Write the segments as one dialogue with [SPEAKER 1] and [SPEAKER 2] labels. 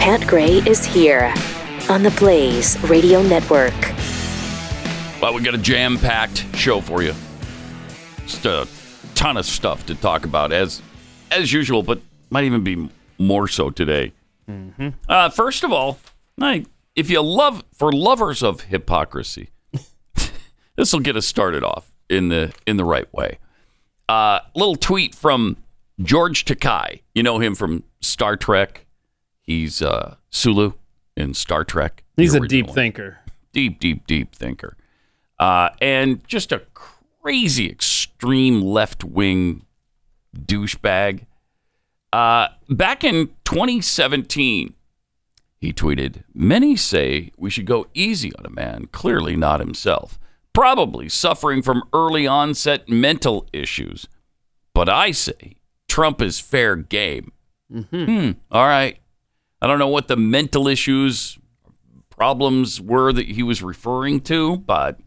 [SPEAKER 1] Pat Gray is here on the Blaze Radio Network.
[SPEAKER 2] Well, we got a jam-packed show for you. Just a ton of stuff to talk about, as as usual, but might even be more so today.
[SPEAKER 3] Mm-hmm.
[SPEAKER 2] Uh, first of all, I, if you love for lovers of hypocrisy, this will get us started off in the in the right way. Uh, little tweet from George Takai. You know him from Star Trek. He's uh, Sulu in Star Trek. the
[SPEAKER 3] He's a
[SPEAKER 2] original
[SPEAKER 3] deep
[SPEAKER 2] one
[SPEAKER 3] thinker.
[SPEAKER 2] deep, deep, deep thinker, uh, and just a crazy extreme left wing douchebag. Uh, back in 2017, he tweeted, Many say we should go easy on a man, clearly not himself, probably suffering from early onset mental issues. But I say Trump is fair game.
[SPEAKER 3] Mm-hmm.
[SPEAKER 2] Hmm, all right. I don't know what the mental issues problems were that he was referring to, but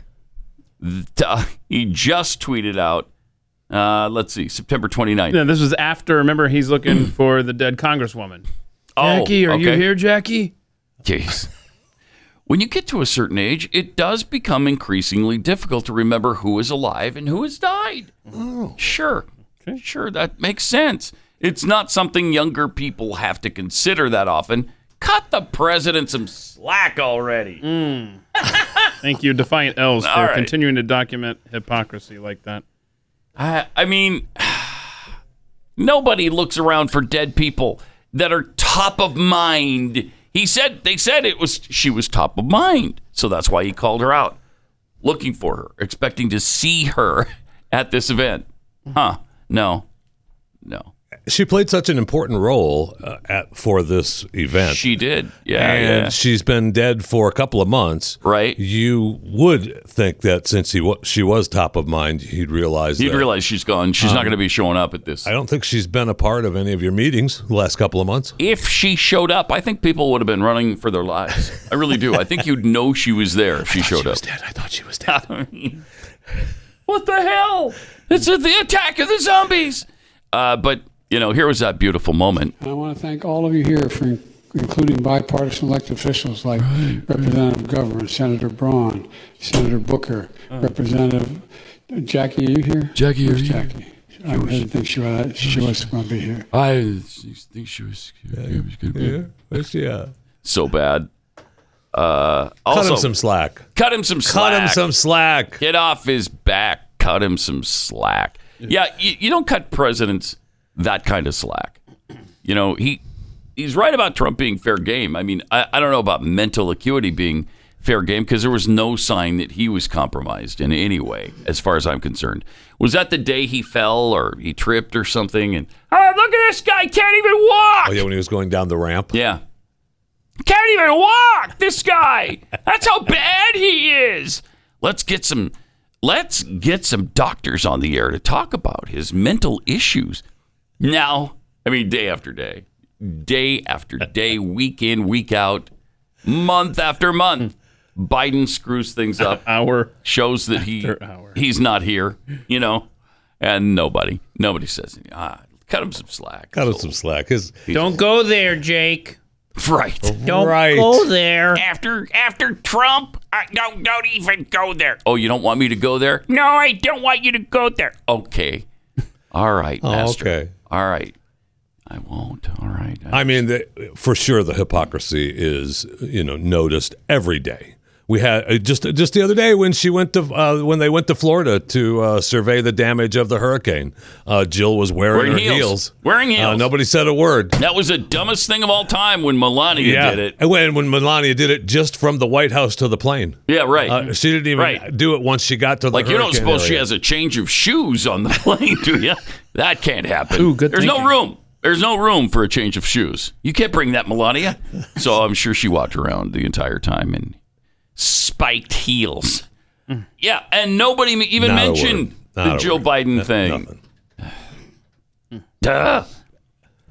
[SPEAKER 2] th- uh, he just tweeted out, uh, let's see, September 29th.
[SPEAKER 3] No, this was after. Remember, he's looking for the dead congresswoman.
[SPEAKER 2] Oh,
[SPEAKER 3] Jackie, are you
[SPEAKER 2] okay.
[SPEAKER 3] here, Jackie?
[SPEAKER 2] Jeez. When you get to a certain age, it does become increasingly difficult to remember who is alive and who has died.
[SPEAKER 3] Oh.
[SPEAKER 2] Sure. Sure, that makes sense. It's not something younger people have to consider that often. Cut the president some slack already.
[SPEAKER 3] Thank you, Defiant L's, for
[SPEAKER 2] All right.
[SPEAKER 3] continuing to document hypocrisy like that.
[SPEAKER 2] I, I mean, nobody looks around for dead people that are top of mind. He said they said it was she was top of mind, so that's why he called her out, looking for her, expecting to see her at this event. Huh? No, no.
[SPEAKER 4] she played such an important role uh, at, for this event.
[SPEAKER 2] She did. Yeah,
[SPEAKER 4] and
[SPEAKER 2] yeah.
[SPEAKER 4] she's been dead for a couple of months.
[SPEAKER 2] Right.
[SPEAKER 4] You would think that since he wa- she was top of mind, he'd realize
[SPEAKER 2] He'd
[SPEAKER 4] that. Um,
[SPEAKER 2] realize she's gone. She's not going to be showing up at this.
[SPEAKER 4] I don't think she's been a part of any of your meetings the last couple of months.
[SPEAKER 2] if she showed up, I think people would have been running for their lives. I really do. I think you'd know she was there if she showed up.
[SPEAKER 4] I thought she was dead.
[SPEAKER 2] What the hell? It's the attack of the zombies. Uh, but you know, here was that beautiful moment.
[SPEAKER 5] I want to thank all of you here for in- including bipartisan elected officials like Representative Governor, Senator Braun, Senator Booker, Representative Jackie. Are you here?
[SPEAKER 2] Jackie, are
[SPEAKER 5] Where's
[SPEAKER 2] you here?
[SPEAKER 5] Jackie? I didn't think she was, she was going to be here.
[SPEAKER 2] I think she was, gonna be
[SPEAKER 4] yeah.
[SPEAKER 2] so bad. Uh,
[SPEAKER 4] Cut
[SPEAKER 2] also,
[SPEAKER 4] him some slack.
[SPEAKER 2] cut him some
[SPEAKER 4] Cut
[SPEAKER 2] slack.
[SPEAKER 4] him some slack.
[SPEAKER 2] Get off his back. Cut him some slack. Yeah, you, you don't cut presidents that kind of slack. You know, he he's right about Trump being fair game. I mean, I, I don't know about mental acuity being fair game because there was no sign that he was compromised in any way, as far as I'm concerned. Was that the day he fell or he tripped or something? And oh, look at this guy can't even walk.
[SPEAKER 4] Oh yeah, when he was going down the ramp.
[SPEAKER 2] Yeah. Can't even walk, this guy. That's how bad he is. Let's get some let's get some doctors on the air to talk about his mental issues. Now, I mean day after day, day after day, week in, week out, month after month, Biden screws things up
[SPEAKER 3] Our
[SPEAKER 2] shows that he
[SPEAKER 3] After hour.
[SPEAKER 2] he's not here, you know. And nobody nobody says anything. Ah, cut him some slack.
[SPEAKER 4] Cut him some slack. His
[SPEAKER 3] don't go there, Jake.
[SPEAKER 2] Right.
[SPEAKER 3] Don't
[SPEAKER 4] Right.
[SPEAKER 3] go there.
[SPEAKER 2] after after Trump. I don't don't even go there. Oh, you don't want me to go there? No, I don't want you to go there. Okay. All right,
[SPEAKER 3] Oh,
[SPEAKER 2] Master.
[SPEAKER 4] okay.
[SPEAKER 2] All right. I won't. All right.
[SPEAKER 4] I mean, the, for sure, the hypocrisy is you know noticed every day. We had uh, just just the other day when she went to uh, when they went to Florida to uh, survey the damage of the hurricane. Uh, Jill was wearing,
[SPEAKER 2] Wearing
[SPEAKER 4] her
[SPEAKER 2] heels.
[SPEAKER 4] heels.
[SPEAKER 2] Wearing heels.
[SPEAKER 4] Uh, nobody said a word.
[SPEAKER 2] that was the dumbest thing of all time when Melania did it.
[SPEAKER 4] And when when Melania did it just from the White House to the plane.
[SPEAKER 2] Yeah, right.
[SPEAKER 4] Uh, she didn't even
[SPEAKER 2] Right.
[SPEAKER 4] do it once she got to the
[SPEAKER 2] like you don't
[SPEAKER 4] hurricane
[SPEAKER 2] suppose she
[SPEAKER 4] area.
[SPEAKER 2] has a change of shoes on the plane, do you? That can't happen.
[SPEAKER 3] Ooh, good
[SPEAKER 2] There's no
[SPEAKER 3] thinking.
[SPEAKER 2] room. There's no room for a change of shoes. You can't bring that, Melania. So I'm sure she walked around the entire time in spiked heels. Yeah, and nobody even
[SPEAKER 4] Not a
[SPEAKER 2] mentioned
[SPEAKER 4] word. Not
[SPEAKER 2] the
[SPEAKER 4] a
[SPEAKER 2] Joe
[SPEAKER 4] word.
[SPEAKER 2] Biden
[SPEAKER 4] No-
[SPEAKER 2] thing.
[SPEAKER 4] nothing.
[SPEAKER 2] Duh.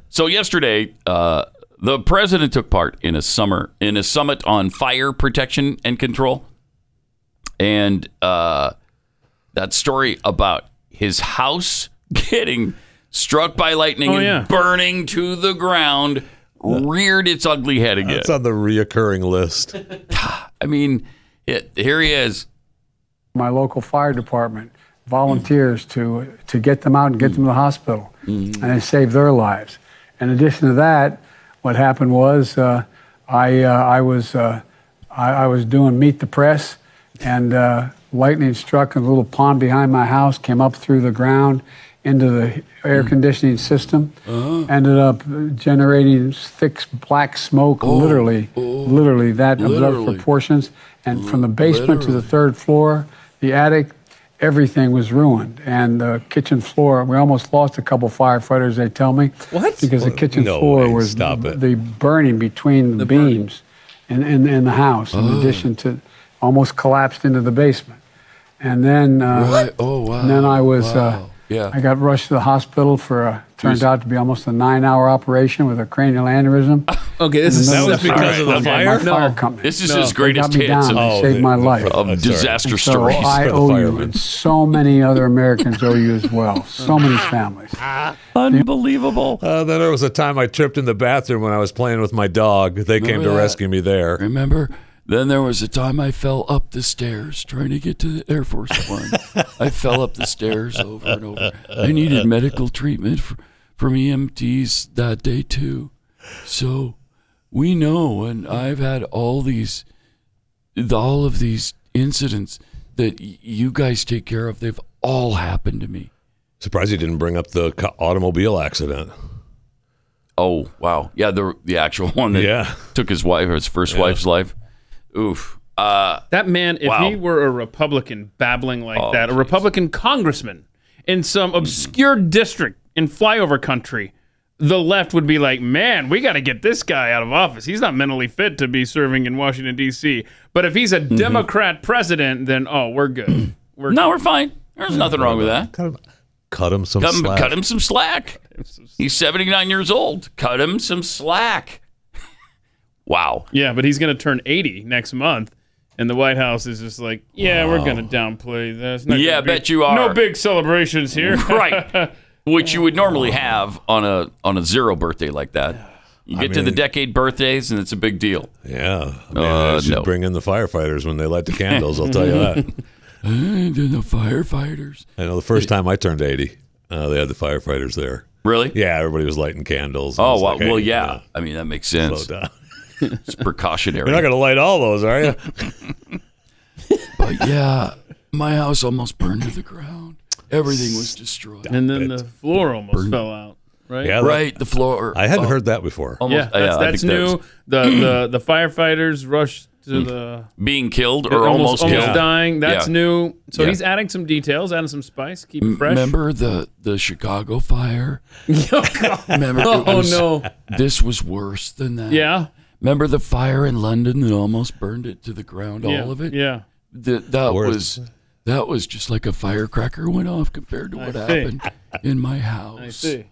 [SPEAKER 2] So yesterday, uh, the president took part in a summer in a summit on fire protection and control, and uh, that story about his house getting struck by lightning
[SPEAKER 3] Oh,
[SPEAKER 2] and
[SPEAKER 3] yeah.
[SPEAKER 2] burning to the ground reared its ugly head again.
[SPEAKER 4] It's on the reoccurring list.
[SPEAKER 2] I mean, it, here he is.
[SPEAKER 6] my local fire department volunteers to to get them out and get them to the hospital
[SPEAKER 7] Mm-hmm.
[SPEAKER 6] and save their lives. In addition to that, what happened was uh, I uh, I was uh, I, I was doing meet the press and uh, lightning struck a little pond behind my house, came up through the ground into the air conditioning system, ended up generating thick black smoke, literally, literally that of
[SPEAKER 2] Literally.
[SPEAKER 6] the proportions, and from the basement to the third floor, the attic, everything was ruined, and the kitchen floor. We almost lost a couple firefighters. They tell me
[SPEAKER 8] What?
[SPEAKER 6] because the kitchen
[SPEAKER 4] No
[SPEAKER 6] floor
[SPEAKER 4] way.
[SPEAKER 6] was
[SPEAKER 4] Stop it.
[SPEAKER 6] the burning between the, beams and in, in, the house.
[SPEAKER 4] Ah.
[SPEAKER 6] In addition to almost collapsed into the basement, and then uh,
[SPEAKER 2] Oh wow!
[SPEAKER 6] and then I was, uh,
[SPEAKER 2] Yeah.
[SPEAKER 6] I got rushed to the hospital for a, turned out to be almost a nine hour operation with a cranial aneurysm.
[SPEAKER 8] Okay, this is
[SPEAKER 4] That was
[SPEAKER 8] separate.
[SPEAKER 4] because of the
[SPEAKER 6] From
[SPEAKER 4] fire?
[SPEAKER 6] My fire
[SPEAKER 8] No.
[SPEAKER 6] company.
[SPEAKER 2] This is
[SPEAKER 8] No,
[SPEAKER 2] his
[SPEAKER 8] they
[SPEAKER 2] greatest
[SPEAKER 6] got me
[SPEAKER 2] hits
[SPEAKER 6] down.
[SPEAKER 2] of,
[SPEAKER 6] Oh, saved my life.
[SPEAKER 2] of
[SPEAKER 4] I'm sorry.
[SPEAKER 2] disaster
[SPEAKER 6] so
[SPEAKER 2] stories.
[SPEAKER 6] I
[SPEAKER 4] for the
[SPEAKER 6] owe you,
[SPEAKER 4] firemen.
[SPEAKER 6] and so many other Americans owe you as well. So many families.
[SPEAKER 2] Unbelievable.
[SPEAKER 4] Uh, then there was a time I tripped in the bathroom when I was playing with my dog. They came to
[SPEAKER 2] that?
[SPEAKER 4] rescue me there.
[SPEAKER 2] Remember? Then there was a time I fell up the stairs trying to get to the Air Force One. I fell up the stairs over and over. I needed medical treatment for, from EMTs that day, too. So we know, and I've had all these, the, all of these incidents that y- you guys take care of. They've all happened to me.
[SPEAKER 4] Surprised you didn't bring up the co- automobile accident.
[SPEAKER 2] Oh wow, yeah, the the actual one that
[SPEAKER 4] Yeah.
[SPEAKER 2] took his wife, his first wife's life. Oof. Uh,
[SPEAKER 3] That man, if
[SPEAKER 2] Wow. Oh,
[SPEAKER 3] he were a Republican babbling like that, a Republican congressman in
[SPEAKER 2] Mm-hmm.
[SPEAKER 3] some obscure district in flyover country, the left would be like, man, we got to get this guy out of office. He's not mentally fit to be serving in Washington, D.C. But if he's a Democrat president, then, oh, we're good. We're
[SPEAKER 2] Mm-hmm. No, we're fine. There's nothing wrong with that.
[SPEAKER 4] Cut him, cut him Mm-hmm. some
[SPEAKER 2] Cut him,
[SPEAKER 4] slack.
[SPEAKER 2] cut him some slack. He's 79 years old. Cut him some slack. wow.
[SPEAKER 3] Yeah, but he's going to turn 80 next month. And the White House is just like, yeah, we're going to downplay this. Not
[SPEAKER 2] Yeah,
[SPEAKER 3] gonna be-
[SPEAKER 2] bet you are.
[SPEAKER 3] No big celebrations here.
[SPEAKER 2] Right. Which you would normally have on a on a zero birthday like that. You get to the
[SPEAKER 4] mean-
[SPEAKER 2] decade birthdays and it's a big deal.
[SPEAKER 4] Yeah. I mean,
[SPEAKER 2] Uh,
[SPEAKER 4] they should
[SPEAKER 2] no.
[SPEAKER 4] bring in the firefighters when they light the candles. I'll tell you that.
[SPEAKER 2] And then the firefighters.
[SPEAKER 4] I know the first time I turned 80, uh, they had the firefighters there.
[SPEAKER 2] Really?
[SPEAKER 4] Yeah, everybody was lighting candles. I
[SPEAKER 2] Oh
[SPEAKER 4] was
[SPEAKER 2] wow.
[SPEAKER 4] like, hey,
[SPEAKER 2] well,
[SPEAKER 4] you
[SPEAKER 2] yeah.
[SPEAKER 4] know,
[SPEAKER 2] I mean that makes
[SPEAKER 4] slow
[SPEAKER 2] sense.
[SPEAKER 4] down.
[SPEAKER 2] It's precautionary.
[SPEAKER 4] You're not going to light all those, are you?
[SPEAKER 2] but yeah, my house almost burned to the ground. Everything was destroyed.
[SPEAKER 3] And then the floor almost fell out. Right?
[SPEAKER 4] yeah, that-
[SPEAKER 2] Right, the floor. Oh.
[SPEAKER 4] I hadn't heard that before.
[SPEAKER 2] Almost,
[SPEAKER 3] yeah, that's,
[SPEAKER 2] I
[SPEAKER 3] that's
[SPEAKER 2] think that
[SPEAKER 3] new.
[SPEAKER 2] was-
[SPEAKER 3] the, the the firefighters rushed to the
[SPEAKER 2] being killed or almost,
[SPEAKER 3] almost,
[SPEAKER 2] killed.
[SPEAKER 3] dying. That's
[SPEAKER 2] Yeah.
[SPEAKER 3] new. So
[SPEAKER 2] Yeah.
[SPEAKER 3] he's adding some details, adding some spice, keep it fresh.
[SPEAKER 2] Remember the the Chicago fire? Remember it
[SPEAKER 3] Oh
[SPEAKER 2] was-
[SPEAKER 3] no!
[SPEAKER 2] This was worse than that.
[SPEAKER 3] Yeah,
[SPEAKER 2] Remember the fire in London that almost burned it to the ground,
[SPEAKER 3] yeah,
[SPEAKER 2] all of it?
[SPEAKER 3] Yeah,
[SPEAKER 2] Th- that
[SPEAKER 4] Worse.
[SPEAKER 2] was that was just like a firecracker went off compared to what
[SPEAKER 3] see.
[SPEAKER 2] happened in my
[SPEAKER 3] I
[SPEAKER 2] house.
[SPEAKER 3] see.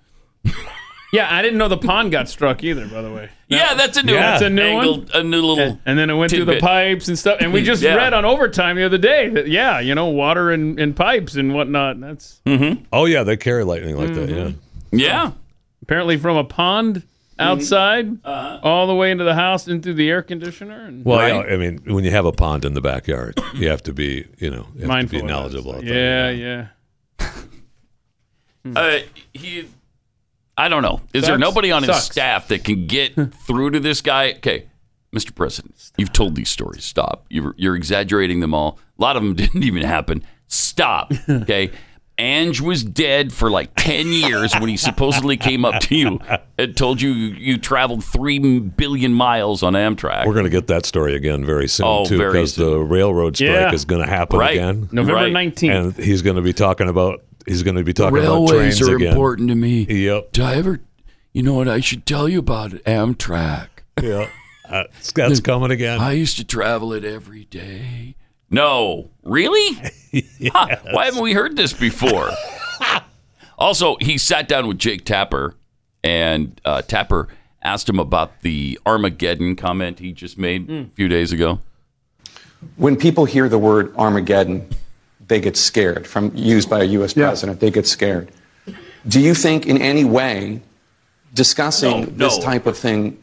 [SPEAKER 3] yeah, I didn't know the pond got struck either. By the way,
[SPEAKER 2] Yeah, that's a new
[SPEAKER 4] Yeah. That's
[SPEAKER 3] a new one?
[SPEAKER 2] angled, a new little
[SPEAKER 3] and then it went through the
[SPEAKER 2] Tidbit.
[SPEAKER 3] pipes and stuff. And we just
[SPEAKER 2] Yeah.
[SPEAKER 3] read on overtime the other day that yeah, you know, water and, and pipes and whatnot. That's
[SPEAKER 4] Oh, yeah, they carry lightning like that. Yeah.
[SPEAKER 2] Mm-hmm. Yeah. Mm-hmm.
[SPEAKER 3] apparently from a pond outside, all the way into the house and through the air conditioner. And
[SPEAKER 4] Well,
[SPEAKER 2] Uh-huh. Right.
[SPEAKER 4] yeah, I mean, when you have a pond in the backyard, you have to be, you know, you have
[SPEAKER 3] mindful,
[SPEAKER 4] to
[SPEAKER 3] of
[SPEAKER 4] be
[SPEAKER 3] that.
[SPEAKER 4] knowledgeable. about that.
[SPEAKER 3] Yeah, yeah. Hmm.
[SPEAKER 2] Uh, he, I don't know. Is there
[SPEAKER 3] Sucks.
[SPEAKER 2] nobody on his
[SPEAKER 3] Sucks.
[SPEAKER 2] staff that can get through to this guy? Okay, Mr. President, you've told these stories. Stop. You're, you're exaggerating them all. A lot of them didn't even happen. Stop. Okay. Ange was dead for like 10 years when he supposedly came up to you and told you you traveled 3 billion miles on Amtrak.
[SPEAKER 4] We're going to get that story again very soon,
[SPEAKER 2] Oh,
[SPEAKER 4] too,
[SPEAKER 2] very
[SPEAKER 4] because the railroad strike
[SPEAKER 3] Yeah.
[SPEAKER 4] is going to happen
[SPEAKER 2] Right.
[SPEAKER 4] again.
[SPEAKER 3] November
[SPEAKER 2] Right.
[SPEAKER 3] nineteenth.
[SPEAKER 4] And he's going to be talking about, he's going to be talking about
[SPEAKER 2] Railways
[SPEAKER 4] trains
[SPEAKER 2] are
[SPEAKER 4] again.
[SPEAKER 2] important to me.
[SPEAKER 4] Yep.
[SPEAKER 2] Do I ever, you know what I should tell you about Amtrak.
[SPEAKER 4] Yeah. Uh, Scott's coming again.
[SPEAKER 2] I used to travel it every day. No, really? Huh, why haven't we heard this before? also, he sat down with Jake Tapper, and uh, Tapper asked him about the Armageddon comment he just made
[SPEAKER 8] Hmm.
[SPEAKER 2] a few days ago.
[SPEAKER 8] When people hear the word Armageddon, they get scared. From used by a U.S.
[SPEAKER 6] Yeah.
[SPEAKER 8] president, they get scared. Do you think, in any way, discussing
[SPEAKER 2] No,
[SPEAKER 8] this
[SPEAKER 2] no.
[SPEAKER 8] type of thing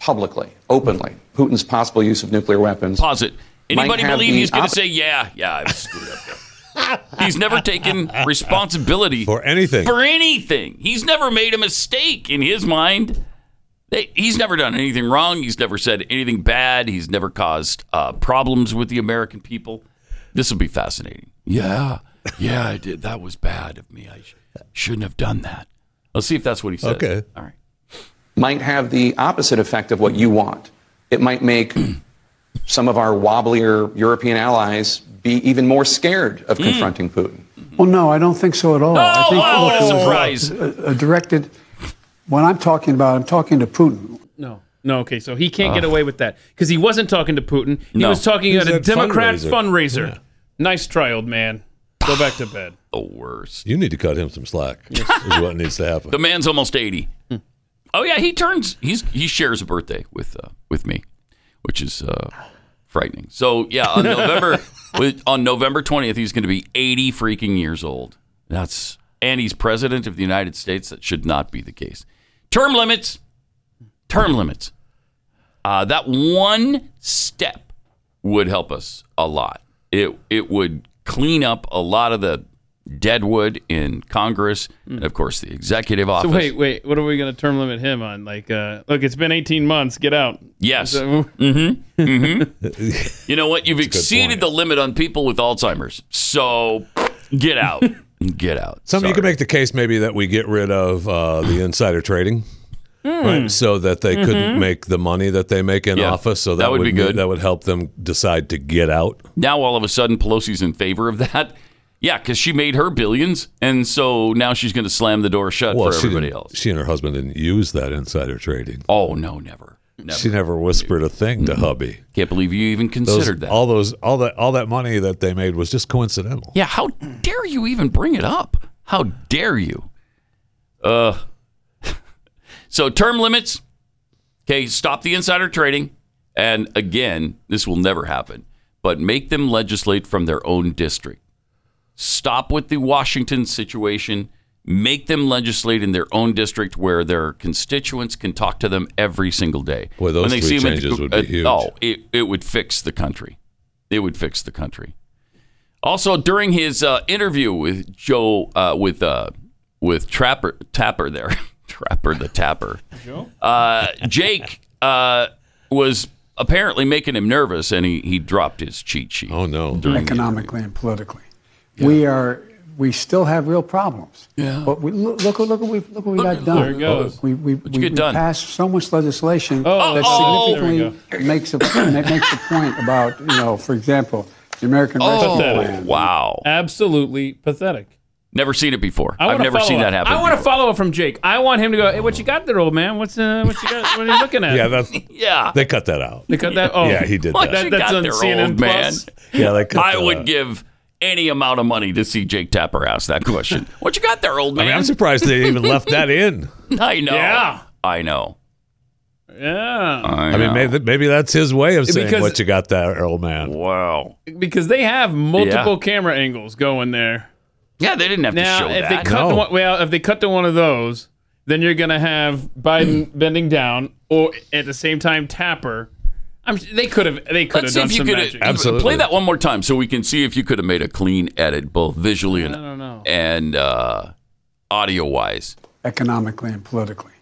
[SPEAKER 8] publicly, openly, Putin's possible use of nuclear weapons?
[SPEAKER 2] Pause it. Anybody
[SPEAKER 8] have
[SPEAKER 2] believe
[SPEAKER 8] the
[SPEAKER 2] he's going to
[SPEAKER 8] oppo-
[SPEAKER 2] say, yeah, yeah, I was screwed up there. he's never taken responsibility
[SPEAKER 4] For anything.
[SPEAKER 2] for anything. He's never made a mistake in his mind. They- He's never done anything wrong. He's never said anything bad. He's never caused uh, problems with the American people. This will be fascinating. Yeah, yeah, I did. That was bad of me. I sh- shouldn't have done that. Let's see if that's what he says.
[SPEAKER 4] Okay.
[SPEAKER 2] All right.
[SPEAKER 8] might have the opposite effect of what you want. It might make some of our wobblier European allies be even more scared of
[SPEAKER 2] Hmm.
[SPEAKER 8] confronting Putin.
[SPEAKER 6] Well, no, I don't think so at all. I
[SPEAKER 2] Oh,
[SPEAKER 6] think
[SPEAKER 2] oh, what a
[SPEAKER 6] look,
[SPEAKER 2] surprise.
[SPEAKER 6] A, a uh, directed. When I'm talking about, I'm talking to Putin.
[SPEAKER 3] No. No, okay, so he can't get away with that because he wasn't talking to Putin. He
[SPEAKER 2] No.
[SPEAKER 3] was talking at a
[SPEAKER 4] at
[SPEAKER 3] Democrat fundraiser.
[SPEAKER 4] fundraiser.
[SPEAKER 3] Nice try, old man. Go back to bed.
[SPEAKER 2] The worst.
[SPEAKER 4] You need to cut him some slack. is what needs to happen.
[SPEAKER 2] The man's almost eighty. Oh yeah, he turns. He's he shares a birthday with uh, with me, which is uh, frightening. So yeah, on November with, on November twentieth, he's going to be eighty freaking years old. That's and he's president of the United States. That should not be the case. Term limits. Term limits. Uh, that one step would help us a lot. It it would clean up a lot of the deadwood in Congress and of course the executive
[SPEAKER 3] So
[SPEAKER 2] office.
[SPEAKER 3] wait, wait, what are we going to term limit him on? Like, uh, look, it's been 18 months. Get out.
[SPEAKER 2] Yes. Mm.
[SPEAKER 3] So-
[SPEAKER 2] Mm-hmm. You know what? You've exceeded
[SPEAKER 4] point.
[SPEAKER 2] the limit on people with Alzheimer's. So get out. get out.
[SPEAKER 4] Something
[SPEAKER 2] Sorry.
[SPEAKER 4] you can make the case maybe that we get rid of uh, the insider trading. Right, so that they couldn't make the money that they make in
[SPEAKER 2] Yeah,
[SPEAKER 4] office, so
[SPEAKER 2] that
[SPEAKER 4] that,
[SPEAKER 2] would be good.
[SPEAKER 4] That would help them decide to get out.
[SPEAKER 2] Now all of a sudden Pelosi's in favor of that. Yeah, because she made her billions, and so now she's going to slam the door shut for
[SPEAKER 4] she
[SPEAKER 2] everybody
[SPEAKER 4] didn't-
[SPEAKER 2] else.
[SPEAKER 4] She and her husband didn't use that insider trading.
[SPEAKER 2] Oh no, never, never. Mm-hmm.
[SPEAKER 4] She never whispered a thing to hubby.
[SPEAKER 2] Can't believe you even
[SPEAKER 4] Those-
[SPEAKER 2] considered that.
[SPEAKER 4] All those, all that, all that money that they made was just coincidental.
[SPEAKER 2] Yeah, how dare you even bring it up? How dare you? Uh So term limits. Okay, stop the insider trading. And again, this will never happen, but make them legislate from their own district. Stop with the Washington situation. Make them legislate in their own district where their constituents can talk to them every single day.
[SPEAKER 4] Boy, those three
[SPEAKER 2] 'em at
[SPEAKER 4] changes would be
[SPEAKER 2] at-
[SPEAKER 4] huge.
[SPEAKER 2] Oh, it, it would fix the country. It would fix the country. Also, during his uh, interview with Joe, uh, with uh, with Trapper Tapper, there, Trapper the Tapper, uh, Jake uh, was apparently making him nervous, and he, he dropped his cheat sheet.
[SPEAKER 4] Oh no,
[SPEAKER 6] economically and politically. We are we still have real problems. Yeah. But we look look look what we look what we got done.
[SPEAKER 3] there it goes.
[SPEAKER 6] We we,
[SPEAKER 2] you
[SPEAKER 6] we,
[SPEAKER 2] get
[SPEAKER 6] we
[SPEAKER 2] done?
[SPEAKER 6] passed so much legislation
[SPEAKER 3] Oh,
[SPEAKER 6] that
[SPEAKER 2] oh.
[SPEAKER 6] significantly makes a that makes a point about you know for example the American
[SPEAKER 2] Oh,
[SPEAKER 6] Rescue
[SPEAKER 3] Pathetic.
[SPEAKER 6] Plan.
[SPEAKER 2] wow!
[SPEAKER 3] Absolutely pathetic.
[SPEAKER 2] Never seen it before.
[SPEAKER 3] I
[SPEAKER 2] I've
[SPEAKER 3] wanna
[SPEAKER 2] never
[SPEAKER 3] follow
[SPEAKER 2] seen
[SPEAKER 3] up.
[SPEAKER 2] that happen.
[SPEAKER 3] I want to
[SPEAKER 2] before.
[SPEAKER 3] follow up from Jake. I want him to go, hey, what you got there, old man? What's, uh, what you got? What are you looking at?
[SPEAKER 4] yeah, that's
[SPEAKER 2] Yeah,
[SPEAKER 4] they cut that out.
[SPEAKER 3] They cut that? Oh.
[SPEAKER 4] Yeah, he did
[SPEAKER 2] What
[SPEAKER 4] that.
[SPEAKER 2] you
[SPEAKER 3] That- that's
[SPEAKER 2] got
[SPEAKER 3] on
[SPEAKER 2] there,
[SPEAKER 3] CNN
[SPEAKER 2] old man.
[SPEAKER 3] Plus.
[SPEAKER 4] Yeah, they cut
[SPEAKER 2] I
[SPEAKER 4] that uh,
[SPEAKER 2] would
[SPEAKER 4] out.
[SPEAKER 2] give any amount of money to see Jake Tapper ask that question. what you got there, old
[SPEAKER 4] I
[SPEAKER 2] man?
[SPEAKER 4] mean, I'm surprised they even left that in.
[SPEAKER 2] I know.
[SPEAKER 3] Yeah.
[SPEAKER 2] I know.
[SPEAKER 3] Yeah.
[SPEAKER 2] I,
[SPEAKER 4] I mean,
[SPEAKER 2] know.
[SPEAKER 4] maybe, maybe that's his way of saying
[SPEAKER 3] Because-
[SPEAKER 4] what you got there, old man.
[SPEAKER 2] Wow.
[SPEAKER 3] Because they have multiple camera angles going there.
[SPEAKER 2] Yeah, they didn't have to
[SPEAKER 3] Now,
[SPEAKER 2] show
[SPEAKER 3] if
[SPEAKER 2] that.
[SPEAKER 3] they cut to
[SPEAKER 4] No.
[SPEAKER 3] one, well, if they cut to one of those, then you're gonna have Biden bending down, or at the same time Tapper. I'm, they could have. They could have
[SPEAKER 2] Let's see
[SPEAKER 3] done
[SPEAKER 2] if you
[SPEAKER 3] some
[SPEAKER 2] could
[SPEAKER 3] magic.
[SPEAKER 4] Absolutely.
[SPEAKER 2] play that one more time so we can see if you could have made a clean edit, both visually
[SPEAKER 3] I
[SPEAKER 2] and
[SPEAKER 3] don't know.
[SPEAKER 2] and uh, audio wise.
[SPEAKER 6] economically and politically.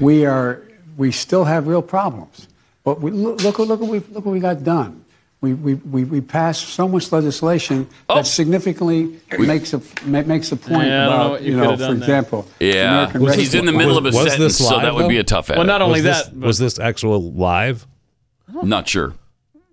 [SPEAKER 6] We are we still have real problems. But we look look look what we look what we got done. We we, we, we passed so much legislation
[SPEAKER 3] Oh.
[SPEAKER 6] that significantly makes a ma- makes a point
[SPEAKER 3] Yeah, I don't know
[SPEAKER 6] about
[SPEAKER 3] what you
[SPEAKER 6] you
[SPEAKER 3] could've
[SPEAKER 6] know
[SPEAKER 3] done
[SPEAKER 6] for
[SPEAKER 3] there.
[SPEAKER 6] example
[SPEAKER 2] Yeah,
[SPEAKER 6] American Rescue
[SPEAKER 2] he's in the
[SPEAKER 6] Plan.
[SPEAKER 2] middle of a
[SPEAKER 4] Was- was
[SPEAKER 2] sentence,
[SPEAKER 4] this
[SPEAKER 2] so
[SPEAKER 4] live,
[SPEAKER 2] that would be
[SPEAKER 4] though?
[SPEAKER 2] a tough edit.
[SPEAKER 3] Well, not only
[SPEAKER 4] was this,
[SPEAKER 3] that, but
[SPEAKER 4] was this actual live?
[SPEAKER 2] Not sure.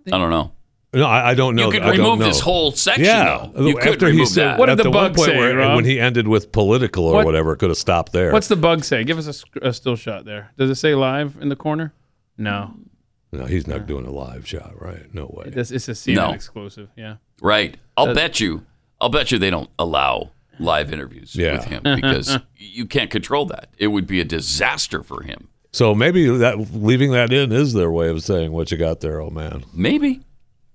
[SPEAKER 2] I don't know.
[SPEAKER 4] No, I, I don't know.
[SPEAKER 2] You could
[SPEAKER 4] I don't
[SPEAKER 2] remove
[SPEAKER 4] know.
[SPEAKER 2] this whole section,
[SPEAKER 4] Yeah,
[SPEAKER 2] though. You could
[SPEAKER 4] after he
[SPEAKER 2] remove
[SPEAKER 4] said,
[SPEAKER 2] that.
[SPEAKER 3] What did
[SPEAKER 4] at
[SPEAKER 3] the
[SPEAKER 4] one
[SPEAKER 3] bug
[SPEAKER 4] point
[SPEAKER 3] say,
[SPEAKER 4] where-
[SPEAKER 3] Rob?
[SPEAKER 4] when he ended with political or
[SPEAKER 3] What-
[SPEAKER 4] whatever, it could have stopped there.
[SPEAKER 3] What's the bug say? Give us a, sc- a still shot there. Does it say live in the corner? No.
[SPEAKER 4] no, he's not doing a live shot, Uh, right? No way.
[SPEAKER 3] It's, it's a CNN
[SPEAKER 2] No.
[SPEAKER 3] exclusive. Yeah.
[SPEAKER 2] Right. I'll bet you. I'll bet you they don't allow live interviews
[SPEAKER 4] Yeah.
[SPEAKER 2] with him because you can't control that. It would be a disaster for him.
[SPEAKER 4] So maybe that leaving that in is their way of saying what you got there, old man.
[SPEAKER 2] Maybe.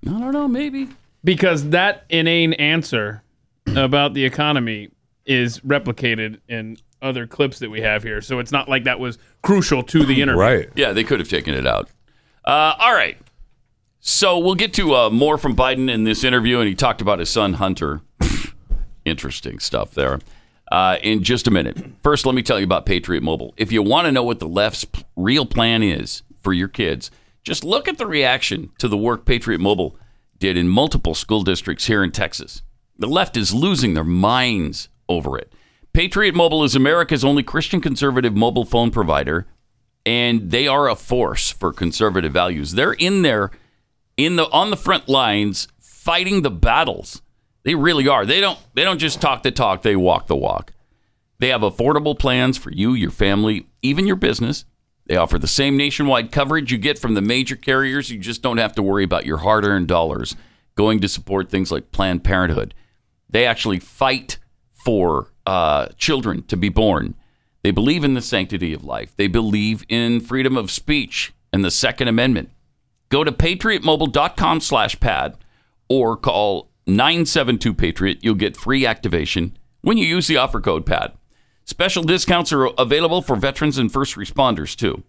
[SPEAKER 2] I don't know. Maybe.
[SPEAKER 3] Because that inane answer about the economy is replicated in other clips that we have here. So it's not like that was crucial to the interview.
[SPEAKER 4] Right.
[SPEAKER 2] Yeah, they could have taken it out. Uh, all right. So we'll get to uh, more from Biden in this interview, and he talked about his son Hunter. Interesting stuff there. Uh, in just a minute. First, let me tell you about Patriot Mobile. If you want to know what the left's p- real plan is for your kids, just look at the reaction to the work Patriot Mobile did in multiple school districts here in Texas. The left is losing their minds over it. Patriot Mobile is America's only Christian conservative mobile phone provider and they are a force for conservative values. They're in there in the on the front lines fighting the battles. They really are. They don't they don't just talk the talk, they walk the walk. They have affordable plans for you, your family, even your business. They offer the same nationwide coverage you get from the major carriers. You just don't have to worry about your hard-earned dollars going to support things like Planned Parenthood. They actually fight for uh, children to be born. They believe in the sanctity of life. They believe in freedom of speech and the Second Amendment. Go to patriotmobile.com slash pad or call 972 Patriot. You'll get free activation when you use the offer code PAD. Special discounts are available for veterans and first responders too.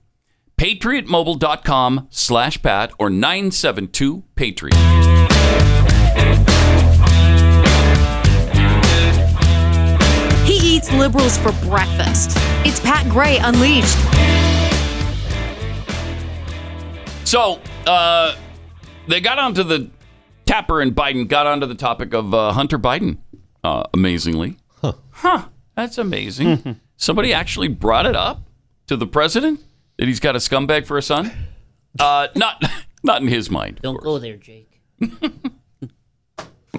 [SPEAKER 2] PatriotMobile.com slash PAD or 972 Patriot.
[SPEAKER 9] He eats liberals for breakfast. It's Pat Gray Unleashed.
[SPEAKER 2] So uh, they got onto the Tapper and Biden got onto the topic of uh, Hunter Biden. Uh, amazingly, huh? That's amazing. Somebody actually brought it up to the president that he's got a scumbag for a son. Uh, not, not in his mind.
[SPEAKER 10] Don't go there, Jake.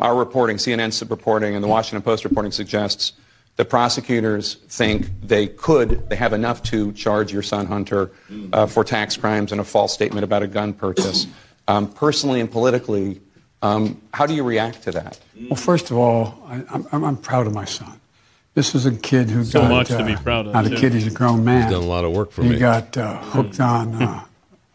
[SPEAKER 8] Our reporting, CNN's reporting, and the Washington Post reporting suggests the prosecutors think they could, they have enough to charge your son Hunter uh, for tax crimes and a false statement about a gun purchase. Um, personally and politically, um, how do you react to that?
[SPEAKER 6] Well, first of all, I, I'm, I'm- I'm proud of my son. This is a kid who so got
[SPEAKER 3] much
[SPEAKER 6] uh,
[SPEAKER 3] to be proud of,
[SPEAKER 6] Not
[SPEAKER 3] too.
[SPEAKER 6] a kid; he's a grown man.
[SPEAKER 4] Done a lot of work for
[SPEAKER 6] he
[SPEAKER 4] me.
[SPEAKER 6] got uh, hooked on, uh,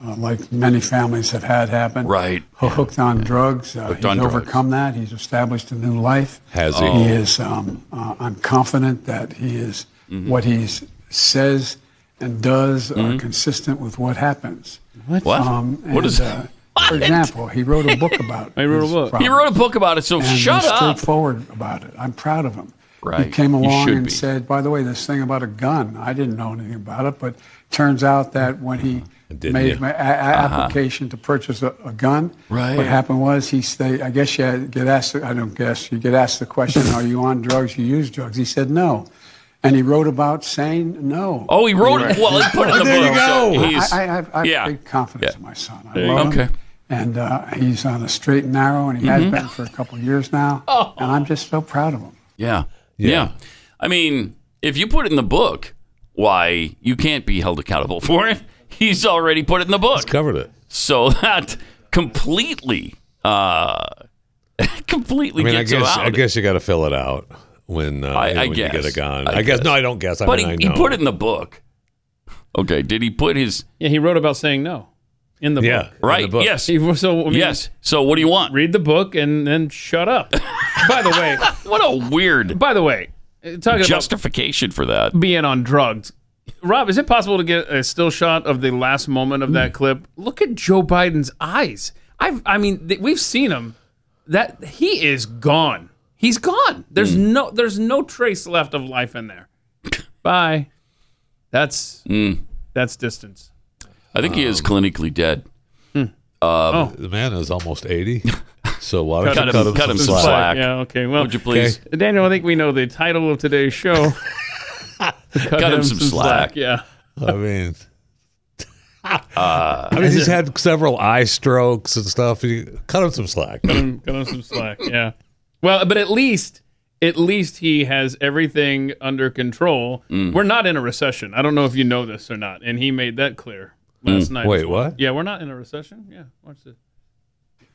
[SPEAKER 6] uh, like many families have had happen.
[SPEAKER 2] Right.
[SPEAKER 6] Ho- Hooked on drugs. Uh, he's
[SPEAKER 2] on drugs.
[SPEAKER 6] overcome that. He's established a new life.
[SPEAKER 4] Has he?
[SPEAKER 6] He is. Um, uh, I'm confident that he is.
[SPEAKER 4] Mm-hmm.
[SPEAKER 6] What he says and does are consistent with what happens.
[SPEAKER 2] What?
[SPEAKER 6] Um,
[SPEAKER 2] what
[SPEAKER 6] and,
[SPEAKER 2] is?
[SPEAKER 6] uh, For example, he wrote a book about.
[SPEAKER 3] He wrote a
[SPEAKER 6] his
[SPEAKER 3] book.
[SPEAKER 2] he wrote a book about it. So
[SPEAKER 6] and
[SPEAKER 2] shut
[SPEAKER 6] he's
[SPEAKER 2] up.
[SPEAKER 6] straightforward about it. I'm proud of him. He
[SPEAKER 2] Right.
[SPEAKER 6] came
[SPEAKER 2] You
[SPEAKER 6] along
[SPEAKER 2] should
[SPEAKER 6] and
[SPEAKER 2] be.
[SPEAKER 6] said, by the way, this thing about a gun, I didn't know anything about it, but turns out that when he
[SPEAKER 4] Didn't
[SPEAKER 6] made
[SPEAKER 4] you?
[SPEAKER 6] my a- a- application to purchase a, a gun,
[SPEAKER 2] Uh-huh. Right.
[SPEAKER 6] what happened was he stayed, I guess you had- get asked, the- I don't guess, you get asked the question, are you on drugs, you use drugs? He said no. And he wrote about saying no.
[SPEAKER 2] Oh, he wrote it. Well, he put it in the
[SPEAKER 4] There you
[SPEAKER 2] book.
[SPEAKER 4] go.
[SPEAKER 2] So he's,
[SPEAKER 6] I, I, I have, I have
[SPEAKER 2] yeah.
[SPEAKER 6] big confidence
[SPEAKER 2] Yeah.
[SPEAKER 6] in my son. I love
[SPEAKER 2] go.
[SPEAKER 6] him.
[SPEAKER 2] Okay.
[SPEAKER 6] And uh, he's on a straight and narrow, and he has been for a couple of years now. And I'm just so proud of him.
[SPEAKER 2] Yeah. yeah. I mean, if you put it in the book, why you can't be held accountable for it. He's already put it in the book.
[SPEAKER 4] Covered it.
[SPEAKER 2] So that completely uh completely
[SPEAKER 4] I mean, I
[SPEAKER 2] gets him
[SPEAKER 4] guess
[SPEAKER 2] out.
[SPEAKER 4] I guess you got to fill it out when, uh,
[SPEAKER 2] I-
[SPEAKER 4] you know,
[SPEAKER 2] I
[SPEAKER 4] when you get
[SPEAKER 2] guess.
[SPEAKER 4] a gun.
[SPEAKER 2] I
[SPEAKER 4] I, guess.
[SPEAKER 2] guess.
[SPEAKER 4] no, I don't guess. I
[SPEAKER 2] but
[SPEAKER 4] mean,
[SPEAKER 2] he,
[SPEAKER 4] I
[SPEAKER 2] he
[SPEAKER 4] know.
[SPEAKER 2] put it in the book. Okay, did he put his
[SPEAKER 3] Yeah, he wrote about saying no in the
[SPEAKER 4] yeah,
[SPEAKER 3] book.
[SPEAKER 4] in the
[SPEAKER 2] right?
[SPEAKER 4] book.
[SPEAKER 2] Yes.
[SPEAKER 3] He- so, I mean,
[SPEAKER 2] yes. So what do you want?
[SPEAKER 3] Read the book and then shut up. by the way,
[SPEAKER 2] What a weird
[SPEAKER 3] by the way, uh, talking about
[SPEAKER 2] justification for that.
[SPEAKER 3] being on drugs. Rob, is it possible to get a still shot of the last moment of
[SPEAKER 2] Mm.
[SPEAKER 3] that clip? Look at Joe Biden's eyes. I've, I mean, th- we've seen him. That he is gone. He's gone. There's
[SPEAKER 2] Mm.
[SPEAKER 3] no, there's no trace left of life in there. Bye. That's,
[SPEAKER 2] Hmm.
[SPEAKER 3] that's distance.
[SPEAKER 2] I think he is clinically dead.
[SPEAKER 4] Um, hmm.
[SPEAKER 2] Um,
[SPEAKER 4] Oh. The man is almost eighty, so why don't
[SPEAKER 2] Cut
[SPEAKER 4] you
[SPEAKER 2] him-
[SPEAKER 4] Oh, cut him
[SPEAKER 2] cut him
[SPEAKER 4] some
[SPEAKER 2] some
[SPEAKER 4] slack?
[SPEAKER 2] Black.
[SPEAKER 3] Yeah. Okay. Well,
[SPEAKER 2] Would you please?
[SPEAKER 3] Daniel, I think we know the title of today's show. Cut,
[SPEAKER 2] him some slack.
[SPEAKER 3] Yeah.
[SPEAKER 4] I mean,
[SPEAKER 2] Uh,
[SPEAKER 4] I mean, he's had several eye strokes and stuff. You cut him some slack.
[SPEAKER 3] Cut him some slack. Yeah. Well, but at least at least he has everything under control.
[SPEAKER 4] Mm.
[SPEAKER 3] We're not in a recession. I don't know if you know this or not, and he made that clear last night.
[SPEAKER 4] Mm. Wait, what?
[SPEAKER 3] Yeah, we're not in a recession. Yeah, watch this.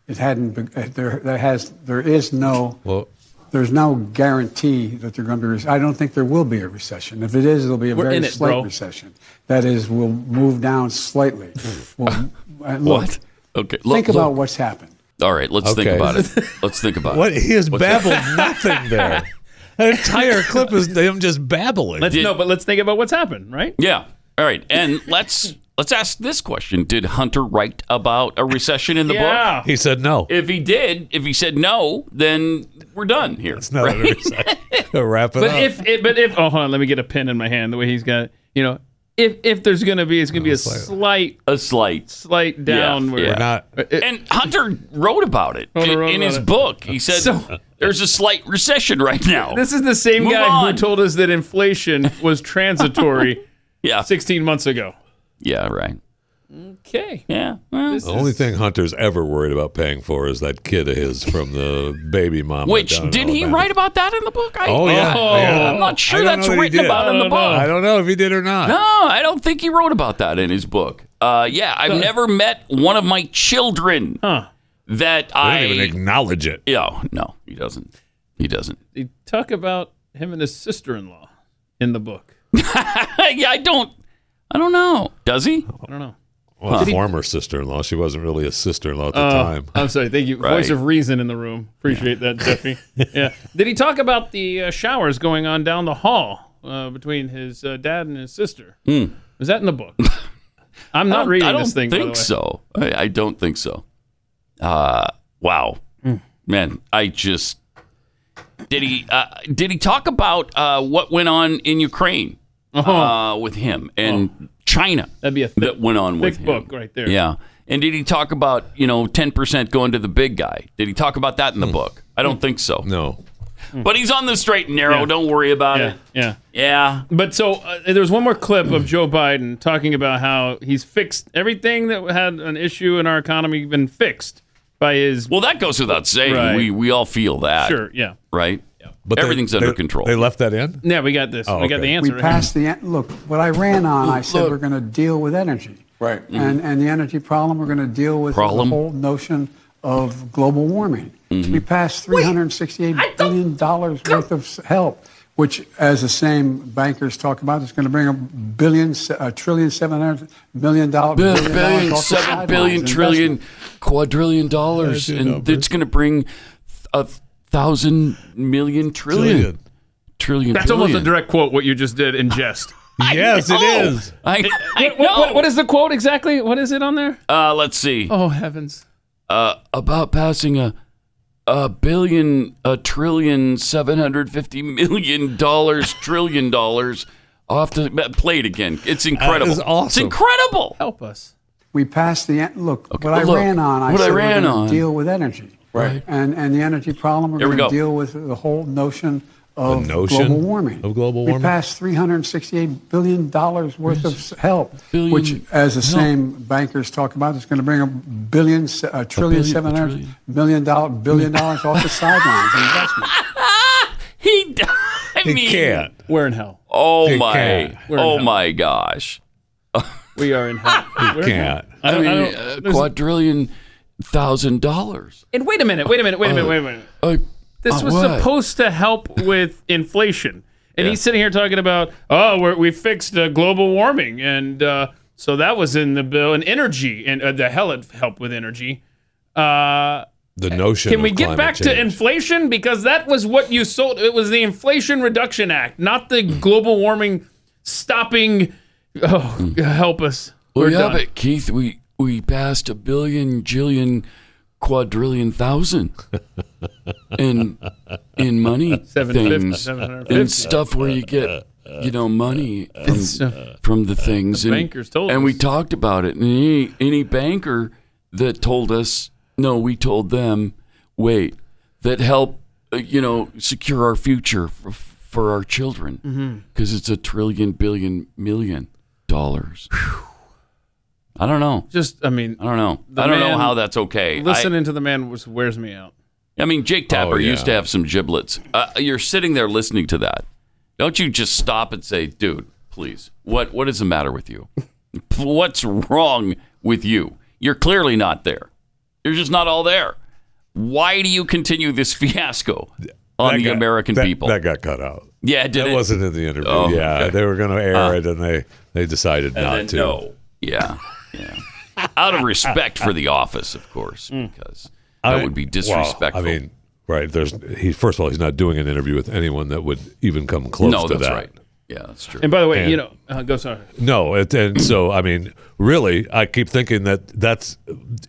[SPEAKER 6] It hadn't. been- There, there has. There is no.
[SPEAKER 4] Well,
[SPEAKER 6] There's no guarantee that they're going to be. rec- I don't think there will be a recession. If it is, it'll be a
[SPEAKER 3] We're
[SPEAKER 6] very
[SPEAKER 3] in it,
[SPEAKER 6] slight
[SPEAKER 3] bro.
[SPEAKER 6] recession. That is, we'll move down slightly. we'll, and look,
[SPEAKER 2] What? Okay. look- look-
[SPEAKER 6] Think about what's happened.
[SPEAKER 2] All right. Let's think
[SPEAKER 4] Okay.
[SPEAKER 2] about it. Let's think about
[SPEAKER 4] what?
[SPEAKER 2] it.
[SPEAKER 4] He has
[SPEAKER 2] What's that?
[SPEAKER 4] babbled nothing there. An entire clip is him just babbling.
[SPEAKER 3] Let's no, but let's think about what's happened, right?
[SPEAKER 2] Yeah. All right. And let's let's ask this question: Did Hunter write about a recession in the book?
[SPEAKER 3] Yeah.
[SPEAKER 4] he said no.
[SPEAKER 2] If he did, if he said no, then we're done here.
[SPEAKER 4] It's not a recession. Wrap it
[SPEAKER 3] But
[SPEAKER 4] up.
[SPEAKER 3] if it, but if oh hold on, let me get a pen in my hand. The way he's got, you know, if if there's gonna be, it's gonna be a slight
[SPEAKER 4] slight.
[SPEAKER 2] a slight.
[SPEAKER 3] slight downward.
[SPEAKER 2] yeah.
[SPEAKER 4] We're not.
[SPEAKER 2] And Hunter wrote about it
[SPEAKER 3] Hunter
[SPEAKER 2] in,
[SPEAKER 3] wrote
[SPEAKER 2] in
[SPEAKER 3] about
[SPEAKER 2] his
[SPEAKER 3] it.
[SPEAKER 2] book. He said,
[SPEAKER 3] So-
[SPEAKER 2] "There's a slight recession right now."
[SPEAKER 3] This is the same
[SPEAKER 2] Move
[SPEAKER 3] guy
[SPEAKER 2] on.
[SPEAKER 3] who told us that inflation was transitory
[SPEAKER 2] yeah,
[SPEAKER 3] 16 months ago.
[SPEAKER 2] yeah, right.
[SPEAKER 3] Okay.
[SPEAKER 2] Yeah, well,
[SPEAKER 4] The only thing Hunter's ever worried about paying for is that kid of his from the baby mama.
[SPEAKER 2] which
[SPEAKER 4] down in
[SPEAKER 2] did he
[SPEAKER 4] Alabama.
[SPEAKER 2] write about that in the book? I,
[SPEAKER 4] Oh yeah.
[SPEAKER 3] Oh.
[SPEAKER 4] yeah.
[SPEAKER 2] I'm not sure
[SPEAKER 4] I don't
[SPEAKER 2] that's
[SPEAKER 4] know that he
[SPEAKER 2] written
[SPEAKER 4] did.
[SPEAKER 2] about in the
[SPEAKER 3] I don't
[SPEAKER 2] book.
[SPEAKER 3] know.
[SPEAKER 4] I don't know if he did or not.
[SPEAKER 2] No, I don't think he wrote about that in his book. Uh, yeah, I've never met one of my children
[SPEAKER 3] Huh.
[SPEAKER 2] that
[SPEAKER 4] They
[SPEAKER 2] I.
[SPEAKER 4] didn't even acknowledge it.
[SPEAKER 2] Yeah, no, he doesn't. He doesn't.
[SPEAKER 3] They talk about him and his sister-in-law in the book.
[SPEAKER 2] yeah, I don't. I don't know. Does he?
[SPEAKER 3] I don't know.
[SPEAKER 4] Well, former sister-in-law. She wasn't really a sister-in-law at
[SPEAKER 3] Oh.
[SPEAKER 4] the time.
[SPEAKER 3] I'm sorry. Thank you. Voice
[SPEAKER 2] Right.
[SPEAKER 3] of reason in the room. Appreciate that, Jeffy. yeah. Did he talk about the uh, showers going on down the hall uh, between his uh, dad and his sister? Is that in the book? I'm
[SPEAKER 2] Hmm. I
[SPEAKER 3] not
[SPEAKER 2] don't-
[SPEAKER 3] reading
[SPEAKER 2] I don't
[SPEAKER 3] this thing. by
[SPEAKER 2] think
[SPEAKER 3] the way.
[SPEAKER 2] so. I, I don't think so. Uh, wow,
[SPEAKER 3] Hmm.
[SPEAKER 2] man, I just did he uh, did he talk about uh, what went on in Ukraine uh, with him and China
[SPEAKER 3] Uh-huh. Oh. That'd be a thick,
[SPEAKER 2] that went on with
[SPEAKER 3] thick
[SPEAKER 2] him?
[SPEAKER 3] book right there.
[SPEAKER 2] Yeah. And did he talk about, you know, 10% going to the big guy? Did he talk about that in the book? I don't think so.
[SPEAKER 4] Hmm. No.
[SPEAKER 2] But he's on the straight and narrow.
[SPEAKER 3] Hmm. Yeah.
[SPEAKER 2] Don't worry about
[SPEAKER 3] Yeah.
[SPEAKER 2] it.
[SPEAKER 3] Yeah.
[SPEAKER 2] Yeah.
[SPEAKER 3] But so uh, there's one more clip of Joe Biden talking about how he's fixed everything that had an issue in our economy been fixed by his
[SPEAKER 2] Well, that goes without saying.
[SPEAKER 3] Right.
[SPEAKER 2] We, we all feel that.
[SPEAKER 3] sure, yeah.
[SPEAKER 2] Right?
[SPEAKER 4] But they-
[SPEAKER 2] Everything's under
[SPEAKER 4] they-
[SPEAKER 2] control.
[SPEAKER 4] They left that in.
[SPEAKER 3] Yeah, we got this.
[SPEAKER 4] Oh,
[SPEAKER 3] we got
[SPEAKER 4] okay.
[SPEAKER 3] the
[SPEAKER 6] We
[SPEAKER 3] answer.
[SPEAKER 6] passed the en- look. What I ran on, I said
[SPEAKER 2] eh? Look. Mm-hmm.
[SPEAKER 6] we're going to deal with energy,
[SPEAKER 8] Right.
[SPEAKER 6] And and the energy problem, we're going to deal with
[SPEAKER 2] Problem. Mm-hmm.
[SPEAKER 6] the whole notion of global warming. We passed 368 billion dollars worth of s- help, which, as the same bankers talk about, is going to bring a billion, se- a trillion, seven hundred million dollars,
[SPEAKER 2] Billion, billion,
[SPEAKER 6] off the
[SPEAKER 2] seven
[SPEAKER 6] sidelines
[SPEAKER 2] billion,
[SPEAKER 6] in
[SPEAKER 2] trillion,
[SPEAKER 6] investment.
[SPEAKER 2] quadrillion dollars.
[SPEAKER 4] Yeah, I do
[SPEAKER 2] and
[SPEAKER 4] numbers.
[SPEAKER 2] it's going to bring a thousand million trillion.
[SPEAKER 4] Billion.
[SPEAKER 2] Trillion.
[SPEAKER 3] That's almost a
[SPEAKER 2] billion.
[SPEAKER 3] direct quote what you just did in jest.
[SPEAKER 4] Yes, it
[SPEAKER 2] Oh!
[SPEAKER 4] is.
[SPEAKER 2] I, I know.
[SPEAKER 3] what is the quote exactly? What is it on there?
[SPEAKER 2] uh, let's see.
[SPEAKER 3] Oh heavens.
[SPEAKER 2] uh, about passing a a billion, a trillion, seven hundred fifty million dollars, trillion dollars off to play it again. It's incredible.
[SPEAKER 4] is awesome.
[SPEAKER 2] It's incredible.
[SPEAKER 3] Help us.
[SPEAKER 6] We passed the en- look.
[SPEAKER 2] Okay,
[SPEAKER 6] what I
[SPEAKER 2] look,
[SPEAKER 6] ran on, I
[SPEAKER 2] what I
[SPEAKER 6] said
[SPEAKER 2] ran
[SPEAKER 6] we're going
[SPEAKER 2] on.
[SPEAKER 6] to deal with energy,
[SPEAKER 8] Right.
[SPEAKER 6] And and the energy problem, we're
[SPEAKER 2] Here we
[SPEAKER 6] going to
[SPEAKER 2] go.
[SPEAKER 6] deal with the whole notion of
[SPEAKER 4] notion
[SPEAKER 6] global warming.
[SPEAKER 4] of global warming?
[SPEAKER 6] We passed 368 billion dollars worth of s- help,
[SPEAKER 2] Billion-
[SPEAKER 6] which, as the same bankers talk about, is going to bring a billion, s- a trillion,
[SPEAKER 2] billion-
[SPEAKER 6] seven
[SPEAKER 2] a
[SPEAKER 6] hundred
[SPEAKER 2] trillion.
[SPEAKER 6] million dollar billion dollars off the sidelines in investment.
[SPEAKER 2] He, d- I
[SPEAKER 4] He
[SPEAKER 2] mean,
[SPEAKER 4] can't.
[SPEAKER 3] We're in hell.
[SPEAKER 2] oh
[SPEAKER 4] He
[SPEAKER 2] my,
[SPEAKER 4] can't.
[SPEAKER 3] We're in
[SPEAKER 2] oh
[SPEAKER 3] hell.
[SPEAKER 2] my gosh.
[SPEAKER 3] We are in hell. We're in hell.
[SPEAKER 4] Can't.
[SPEAKER 3] I
[SPEAKER 2] I
[SPEAKER 3] don't, I
[SPEAKER 2] mean,
[SPEAKER 3] don't-
[SPEAKER 2] a
[SPEAKER 3] there's-
[SPEAKER 2] quadrillion thousand dollars.
[SPEAKER 3] and wait a minute, wait a minute, wait a minute, wait a minute.
[SPEAKER 2] I-
[SPEAKER 3] This
[SPEAKER 4] Oh,
[SPEAKER 2] uh,
[SPEAKER 3] was
[SPEAKER 2] what?
[SPEAKER 3] supposed to help with inflation. And he's sitting here talking about, oh, we're, we fixed uh, global warming. And uh, so that was in the bill. And energy, and uh, the hell it helped with energy. Uh,
[SPEAKER 4] The notion.
[SPEAKER 3] can we
[SPEAKER 4] of
[SPEAKER 3] get
[SPEAKER 4] climate
[SPEAKER 3] back
[SPEAKER 4] change.
[SPEAKER 3] to inflation? Because that was what you sold. It was the Inflation Reduction Act, not the
[SPEAKER 4] Mm.
[SPEAKER 3] global warming stopping. Oh,
[SPEAKER 4] Mm.
[SPEAKER 3] help us. We're
[SPEAKER 2] Well, Oh, yeah,
[SPEAKER 3] done.
[SPEAKER 2] but Keith, we we passed a billion, jillion, quadrillion, thousand in in money
[SPEAKER 3] Seven fifty,
[SPEAKER 2] things
[SPEAKER 3] seven hundred
[SPEAKER 2] and
[SPEAKER 3] fifty.
[SPEAKER 2] stuff where you get you know money from, from the things. and
[SPEAKER 3] bankers told
[SPEAKER 2] and we
[SPEAKER 3] us.
[SPEAKER 2] talked about it. And any any banker that told us no, we told them wait that help uh, you know secure our future for, for our children because it's a trillion, billion, million dollars. I don't know.
[SPEAKER 3] Just, I mean,
[SPEAKER 2] I don't know.
[SPEAKER 3] The
[SPEAKER 2] I don't know
[SPEAKER 3] man-
[SPEAKER 2] how that's okay. I,
[SPEAKER 3] listening to the man was, wears me out.
[SPEAKER 2] I mean, Jake Tapper
[SPEAKER 4] Oh, yeah.
[SPEAKER 2] used to have some giblets. Uh, you're sitting there listening to that. Don't you just stop and say, "Dude, please, what what is the matter with you? What's wrong with you? You're clearly not there. You're just not all there. Why do you continue this fiasco on
[SPEAKER 4] That
[SPEAKER 2] the
[SPEAKER 4] got-
[SPEAKER 2] American
[SPEAKER 4] that-
[SPEAKER 2] people?"
[SPEAKER 4] That got cut out.
[SPEAKER 2] yeah, did
[SPEAKER 4] That
[SPEAKER 2] it?
[SPEAKER 4] wasn't in the interview.
[SPEAKER 2] Oh,
[SPEAKER 4] yeah,
[SPEAKER 2] okay. Uh,
[SPEAKER 4] they were going to air it, and they they decided
[SPEAKER 2] And
[SPEAKER 4] not
[SPEAKER 2] then
[SPEAKER 4] to.
[SPEAKER 2] No. Yeah. Yeah. Out of respect for the office, of course,
[SPEAKER 3] Mm.
[SPEAKER 2] because that
[SPEAKER 4] I-
[SPEAKER 2] would be
[SPEAKER 4] well,
[SPEAKER 2] disrespectful.
[SPEAKER 4] I mean, right? There's he. First of all, he's not doing an interview with anyone that would even come close
[SPEAKER 2] no,
[SPEAKER 4] to
[SPEAKER 2] that's
[SPEAKER 4] that.
[SPEAKER 2] right. Yeah, that's true.
[SPEAKER 3] And by the way,
[SPEAKER 4] And-
[SPEAKER 3] you know, uh, go sorry.
[SPEAKER 4] No, it, and so I mean, really, I keep thinking that that's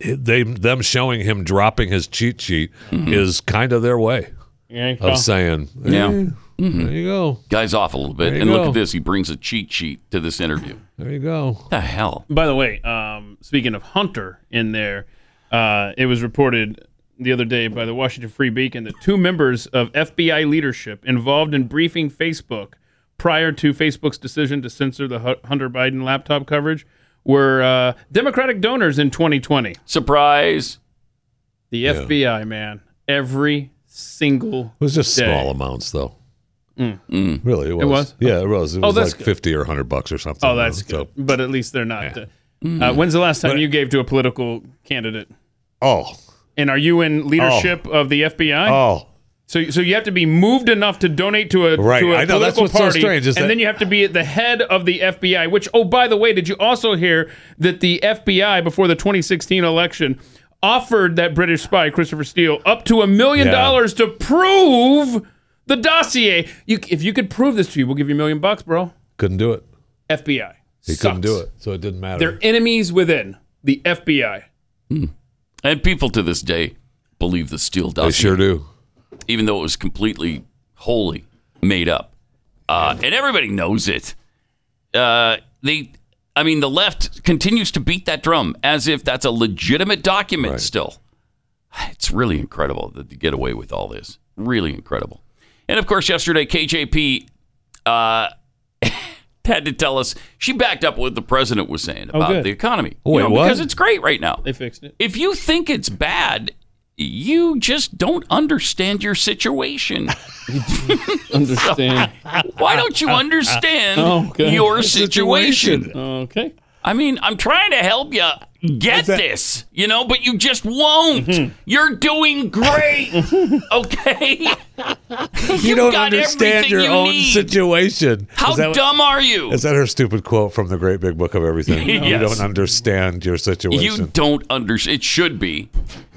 [SPEAKER 4] they them showing him dropping his cheat sheet is kind of their way
[SPEAKER 3] Mm-hmm. Yeah,
[SPEAKER 4] of saying,
[SPEAKER 2] Yeah.
[SPEAKER 4] "Eh, there you go,
[SPEAKER 2] Guy's off a little bit.
[SPEAKER 4] There you
[SPEAKER 2] And look
[SPEAKER 4] go.
[SPEAKER 2] at this. He brings a cheat sheet to this interview. What
[SPEAKER 4] there you go."
[SPEAKER 2] the hell?
[SPEAKER 3] By the way, um, speaking of Hunter in there, uh, it was reported the other day by the Washington Free Beacon that two members of FBI leadership involved in briefing Facebook prior to Facebook's decision to censor the Hu- Hunter Biden laptop coverage were uh, Democratic donors in 2020.
[SPEAKER 2] Surprise.
[SPEAKER 3] The FBI, man, every single
[SPEAKER 4] It was just
[SPEAKER 3] day.
[SPEAKER 4] small amounts, though. Really, it was.
[SPEAKER 3] Mm. was?
[SPEAKER 4] Yeah, it was. It
[SPEAKER 3] Oh,
[SPEAKER 4] was
[SPEAKER 3] that's
[SPEAKER 4] like
[SPEAKER 3] good.
[SPEAKER 4] fifty or hundred bucks or something.
[SPEAKER 3] Oh, that's
[SPEAKER 4] So-
[SPEAKER 3] good. But at least they're not. uh, Uh, when's the last time you gave to a political candidate?
[SPEAKER 4] Oh,
[SPEAKER 3] And are you in leadership of the FBI?
[SPEAKER 4] oh,
[SPEAKER 3] So, so you have to be moved enough to donate to a
[SPEAKER 4] Right.
[SPEAKER 3] to a
[SPEAKER 4] I know,
[SPEAKER 3] political
[SPEAKER 4] that's what's so
[SPEAKER 3] party,
[SPEAKER 4] strange is
[SPEAKER 3] and
[SPEAKER 4] that-
[SPEAKER 3] then you have to be at the head of the FBI. Which, oh, by the way, did you also hear that the FBI before the 2016 election offered that British spy Christopher Steele up to a million
[SPEAKER 4] Yeah.
[SPEAKER 3] dollars to prove the dossier? You, if you could prove this to you, we'll give you a million bucks, bro.
[SPEAKER 4] couldn't do it.
[SPEAKER 3] FBI.
[SPEAKER 4] He couldn't do it, so it didn't matter.
[SPEAKER 3] They're enemies within the FBI.
[SPEAKER 2] And people to this day believe the Steele
[SPEAKER 4] they
[SPEAKER 2] dossier,
[SPEAKER 4] sure do.
[SPEAKER 2] even though it was completely, wholly made up. Uh, and everybody knows it. Uh, they, I mean, the left continues to beat that drum as if that's a legitimate document still. It's really incredible that they get away with all this. Really incredible. And of course, yesterday, KJP uh, had to tell us she backed up what the president was saying about
[SPEAKER 3] good.
[SPEAKER 2] the economy.
[SPEAKER 4] Oh, wait, what?
[SPEAKER 2] Because it's great right now.
[SPEAKER 3] They fixed it.
[SPEAKER 2] If you think it's bad, you just don't understand your situation.
[SPEAKER 3] Understand?
[SPEAKER 2] Why don't you understand
[SPEAKER 3] okay.
[SPEAKER 2] your situation?
[SPEAKER 3] okay.
[SPEAKER 2] I mean, I'm trying to help you get this, you know, but you just won't. You're doing great, okay?
[SPEAKER 4] You
[SPEAKER 2] don't
[SPEAKER 4] don't
[SPEAKER 2] got
[SPEAKER 4] understand
[SPEAKER 2] everything
[SPEAKER 4] your
[SPEAKER 2] you
[SPEAKER 4] own
[SPEAKER 2] need.
[SPEAKER 4] situation.
[SPEAKER 2] How
[SPEAKER 4] Is that what-
[SPEAKER 2] dumb are you?
[SPEAKER 4] Is that her stupid quote from the Great Big Book of Everything? You
[SPEAKER 2] Yes.
[SPEAKER 4] don't understand your situation.
[SPEAKER 2] You don't understand. It should be.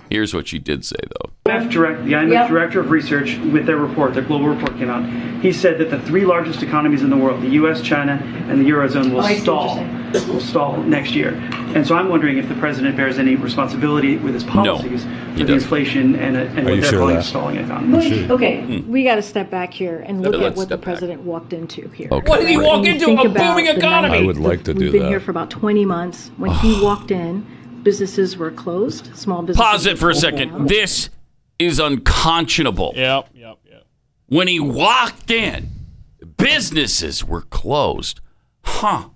[SPEAKER 2] Here's what she did say, though.
[SPEAKER 11] IMF direct, the IMF director of research, with their report, their global report came out. He said that the three largest economies in the world, the U.S., China, and the eurozone, will stall, will stall next year. And so I'm wondering if the president bears any responsibility with his policies
[SPEAKER 2] he
[SPEAKER 11] for the
[SPEAKER 2] doesn't.
[SPEAKER 11] inflation and, and
[SPEAKER 4] you
[SPEAKER 11] what they're
[SPEAKER 4] sure of
[SPEAKER 11] calling
[SPEAKER 4] that? Hmm.
[SPEAKER 11] a stalling economy.
[SPEAKER 12] Okay, we got to step back here and look
[SPEAKER 2] Hmm. Let's
[SPEAKER 12] at what the
[SPEAKER 2] step back.
[SPEAKER 12] president walked into here.
[SPEAKER 2] Okay.
[SPEAKER 3] What did he
[SPEAKER 2] Right.
[SPEAKER 3] walk
[SPEAKER 12] When you
[SPEAKER 3] into?
[SPEAKER 12] think
[SPEAKER 3] A
[SPEAKER 12] about
[SPEAKER 3] booming
[SPEAKER 12] the
[SPEAKER 3] economy.
[SPEAKER 12] night-
[SPEAKER 4] I would like to do
[SPEAKER 12] We've been
[SPEAKER 4] that.
[SPEAKER 12] here for about 20 months. When he walked in, businesses were closed, small businesses.
[SPEAKER 2] Pause it for a
[SPEAKER 12] were
[SPEAKER 2] second.
[SPEAKER 12] down.
[SPEAKER 2] This is unconscionable.
[SPEAKER 3] Yep. Yep. Yep.
[SPEAKER 2] When he walked in, businesses were closed. Huh.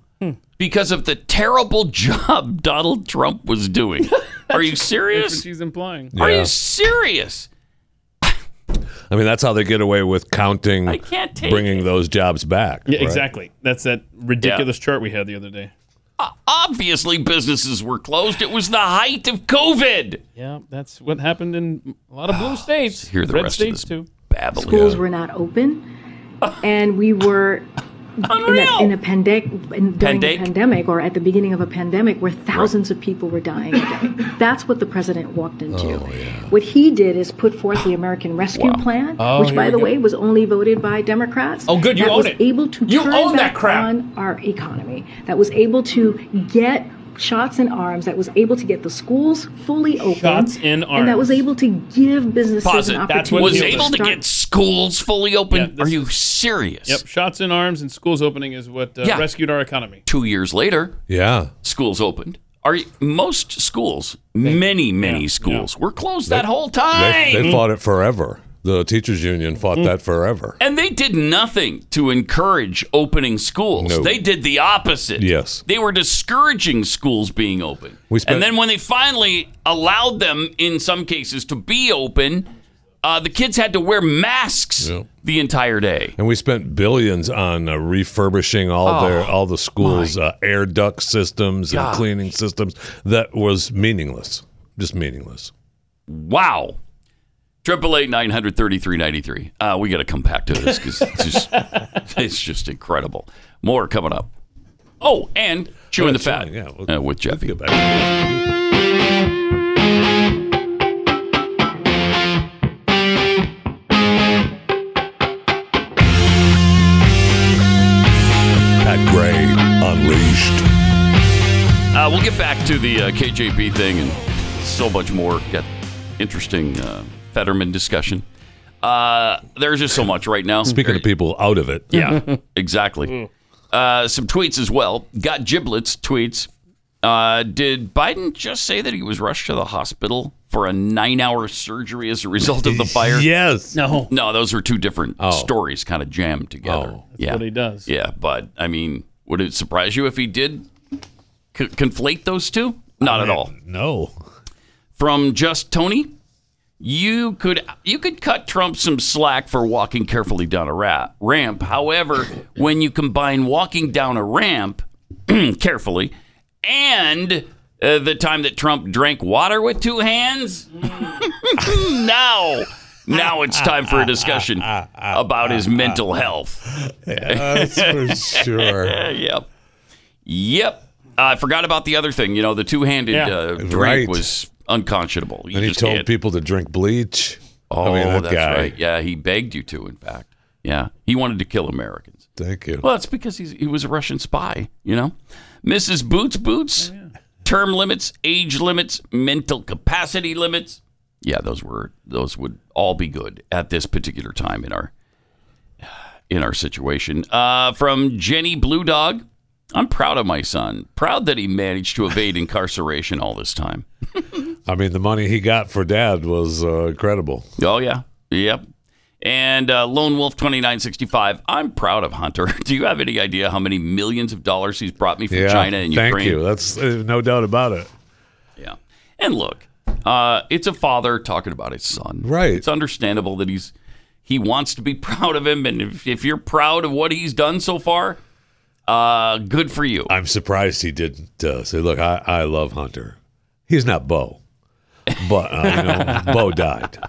[SPEAKER 2] Because of the terrible job Donald Trump was doing. Are
[SPEAKER 3] That's
[SPEAKER 2] you
[SPEAKER 3] what
[SPEAKER 2] serious?
[SPEAKER 3] she's implying.
[SPEAKER 2] Are
[SPEAKER 4] Yeah.
[SPEAKER 2] you serious?
[SPEAKER 4] I mean, that's how they get away with counting.
[SPEAKER 2] I can't take
[SPEAKER 4] bringing those jobs back.
[SPEAKER 3] Yeah,
[SPEAKER 4] right?
[SPEAKER 3] exactly. That's that ridiculous chart we had the other day.
[SPEAKER 2] Obviously, businesses were closed. It was the height of COVID.
[SPEAKER 3] Yeah, that's what happened in a lot of blue states.
[SPEAKER 2] Hear the
[SPEAKER 3] Red
[SPEAKER 2] rest of
[SPEAKER 3] states
[SPEAKER 2] this
[SPEAKER 3] too.
[SPEAKER 2] babbling.
[SPEAKER 12] Schools were not open, and we were. In
[SPEAKER 2] Unreal.
[SPEAKER 12] a, in a pandemic, in, during
[SPEAKER 2] Pandemic?
[SPEAKER 12] a pandemic, or at the beginning of a pandemic, where thousands of people were dying. a day. That's what the president walked into. What he did is put forth the American Rescue Plan, which, by the way, was only voted by Democrats.
[SPEAKER 3] Oh, good, you
[SPEAKER 12] that
[SPEAKER 3] own
[SPEAKER 12] was
[SPEAKER 3] it.
[SPEAKER 12] Able to
[SPEAKER 3] You
[SPEAKER 12] turn
[SPEAKER 3] own that
[SPEAKER 12] back
[SPEAKER 3] crap.
[SPEAKER 12] on our economy. That was able to get shots in arms. That was able to get the schools fully open.
[SPEAKER 3] Shots in
[SPEAKER 12] And that was
[SPEAKER 3] arms.
[SPEAKER 12] able to give businesses
[SPEAKER 2] Pause
[SPEAKER 12] an
[SPEAKER 2] it.
[SPEAKER 12] opportunity.
[SPEAKER 3] That's what
[SPEAKER 2] was
[SPEAKER 3] killed
[SPEAKER 2] able
[SPEAKER 3] us.
[SPEAKER 2] to
[SPEAKER 12] start
[SPEAKER 2] get schools fully
[SPEAKER 3] Yeah,
[SPEAKER 2] open.
[SPEAKER 3] this
[SPEAKER 2] Are you serious?
[SPEAKER 3] Yep, shots in arms and schools opening is what uh,
[SPEAKER 2] Yeah.
[SPEAKER 3] rescued our economy.
[SPEAKER 2] Two years later,
[SPEAKER 4] Yeah.
[SPEAKER 2] schools opened. Are you, most schools, many many schools, were closed that whole
[SPEAKER 4] They,
[SPEAKER 2] time. Mm.
[SPEAKER 4] they fought it forever. The teachers union fought that forever.
[SPEAKER 2] And they did nothing to encourage opening schools.
[SPEAKER 4] No.
[SPEAKER 2] They did the opposite.
[SPEAKER 4] Yes.
[SPEAKER 2] They were discouraging schools being open.
[SPEAKER 4] We spent-
[SPEAKER 2] and then when they finally allowed them, in some cases, to be open, uh, the kids had to wear masks
[SPEAKER 4] Yeah.
[SPEAKER 2] the entire day.
[SPEAKER 4] And we spent billions on uh, refurbishing all
[SPEAKER 2] Oh,
[SPEAKER 4] their all the schools' uh, air duct systems
[SPEAKER 2] God.
[SPEAKER 4] and cleaning systems. That was meaningless, just meaningless.
[SPEAKER 2] Wow. Triple eight nine hundred thirty three ninety three. Uh, we got to come back to this because it's just, it's just incredible. More coming up. Oh, and chewing the fat
[SPEAKER 4] Yeah,
[SPEAKER 2] uh, with Jeffy.
[SPEAKER 4] Pat Gray unleashed.
[SPEAKER 2] Uh, we'll get back to the uh, KJP thing and so much more. Got interesting uh, Fetterman discussion. Uh, there's just so much right now.
[SPEAKER 4] Speaking of people out of it,
[SPEAKER 2] Yeah,
[SPEAKER 3] Mm.
[SPEAKER 2] exactly. Uh, some tweets as well. Got giblets tweets. Uh, did Biden just say that he was rushed to the hospital for a nine-hour surgery as a result of the fire?
[SPEAKER 4] Yes. Oh.
[SPEAKER 3] No.
[SPEAKER 2] No, those are two different stories, kind of jammed together. yeah,
[SPEAKER 3] what he does.
[SPEAKER 2] Yeah, but I mean, would it surprise you if he did c- conflate those two? Not at all.
[SPEAKER 4] No.
[SPEAKER 2] From just Tony, you could you could cut Trump some slack for walking carefully down a ra- ramp. However, when you combine walking down a ramp carefully and uh, the time that Trump drank water with two hands, now now it's time for a discussion about his mental health.
[SPEAKER 4] That's for sure.
[SPEAKER 2] Yep. Yep. I forgot about the other thing. You know, the two-handed
[SPEAKER 3] Yeah.
[SPEAKER 2] uh, drink
[SPEAKER 4] Right.
[SPEAKER 2] was unconscionable. You
[SPEAKER 4] And he
[SPEAKER 2] just
[SPEAKER 4] told
[SPEAKER 2] can't-
[SPEAKER 4] people to drink bleach.
[SPEAKER 2] Oh,
[SPEAKER 4] I mean, that
[SPEAKER 2] that's
[SPEAKER 4] guy.
[SPEAKER 2] right. Yeah, he begged you to. In fact, yeah, he wanted to kill Americans.
[SPEAKER 4] Thank you.
[SPEAKER 2] Well, it's because he's, he was a Russian spy. You know, Mrs. Boots
[SPEAKER 3] Oh,
[SPEAKER 2] Boots. Term limits, age limits, mental capacity limits. Yeah, those were those would all be good at this particular time in our in our situation. Uh, from Jenny Blue Dog, I'm proud of my son. Proud that he managed to evade incarceration all this time.
[SPEAKER 4] I mean, the money he got for dad was uh, incredible.
[SPEAKER 2] Oh yeah, yep. And uh, Lone Wolf twenty nine sixty five. I'm proud of Hunter. Do you have any idea how many millions of dollars he's brought me from
[SPEAKER 4] Yeah.
[SPEAKER 2] China and
[SPEAKER 4] Thank
[SPEAKER 2] Ukraine?
[SPEAKER 4] you. That's uh, no doubt about it.
[SPEAKER 2] Yeah. And look, uh, it's a father talking about his son.
[SPEAKER 4] Right.
[SPEAKER 2] It's understandable that he's he wants to be proud of him, and if, if you're proud of what he's done so far, uh, good for you.
[SPEAKER 4] I'm surprised he didn't uh, say, "Look, I, I love Hunter. He's not Bo, but uh, you know, Bo died.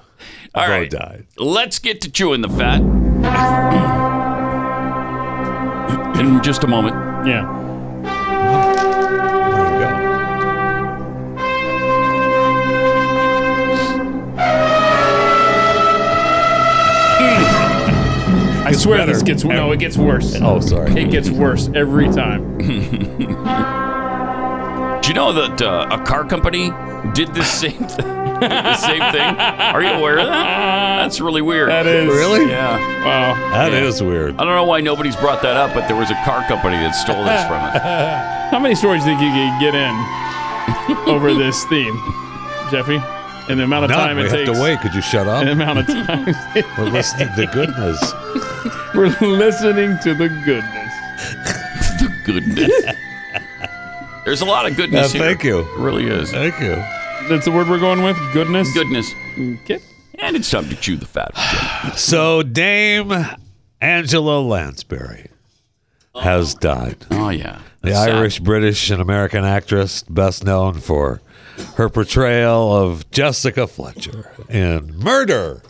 [SPEAKER 2] All
[SPEAKER 4] Bo
[SPEAKER 2] right.
[SPEAKER 4] died.
[SPEAKER 2] Let's get to chewing the fat. In just a moment.
[SPEAKER 3] Yeah.
[SPEAKER 4] There you go.
[SPEAKER 3] I swear
[SPEAKER 4] better
[SPEAKER 3] this gets no, it gets worse.
[SPEAKER 4] Oh, sorry.
[SPEAKER 3] It gets worse every time.
[SPEAKER 2] Do you know that uh, a car company did the same thing? the same thing? Are you aware of that? That's really weird.
[SPEAKER 3] That is
[SPEAKER 4] Really?
[SPEAKER 2] Yeah.
[SPEAKER 3] uh, wow.
[SPEAKER 4] That is weird.
[SPEAKER 2] I don't know why nobody's brought that up, but there was a car company that stole this from us.
[SPEAKER 3] How many stories do you think you could get in over this theme, Jeffy? And the amount of
[SPEAKER 4] Not,
[SPEAKER 3] time
[SPEAKER 4] we
[SPEAKER 3] it
[SPEAKER 4] have
[SPEAKER 3] takes.
[SPEAKER 4] to wait. Could you shut
[SPEAKER 3] And the
[SPEAKER 4] up?
[SPEAKER 3] amount of time
[SPEAKER 4] We're listening to goodness.
[SPEAKER 3] we're listening to the goodness.
[SPEAKER 2] the goodness. There's a lot of goodness
[SPEAKER 4] Yeah,
[SPEAKER 2] here.
[SPEAKER 4] Uh, thank you.
[SPEAKER 2] It really is.
[SPEAKER 4] Thank you.
[SPEAKER 3] That's the word we're going with. Goodness.
[SPEAKER 2] Goodness.
[SPEAKER 3] Okay.
[SPEAKER 2] And it's time to chew the fat.
[SPEAKER 4] So Dame Angela Lansbury has died.
[SPEAKER 2] Oh, yeah.
[SPEAKER 4] The
[SPEAKER 2] That's sad.
[SPEAKER 4] Irish, British, and American actress, best known for her portrayal of Jessica Fletcher in Murder.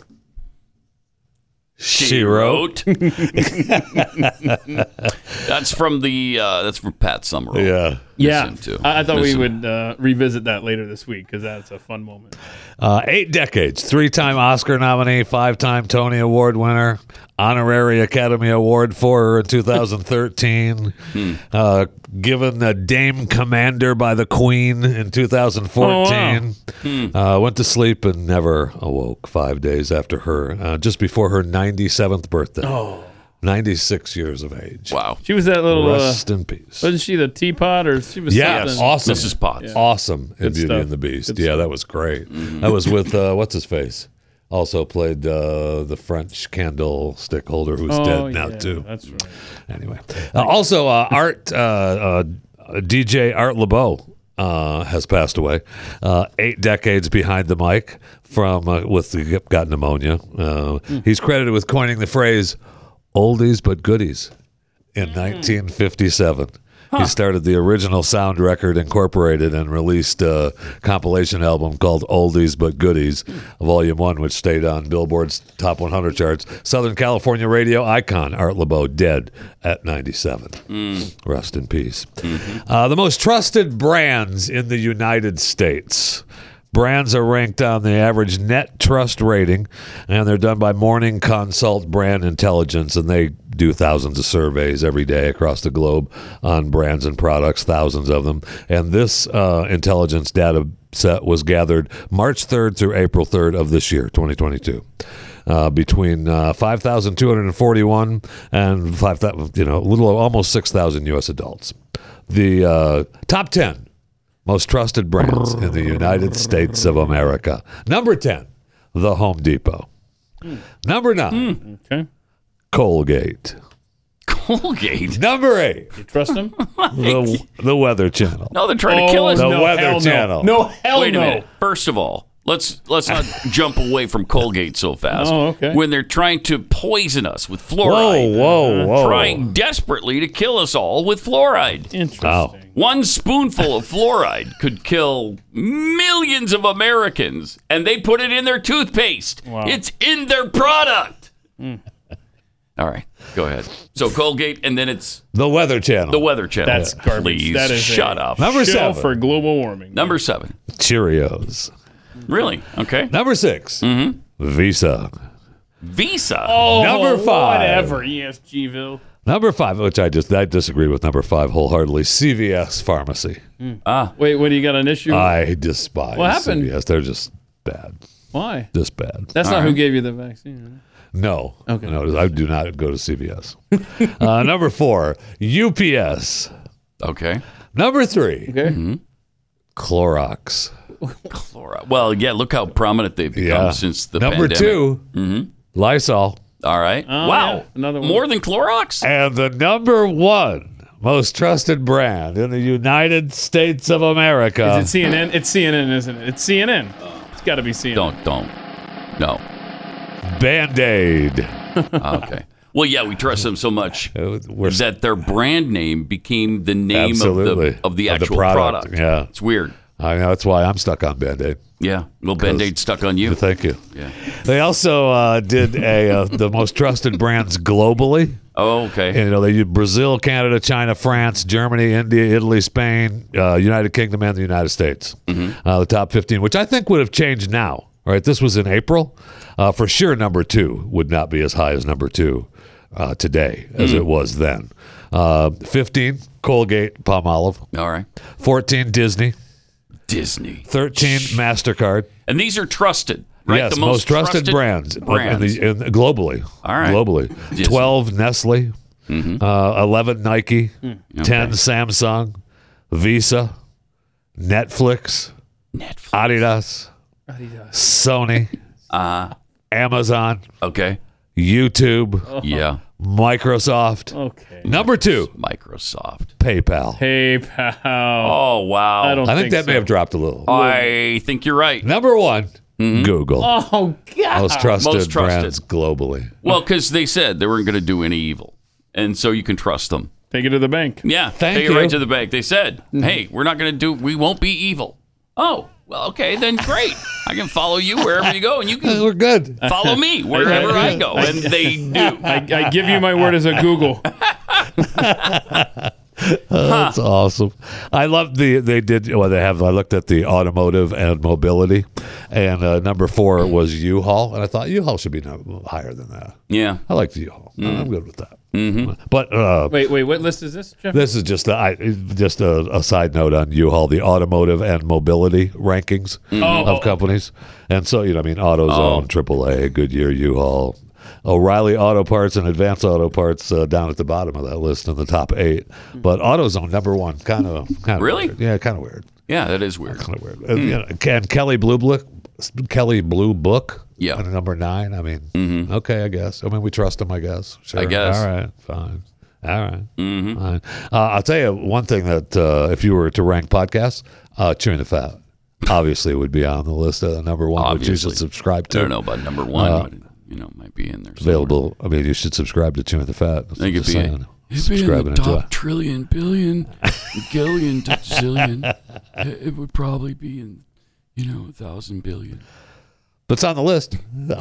[SPEAKER 4] She,
[SPEAKER 2] that's from the, uh, that's from Pat Summerall.
[SPEAKER 4] Yeah.
[SPEAKER 3] Yeah.
[SPEAKER 2] Missing, too.
[SPEAKER 3] I, I thought
[SPEAKER 2] Missing.
[SPEAKER 3] we would uh, revisit that later this week because that's a fun moment.
[SPEAKER 4] Uh, eight decades, three time Oscar nominee, five time Tony Award winner, honorary Academy Award for her in 2013, uh, given a Dame Commander by the Queen in 2014. uh, went to sleep and never awoke five days after her, uh, just before her 97th birthday. Oh. 96 years of age.
[SPEAKER 2] Wow.
[SPEAKER 3] She was that little. Uh,
[SPEAKER 4] Rest in peace.
[SPEAKER 3] wasn't she the teapot or she was
[SPEAKER 4] Yeah,
[SPEAKER 3] something?
[SPEAKER 4] awesome.
[SPEAKER 2] Mrs. Potts.
[SPEAKER 4] Awesome in Beauty
[SPEAKER 3] stuff.
[SPEAKER 4] and the Beast.
[SPEAKER 3] Good
[SPEAKER 4] yeah, that was great. That was with uh, what's his face, Also played uh, the French candlestick holder who's
[SPEAKER 3] Oh,
[SPEAKER 4] dead now
[SPEAKER 3] yeah,
[SPEAKER 4] too.
[SPEAKER 3] That's right.
[SPEAKER 4] Anyway, uh, also uh, Art uh, uh, DJ Art LeBeau uh, has passed away, uh, eight decades behind the mic from uh, with the, got pneumonia. Uh,
[SPEAKER 3] Hmm.
[SPEAKER 4] He's credited with coining the phrase "oldies but goodies" in 1957. He started the original Sound Record Incorporated and released a compilation album called Oldies But Goodies, Volume 1, which stayed on Billboard's Top 100 charts. Southern California radio icon Art LeBeau, dead at 97.
[SPEAKER 2] Mm.
[SPEAKER 4] Rest in peace. Uh, the most trusted brands in the United States. Brands are ranked on the average net trust rating, and they're done by Morning Consult Brand Intelligence, and they do thousands of surveys every day across the globe on brands and products, thousands of them. And this uh, intelligence data set was gathered March 3rd through April 3rd of this year, 2022 uh, between uh, 5,241 and 5,000, you know, a little almost 6,000 U.S. adults. The uh, top 10 most trusted brands in the United States of America. Number 10, The Home Depot.
[SPEAKER 2] Hmm.
[SPEAKER 4] Number 9,
[SPEAKER 3] Okay.
[SPEAKER 4] Colgate.
[SPEAKER 2] Colgate.
[SPEAKER 4] Number 8,
[SPEAKER 3] You trust him? Oh,
[SPEAKER 4] the, the Weather Channel.
[SPEAKER 2] No, they're trying to kill us.
[SPEAKER 4] Oh, the
[SPEAKER 3] no,
[SPEAKER 4] Weather
[SPEAKER 3] hell no.
[SPEAKER 4] Channel.
[SPEAKER 3] No, hell
[SPEAKER 2] Wait
[SPEAKER 3] no.
[SPEAKER 2] a minute. First of all, let's let's not jump away from Colgate so fast.
[SPEAKER 3] Oh, okay.
[SPEAKER 2] When they're trying to poison us with
[SPEAKER 4] Whoa,
[SPEAKER 2] fluoride,
[SPEAKER 3] Uh,
[SPEAKER 4] whoa, whoa.
[SPEAKER 2] trying desperately to kill us all with fluoride.
[SPEAKER 3] Interesting.
[SPEAKER 4] Wow.
[SPEAKER 2] One spoonful of fluoride could kill millions of Americans, and they put it in their toothpaste. It's in their product.
[SPEAKER 3] Hmm.
[SPEAKER 2] All right, go ahead. So Colgate, and then it's
[SPEAKER 4] The Weather Channel.
[SPEAKER 2] the Weather Channel.
[SPEAKER 3] That's garbage.
[SPEAKER 2] Please
[SPEAKER 3] That is
[SPEAKER 2] shut
[SPEAKER 3] a
[SPEAKER 2] up.
[SPEAKER 4] Number
[SPEAKER 3] Shell
[SPEAKER 4] seven.
[SPEAKER 3] for global warming.
[SPEAKER 2] Number seven.
[SPEAKER 4] Cheerios.
[SPEAKER 2] Really? Okay.
[SPEAKER 4] Number 6,
[SPEAKER 2] Mm-hmm.
[SPEAKER 4] Visa.
[SPEAKER 2] Visa.
[SPEAKER 3] Oh,
[SPEAKER 4] Number five.
[SPEAKER 3] Whatever, E ESGville.
[SPEAKER 4] Number five, which I just I disagree with number five wholeheartedly. CVS pharmacy,
[SPEAKER 3] Hmm. Ah. Wait, what do you got an issue?
[SPEAKER 4] I despise.
[SPEAKER 3] What happened?
[SPEAKER 4] CVS, they're just bad,
[SPEAKER 3] Why?
[SPEAKER 4] just bad. Uh-huh.
[SPEAKER 3] That's not who gave you the vaccine.
[SPEAKER 4] No, okay, no, I do not go to CVS. uh, number four, UPS.
[SPEAKER 2] Okay.
[SPEAKER 4] Number three,
[SPEAKER 3] Okay. Mm-hmm.
[SPEAKER 4] Clorox.
[SPEAKER 2] Laura. Well, yeah, look how prominent they've become
[SPEAKER 4] Yeah,
[SPEAKER 2] since the
[SPEAKER 4] number
[SPEAKER 2] pandemic. Mm-hmm.
[SPEAKER 4] 2 Lysol,
[SPEAKER 2] All right.
[SPEAKER 3] Oh,
[SPEAKER 2] wow.
[SPEAKER 3] yeah, another one.
[SPEAKER 2] More than Clorox?
[SPEAKER 4] and the number one most trusted brand in the United States of America.
[SPEAKER 3] Is it CNN? It's CNN, isn't it? It's CNN. It's got to be CNN.
[SPEAKER 2] Don't, don't. No. Ah,
[SPEAKER 4] Band Aid.
[SPEAKER 2] Oh, Okay. well, yeah, we trust them so much
[SPEAKER 4] Uh, We're
[SPEAKER 2] that their brand name became the name
[SPEAKER 4] Absolutely.
[SPEAKER 2] of the of the
[SPEAKER 4] Of the
[SPEAKER 2] actual
[SPEAKER 4] product, yeah.
[SPEAKER 2] It's weird.
[SPEAKER 4] I know that's why I'm stuck on Band Aid.
[SPEAKER 2] Yeah. Well, Band Aid stuck on you.
[SPEAKER 4] Thank you.
[SPEAKER 2] Yeah.
[SPEAKER 4] They also uh, did a uh, the most trusted brands globally.
[SPEAKER 2] Oh, okay.
[SPEAKER 4] And, you know, they did Brazil, Canada, China, France, Germany, India, Italy, Spain, uh, United Kingdom, and the United States.
[SPEAKER 2] Mm-hmm.
[SPEAKER 4] Uh, the top 15, which I think would have changed now. All right, this was in April. Uh, for sure, number two would not be as high as number two uh, today as
[SPEAKER 2] Mm.
[SPEAKER 4] it was then. Uh, 15, Colgate, Palmolive.
[SPEAKER 2] All right.
[SPEAKER 4] 14, Disney.
[SPEAKER 2] Disney.
[SPEAKER 4] 13, MasterCard.
[SPEAKER 2] And these are trusted, right?
[SPEAKER 4] Yes, most, trusted, brands, in-
[SPEAKER 2] brands.
[SPEAKER 4] In the, in the- globally.
[SPEAKER 2] All right. Mm-hmm.
[SPEAKER 4] globally.
[SPEAKER 2] Disney.
[SPEAKER 4] Twelve Nestle, uh, eleven Nike,
[SPEAKER 2] Hmm.
[SPEAKER 4] ten Samsung, Visa, Netflix,
[SPEAKER 2] Netflix.
[SPEAKER 4] Adidas, Sony, Amazon,
[SPEAKER 2] Uh-huh. Okay.
[SPEAKER 4] YouTube,
[SPEAKER 2] Yeah.
[SPEAKER 4] Microsoft.
[SPEAKER 3] Okay.
[SPEAKER 4] Number two,
[SPEAKER 2] Microsoft.
[SPEAKER 4] PayPal.
[SPEAKER 3] PayPal.
[SPEAKER 2] Oh, wow.
[SPEAKER 3] I don't
[SPEAKER 4] I think
[SPEAKER 3] think
[SPEAKER 4] that may
[SPEAKER 3] so.
[SPEAKER 4] have dropped a little.
[SPEAKER 2] I Mm-hmm. think you're right.
[SPEAKER 4] Number one, Google.
[SPEAKER 3] Oh God.
[SPEAKER 4] most trusted
[SPEAKER 2] Most trusted.
[SPEAKER 4] brands globally.
[SPEAKER 2] Well, because they said they weren't going to do any evil, and so you can trust them.
[SPEAKER 3] Take it to the bank.
[SPEAKER 2] Yeah,
[SPEAKER 4] Thank
[SPEAKER 2] take
[SPEAKER 4] you.
[SPEAKER 2] it right to the bank. They said, "Hey, we're not going to do. We won't be evil." Oh, well, okay, then great. I can follow you wherever you go, and you can
[SPEAKER 4] We're good.
[SPEAKER 2] follow me wherever I go. And they do.
[SPEAKER 3] I, I give you my word as a Google.
[SPEAKER 4] Oh, That's awesome. I love the they did well. They have. I looked at the automotive and mobility, and uh, number four was U-Haul, and I thought U-Haul should be no, higher than that.
[SPEAKER 2] Yeah.
[SPEAKER 4] I like the U-Haul. I'm good with that. But uh,
[SPEAKER 3] Wait, wait. What list is this, Jeff?
[SPEAKER 4] this is just a, I, just a, a side note on U-Haul, the automotive and mobility rankings
[SPEAKER 2] Mm.
[SPEAKER 3] Oh,
[SPEAKER 4] of companies, and so you know, I mean,
[SPEAKER 2] Oh.
[SPEAKER 4] AutoZone, AAA, Goodyear, U-Haul. O'Reilly Auto Parts and Advanced Auto Parts uh, down at the bottom of that list in the top eight, but AutoZone number one, kind of, kind of
[SPEAKER 2] Mm. Really? Hmm.
[SPEAKER 4] weird. yeah, kind of weird, Uh,
[SPEAKER 2] Yeah, that is weird.
[SPEAKER 4] kind of weird. And, you know, and Kelly Blue Book, Kelly Blue Book,
[SPEAKER 2] Yeah. Mm-hmm.
[SPEAKER 4] on a number nine. I mean, okay, I guess. I mean, we trust him. I guess. Sure.
[SPEAKER 2] I guess.
[SPEAKER 4] All right. Fine. All right.
[SPEAKER 2] Mm-hmm.
[SPEAKER 4] Fine. Uh, I'll tell you one thing that uh, if you were to rank podcasts, uh, chewing the fat obviously would be on the list of the number one, which you
[SPEAKER 2] Obviously.
[SPEAKER 4] should subscribe
[SPEAKER 2] I
[SPEAKER 4] to.
[SPEAKER 2] don't know about number one,
[SPEAKER 4] Uh,
[SPEAKER 2] but you know, it might be in there.
[SPEAKER 4] It's available. I mean, you should subscribe to Chewing the Fat. I
[SPEAKER 2] think it'd be- It'd be in the top trillion, billion, gillion, to zillion. It it would probably be in, you know, a thousand billion.
[SPEAKER 4] But it's on the list.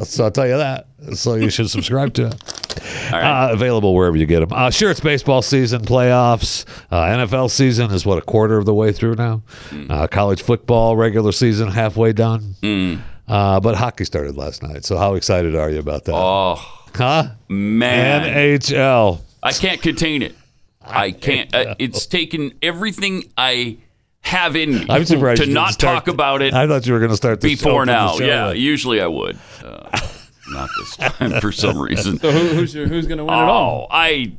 [SPEAKER 4] So I'll tell you that. So you should subscribe to it. Uh, available wherever you get them. Uh, sure, it's baseball season, playoffs. Uh, NFL season is what a quarter of the way through now.
[SPEAKER 2] Mm.
[SPEAKER 4] Uh, college football regular season halfway done.
[SPEAKER 2] Hmm.
[SPEAKER 4] Uh, but hockey started last night. So how excited are you about that?
[SPEAKER 2] Oh,
[SPEAKER 4] huh?
[SPEAKER 2] man.
[SPEAKER 4] NHL.
[SPEAKER 2] I can't contain it. I can't. Uh, it's taken everything I have in me
[SPEAKER 4] I'm surprised
[SPEAKER 2] to
[SPEAKER 4] you didn't
[SPEAKER 2] not
[SPEAKER 4] start-
[SPEAKER 2] talk about it
[SPEAKER 4] I thought you were going to start this
[SPEAKER 2] before
[SPEAKER 4] open the
[SPEAKER 2] now.
[SPEAKER 4] show
[SPEAKER 2] Yeah,
[SPEAKER 4] with-
[SPEAKER 2] usually I would. Uh, not this time for some reason.
[SPEAKER 3] So who, who's your, who's gonna win it all?
[SPEAKER 2] Oh, I,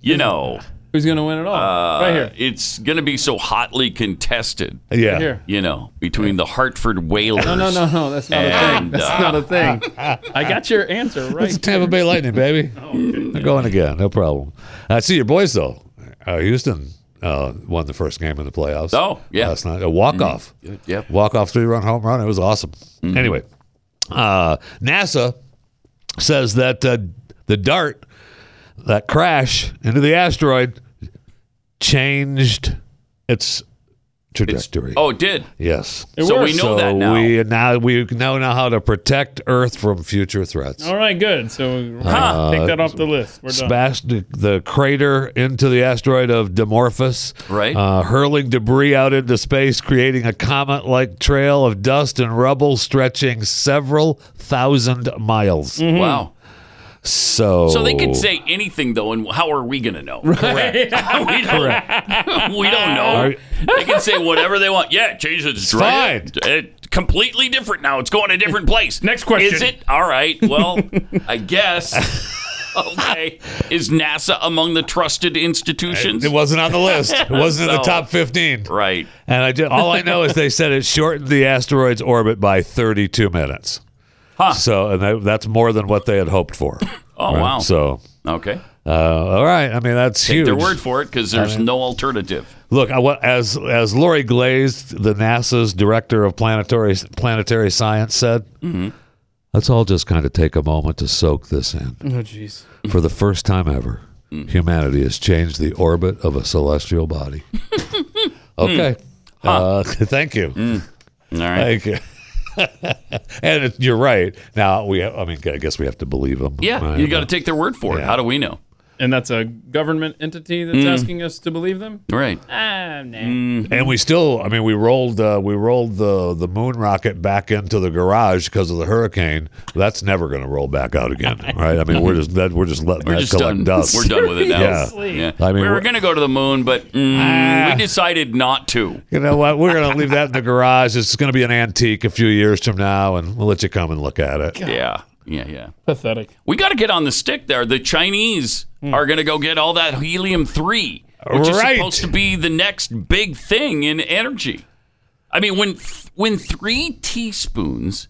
[SPEAKER 2] you know,
[SPEAKER 3] Who's gonna win it all?
[SPEAKER 2] uh,
[SPEAKER 3] right here.
[SPEAKER 2] it's going to be so hotly contested.
[SPEAKER 4] Yeah.
[SPEAKER 3] Here.
[SPEAKER 2] You know, between the Hartford Whalers.
[SPEAKER 3] No, no, no, no. That's not
[SPEAKER 2] Oh, And,
[SPEAKER 3] a thing. That's
[SPEAKER 2] uh,
[SPEAKER 3] not a thing. I got your answer right.
[SPEAKER 4] It's the Tampa Bay Lightning, baby.
[SPEAKER 2] Oh,
[SPEAKER 4] They're going again, no problem. I see your boys though. Uh, Houston uh, won the first game in the playoffs.
[SPEAKER 2] Oh, yeah. Mm-hmm.
[SPEAKER 4] last night a walk off,
[SPEAKER 2] Yep.
[SPEAKER 4] walk off three run home run. It was awesome.
[SPEAKER 2] Mm-hmm.
[SPEAKER 4] Anyway, uh, NASA says that uh, the dart that crash into the asteroid changed its trajectory.
[SPEAKER 2] Oh, it did.
[SPEAKER 4] yes.
[SPEAKER 2] so we
[SPEAKER 3] works.
[SPEAKER 2] know
[SPEAKER 4] so
[SPEAKER 2] that now.
[SPEAKER 4] we now we know now how to protect Earth from future threats.
[SPEAKER 3] All right, good. So
[SPEAKER 2] Huh.
[SPEAKER 3] take that off
[SPEAKER 4] Uh,
[SPEAKER 3] the list. We're done.
[SPEAKER 4] smashed the, the crater into the asteroid of Dimorphos,
[SPEAKER 2] Right.
[SPEAKER 4] Uh, hurling debris out into space, creating a comet like trail of dust and rubble stretching several thousand miles.
[SPEAKER 2] Wow.
[SPEAKER 4] So,
[SPEAKER 2] So they could say anything though, and how are we going to know? we don't. we don't know.
[SPEAKER 4] Are-
[SPEAKER 2] They can say whatever they want. Yeah, change the
[SPEAKER 4] fine.
[SPEAKER 2] drive. It, completely different now. It's going a different place.
[SPEAKER 3] Next question.
[SPEAKER 2] Is it all right? Well, I guess. Okay. Is NASA among the trusted institutions?
[SPEAKER 4] it wasn't on the list. It wasn't in the
[SPEAKER 2] So-
[SPEAKER 4] top fifteen.
[SPEAKER 2] right.
[SPEAKER 4] And I did, all I know is they said it shortened the asteroid's orbit by 32 minutes.
[SPEAKER 2] Huh.
[SPEAKER 4] So, and that, that's more than what they had hoped for.
[SPEAKER 2] Oh, wow.
[SPEAKER 4] So,
[SPEAKER 2] Okay.
[SPEAKER 4] uh, all right. I mean, that's
[SPEAKER 2] Take
[SPEAKER 4] huge.
[SPEAKER 2] their word for it because there's no alternative.
[SPEAKER 4] Look, I, wa- as as Lori Glazed, the NASA's director of planetary planetary science, said,
[SPEAKER 2] Mm-hmm.
[SPEAKER 4] "Let's all just kind of take a moment to soak this in.
[SPEAKER 3] Oh, jeez.
[SPEAKER 4] For the first time ever,
[SPEAKER 2] Mm.
[SPEAKER 4] humanity has changed the orbit of a celestial body." okay, uh, thank you,
[SPEAKER 2] Hmm. Mm. All right.
[SPEAKER 4] thank you. and it, you're right. Now we, I mean, I guess we have to believe them.
[SPEAKER 2] yeah,
[SPEAKER 4] Right?
[SPEAKER 2] you got to take their word for it. How do we know?
[SPEAKER 3] And that's a government entity
[SPEAKER 2] Hmm.
[SPEAKER 3] that's asking us to believe them.
[SPEAKER 2] Right.
[SPEAKER 3] Ah, nah.
[SPEAKER 4] Mm. And we still, I mean, we rolled uh, we rolled the the moon rocket back into the garage because of the hurricane. That's never going to roll back out again, right? I mean, we're just that we're just letting
[SPEAKER 2] We're
[SPEAKER 4] that
[SPEAKER 2] just
[SPEAKER 4] collect
[SPEAKER 2] done.
[SPEAKER 4] dust.
[SPEAKER 2] We're done with it now.
[SPEAKER 4] Seriously?
[SPEAKER 2] Yeah.
[SPEAKER 4] I
[SPEAKER 2] we
[SPEAKER 4] mean,
[SPEAKER 2] were
[SPEAKER 4] we're-
[SPEAKER 2] going to go to the moon, but mm, we decided not to.
[SPEAKER 4] You know what? We're going to leave that in the garage. It's going to be an antique a few years from now, and we'll let you come and look at it.
[SPEAKER 2] Yeah. Yeah. Yeah.
[SPEAKER 3] Pathetic.
[SPEAKER 2] We got to get on the stick there. The Chinese are going to go get all that helium 3, which is
[SPEAKER 4] Right.
[SPEAKER 2] supposed to be the next big thing in energy. I mean, when when 3 teaspoons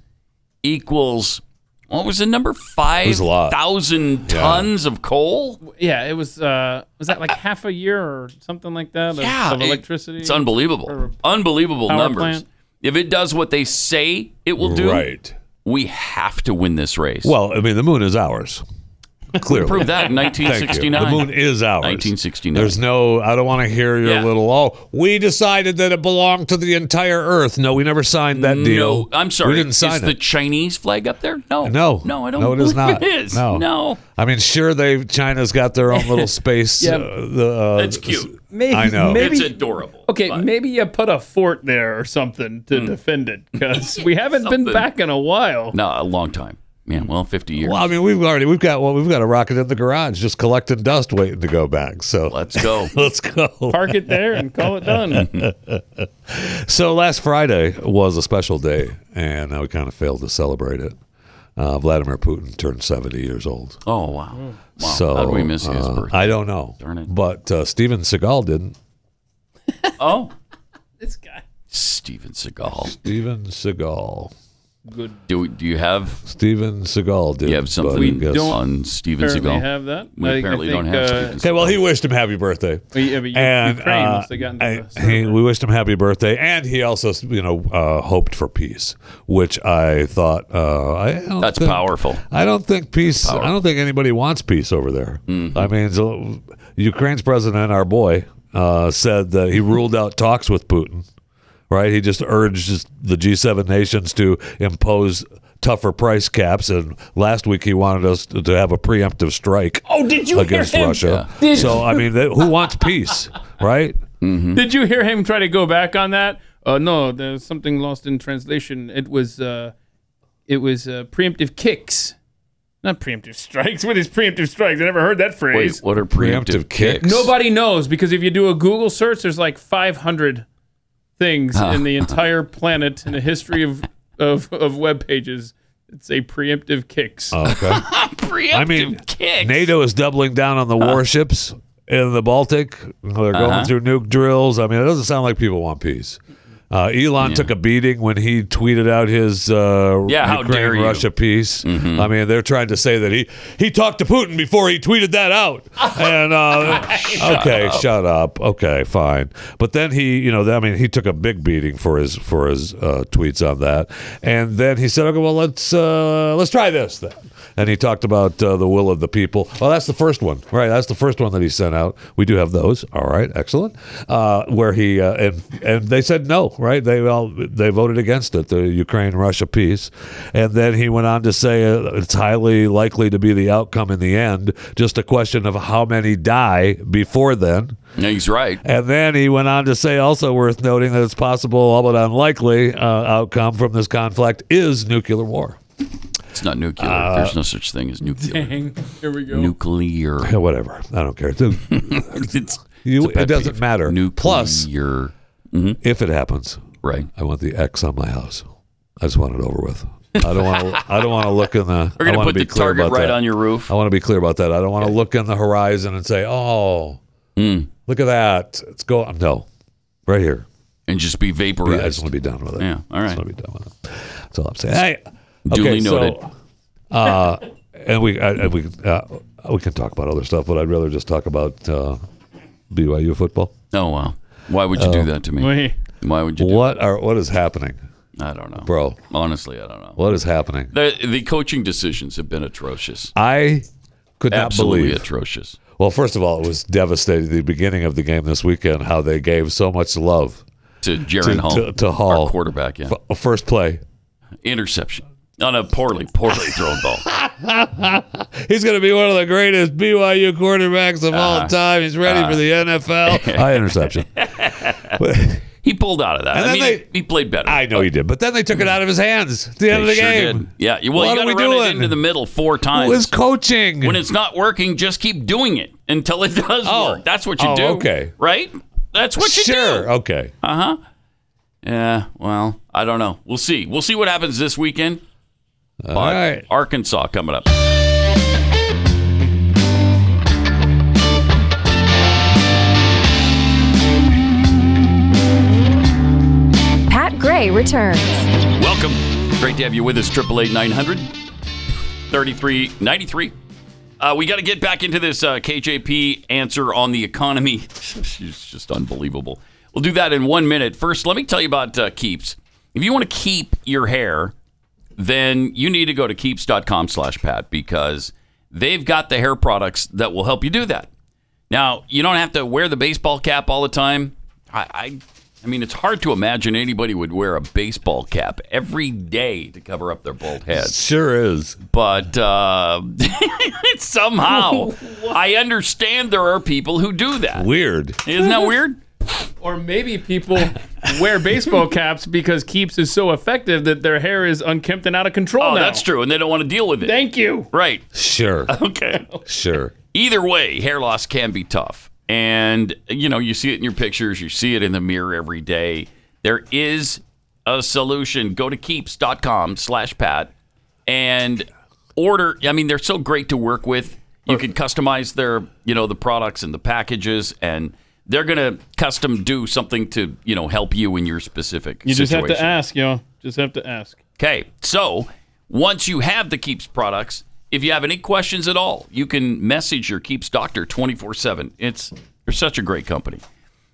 [SPEAKER 2] equals what was the number
[SPEAKER 4] was a lot.
[SPEAKER 2] 5,000 tons of coal?
[SPEAKER 3] Yeah, it was. Uh, was that like half a year or something like that? Of,
[SPEAKER 2] Yeah,
[SPEAKER 3] of
[SPEAKER 2] it-
[SPEAKER 3] electricity.
[SPEAKER 2] it's unbelievable. Unbelievable
[SPEAKER 3] power
[SPEAKER 2] numbers.
[SPEAKER 3] plant.
[SPEAKER 2] If it does what they say it will do,
[SPEAKER 4] Right.
[SPEAKER 2] we have to win this race.
[SPEAKER 4] Well, I mean, the moon is ours. Clearly,
[SPEAKER 2] prove that in
[SPEAKER 4] Thank you.
[SPEAKER 2] 1969.
[SPEAKER 4] The moon is ours.
[SPEAKER 2] 1969.
[SPEAKER 4] There's no. I don't want to hear your
[SPEAKER 2] Yeah.
[SPEAKER 4] little. Oh, we decided that it belonged to the entire Earth. No, we never signed that deal.
[SPEAKER 2] No, I'm sorry.
[SPEAKER 4] We didn't sign
[SPEAKER 2] is
[SPEAKER 4] it.
[SPEAKER 2] the Chinese flag up there? No.
[SPEAKER 4] No.
[SPEAKER 2] No, I don't
[SPEAKER 4] No, it is
[SPEAKER 2] believe
[SPEAKER 4] not.
[SPEAKER 2] It is.
[SPEAKER 4] No. I mean, sure, they China's got their own little space.
[SPEAKER 3] Yeah.
[SPEAKER 4] uh, the, uh,
[SPEAKER 2] That's cute.
[SPEAKER 3] Maybe,
[SPEAKER 4] I know.
[SPEAKER 3] Maybe,
[SPEAKER 2] it's adorable.
[SPEAKER 3] okay,
[SPEAKER 2] but- Hmm.
[SPEAKER 3] maybe you put a fort there or something to defend it because we haven't been
[SPEAKER 2] Something.
[SPEAKER 3] back in a while.
[SPEAKER 2] no, a long time. Man, well, 50 years.
[SPEAKER 4] Well, I mean, we've already we've got well, we've got a rocket in the garage just collecting dust, waiting to go back. So
[SPEAKER 2] Let's go.
[SPEAKER 4] let's go.
[SPEAKER 3] Park it there and call it done.
[SPEAKER 4] So last Friday was a special day, and we kind of failed to celebrate it. Uh, Vladimir Putin turned 70 years old.
[SPEAKER 2] Oh, wow. wow.
[SPEAKER 4] so
[SPEAKER 2] How did we miss his
[SPEAKER 4] uh,
[SPEAKER 2] birthday?
[SPEAKER 4] I don't know.
[SPEAKER 2] Darn it.
[SPEAKER 4] But uh, Steven Seagal didn't.
[SPEAKER 2] oh,
[SPEAKER 3] this guy.
[SPEAKER 2] Steven Seagal.
[SPEAKER 4] Steven Seagal.
[SPEAKER 3] good.
[SPEAKER 2] Do, do you have
[SPEAKER 4] Steven Seagal? Did
[SPEAKER 2] you have something
[SPEAKER 4] but I guess-
[SPEAKER 2] on Steven
[SPEAKER 3] apparently
[SPEAKER 2] Seagal?
[SPEAKER 3] have that.
[SPEAKER 2] We
[SPEAKER 3] I- I
[SPEAKER 2] apparently
[SPEAKER 3] think,
[SPEAKER 2] don't have
[SPEAKER 3] uh,
[SPEAKER 2] Steven Seagal.
[SPEAKER 4] Okay, well, he wished him happy birthday.
[SPEAKER 3] Well, yeah, but you-
[SPEAKER 4] and,
[SPEAKER 3] Ukraine
[SPEAKER 4] uh,
[SPEAKER 3] must have gotten to
[SPEAKER 4] I-
[SPEAKER 3] the
[SPEAKER 4] he- we wished him happy birthday, and he also, you know, uh, hoped for peace, which I thought uh, I don't
[SPEAKER 2] That's
[SPEAKER 4] think-
[SPEAKER 2] powerful.
[SPEAKER 4] I don't think peace. I don't think anybody wants peace over there.
[SPEAKER 2] Mm-hmm.
[SPEAKER 4] I mean, so Ukraine's president, our boy, uh, said that he ruled out talks with Putin. Right? He just urged the G7 nations to impose tougher price caps, and last week he wanted us to to have a preemptive strike.
[SPEAKER 3] Oh, did you hear
[SPEAKER 4] against
[SPEAKER 3] him?
[SPEAKER 4] Russia?
[SPEAKER 3] Yeah. Did-
[SPEAKER 4] so I mean, that- who wants peace, right?
[SPEAKER 2] Mm-hmm.
[SPEAKER 3] Did you hear him try to go back on that? Uh, no, there's something lost in translation. It was uh, it was uh, preemptive kicks, not preemptive strikes. What is preemptive strikes? I never heard that
[SPEAKER 2] Wait,
[SPEAKER 3] phrase.
[SPEAKER 2] what are preemptive,
[SPEAKER 4] Preemptive
[SPEAKER 2] kicks?
[SPEAKER 4] kicks?
[SPEAKER 3] Nobody knows because if you do a Google search, there's like 500 things in the entire planet in the history of of, of web pages that say preemptive kicks.
[SPEAKER 4] Oh, Okay.
[SPEAKER 2] Preemptive
[SPEAKER 4] I mean,
[SPEAKER 2] kicks.
[SPEAKER 4] NATO is doubling down on the warships in the Baltic. They're going
[SPEAKER 2] Uh-huh.
[SPEAKER 4] through nuke drills. I mean, it doesn't sound like people want peace. Uh, Elon took a beating when he tweeted out his uh,
[SPEAKER 2] Yeah, how dare you. Mm-hmm.
[SPEAKER 4] Ukraine Russia peace. I mean, they're trying to say that he he talked to Putin before he tweeted that out. And uh, okay, shut up. Okay, fine. But then he, you know, I mean, he took a big beating for his for his uh, tweets on that. And then he said, okay, well, let's uh, let's try this then. And he talked about uh, the will of the people. Well, that's the first one, right? That's the first one that he sent out. We do have those. All right, excellent. Uh, where he uh, and and they said no, right? They all they voted against it, the Ukraine Russia peace. And then he went on to say uh, it's highly likely to be the outcome in the end. Just a question of how many die before then.
[SPEAKER 2] No, he's right.
[SPEAKER 4] And then he went on to say, also worth noting that it's possible, although unlikely, uh, outcome from this conflict is nuclear war.
[SPEAKER 2] It's not nuclear.
[SPEAKER 4] Uh,
[SPEAKER 2] There's no such thing as nuclear.
[SPEAKER 3] Dang, here we go.
[SPEAKER 2] Nuclear.
[SPEAKER 4] Yeah, whatever. I don't care. Dude,
[SPEAKER 2] it's,
[SPEAKER 4] You-
[SPEAKER 2] it's a pet
[SPEAKER 4] it doesn't
[SPEAKER 2] peeve.
[SPEAKER 4] matter.
[SPEAKER 2] Nuclear.
[SPEAKER 4] Plus- if it happens,
[SPEAKER 2] Mm-hmm. right.
[SPEAKER 4] I want the X on my house. I just want it over with. I don't want to. I don't want to look in the.
[SPEAKER 2] We're
[SPEAKER 4] I
[SPEAKER 2] gonna
[SPEAKER 4] want
[SPEAKER 2] put
[SPEAKER 4] to be
[SPEAKER 2] the
[SPEAKER 4] clear
[SPEAKER 2] target
[SPEAKER 4] about
[SPEAKER 2] right
[SPEAKER 4] that.
[SPEAKER 2] on your roof.
[SPEAKER 4] I want to be clear about that. I don't want to look in the horizon and say, "Oh,
[SPEAKER 2] Mm.
[SPEAKER 4] look at that. It's going." No, right here.
[SPEAKER 2] and just be
[SPEAKER 4] Be- I just
[SPEAKER 2] vaporized.
[SPEAKER 4] want to be done with it.
[SPEAKER 2] Yeah, all
[SPEAKER 4] I
[SPEAKER 2] right.
[SPEAKER 4] just want to be done with it. That's all I'm saying. Hey,
[SPEAKER 2] Duly
[SPEAKER 4] okay, so,
[SPEAKER 2] noted.
[SPEAKER 4] uh, and we I, and we uh, we can talk about other stuff, but I'd rather just talk about uh, BYU football. Um,
[SPEAKER 2] oh wow! Why would you do that to me?
[SPEAKER 3] Wait.
[SPEAKER 2] Why would you? Do
[SPEAKER 4] What are what is happening,
[SPEAKER 2] that? I don't know,
[SPEAKER 4] bro?
[SPEAKER 2] Honestly, I don't know.
[SPEAKER 4] What is happening?
[SPEAKER 2] The, the coaching decisions have been atrocious.
[SPEAKER 4] I could not
[SPEAKER 2] Absolutely
[SPEAKER 4] believe.
[SPEAKER 2] atrocious.
[SPEAKER 4] Well, first of all, it was devastating the beginning of the game this weekend how they gave so much love
[SPEAKER 2] To
[SPEAKER 4] to,
[SPEAKER 2] Jaron Hall,
[SPEAKER 4] to, to
[SPEAKER 2] our
[SPEAKER 4] Hall
[SPEAKER 2] quarterback, yeah.
[SPEAKER 4] F- first play,
[SPEAKER 2] interception on a poorly, poorly thrown ball.
[SPEAKER 4] He's going to be one of the greatest BYU quarterbacks of
[SPEAKER 2] Uh,
[SPEAKER 4] all time. He's ready for the NFL. High interception.
[SPEAKER 2] He pulled out of that.
[SPEAKER 4] And
[SPEAKER 2] I
[SPEAKER 4] then
[SPEAKER 2] mean,
[SPEAKER 4] they-
[SPEAKER 2] he played better.
[SPEAKER 4] I know he did, but then they took it out of his hands at the end of
[SPEAKER 2] They
[SPEAKER 4] the
[SPEAKER 2] sure
[SPEAKER 4] game.
[SPEAKER 2] did. Yeah. you- Well,
[SPEAKER 4] what
[SPEAKER 2] you
[SPEAKER 4] are
[SPEAKER 2] got
[SPEAKER 4] we
[SPEAKER 2] to run
[SPEAKER 4] doing?
[SPEAKER 2] it into the middle four
[SPEAKER 4] It
[SPEAKER 2] times.
[SPEAKER 4] was coaching.
[SPEAKER 2] when it's not working, just keep doing it until it does
[SPEAKER 4] Oh.
[SPEAKER 2] work. That's what you
[SPEAKER 4] Oh,
[SPEAKER 2] do.
[SPEAKER 4] okay.
[SPEAKER 2] Right? That's what you
[SPEAKER 4] sure.
[SPEAKER 2] do. Uh-huh.
[SPEAKER 4] Okay.
[SPEAKER 2] Yeah, well, I don't know. We'll see. We'll see what happens this weekend.
[SPEAKER 4] All
[SPEAKER 2] But
[SPEAKER 4] right.
[SPEAKER 2] Arkansas coming up.
[SPEAKER 1] Pat Gray returns.
[SPEAKER 2] Welcome. Great to have you with us. Triple eight nine hundred thirty three ninety three. Uh, we got to get back into this uh, KJP answer on the economy. it's just unbelievable. We'll do that in one minute. First, let me tell you about uh, Keeps. If you want to keep your hair, then you need to go to keeps.com slash pat because they've got the hair products that will help you do that. Now, you don't have to wear the baseball cap all the time. I, I, I mean, it's hard to imagine anybody would wear a baseball cap every day to cover up their bald head
[SPEAKER 4] Sure is.
[SPEAKER 2] but uh, somehow I understand there are people who do that.
[SPEAKER 4] Weird.
[SPEAKER 2] Isn't that weird?
[SPEAKER 3] Or maybe people wear baseball caps because Keeps is so effective that their hair is unkempt and out of control
[SPEAKER 2] Oh,
[SPEAKER 3] now.
[SPEAKER 2] that's true, and they don't want to deal with it.
[SPEAKER 3] Thank you.
[SPEAKER 2] right.
[SPEAKER 4] Sure.
[SPEAKER 2] Okay.
[SPEAKER 4] Sure.
[SPEAKER 2] Either way, hair loss can be tough. And, you know, you see it in your pictures, you see it in the mirror every day. There is a solution. Go to keeps.com slash Pat and order. I mean, they're so great to work with. You can customize their, you know, the products and the packages, and they're going to custom do something to, you know, help you in your specific
[SPEAKER 3] You just
[SPEAKER 2] situation.
[SPEAKER 3] have to ask, yo. Just have to ask.
[SPEAKER 2] Okay, so once you have the Keeps products, if you have any questions at all, you can message your Keeps doctor 24 7. It's You're such a great company.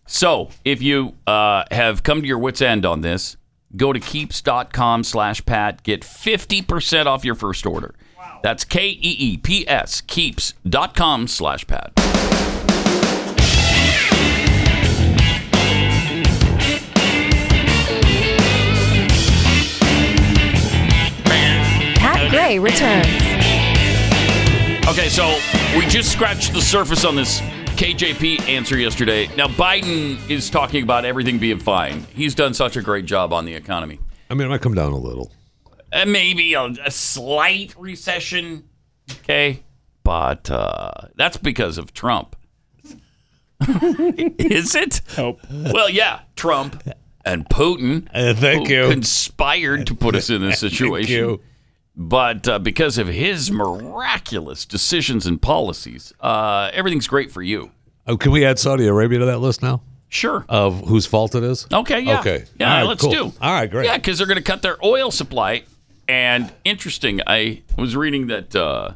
[SPEAKER 2] So if you uh, have come to your wits' end on this, go to keeps.com slash Pat. Get 50% off your first order. That's K E E P S, keeps.com slash Pat.
[SPEAKER 9] Pat Gray returns.
[SPEAKER 2] Okay, so we just scratched the surface on this KJP answer yesterday. Now, Biden is talking about everything being fine. He's done such a great job on the economy.
[SPEAKER 4] I mean, it might come down a little.
[SPEAKER 2] Uh, maybe a, a slight recession, okay? But uh, that's because of Trump. is it?
[SPEAKER 3] Nope.
[SPEAKER 2] Well, yeah, Trump and Putin.
[SPEAKER 4] Uh, thank
[SPEAKER 2] who
[SPEAKER 4] you.
[SPEAKER 2] Conspired to put us in this
[SPEAKER 4] Thank
[SPEAKER 2] situation.
[SPEAKER 4] you.
[SPEAKER 2] But uh, because of his miraculous decisions and policies, uh, everything's great for you.
[SPEAKER 4] Oh, can we add Saudi Arabia to that list now?
[SPEAKER 2] Sure.
[SPEAKER 4] Of whose fault it is?
[SPEAKER 2] Okay, yeah.
[SPEAKER 4] Okay.
[SPEAKER 2] Yeah,
[SPEAKER 4] All right,
[SPEAKER 2] let's
[SPEAKER 4] cool.
[SPEAKER 2] do.
[SPEAKER 4] All right, great.
[SPEAKER 2] Yeah, because they're going to cut their oil supply. And interesting, I was reading that uh,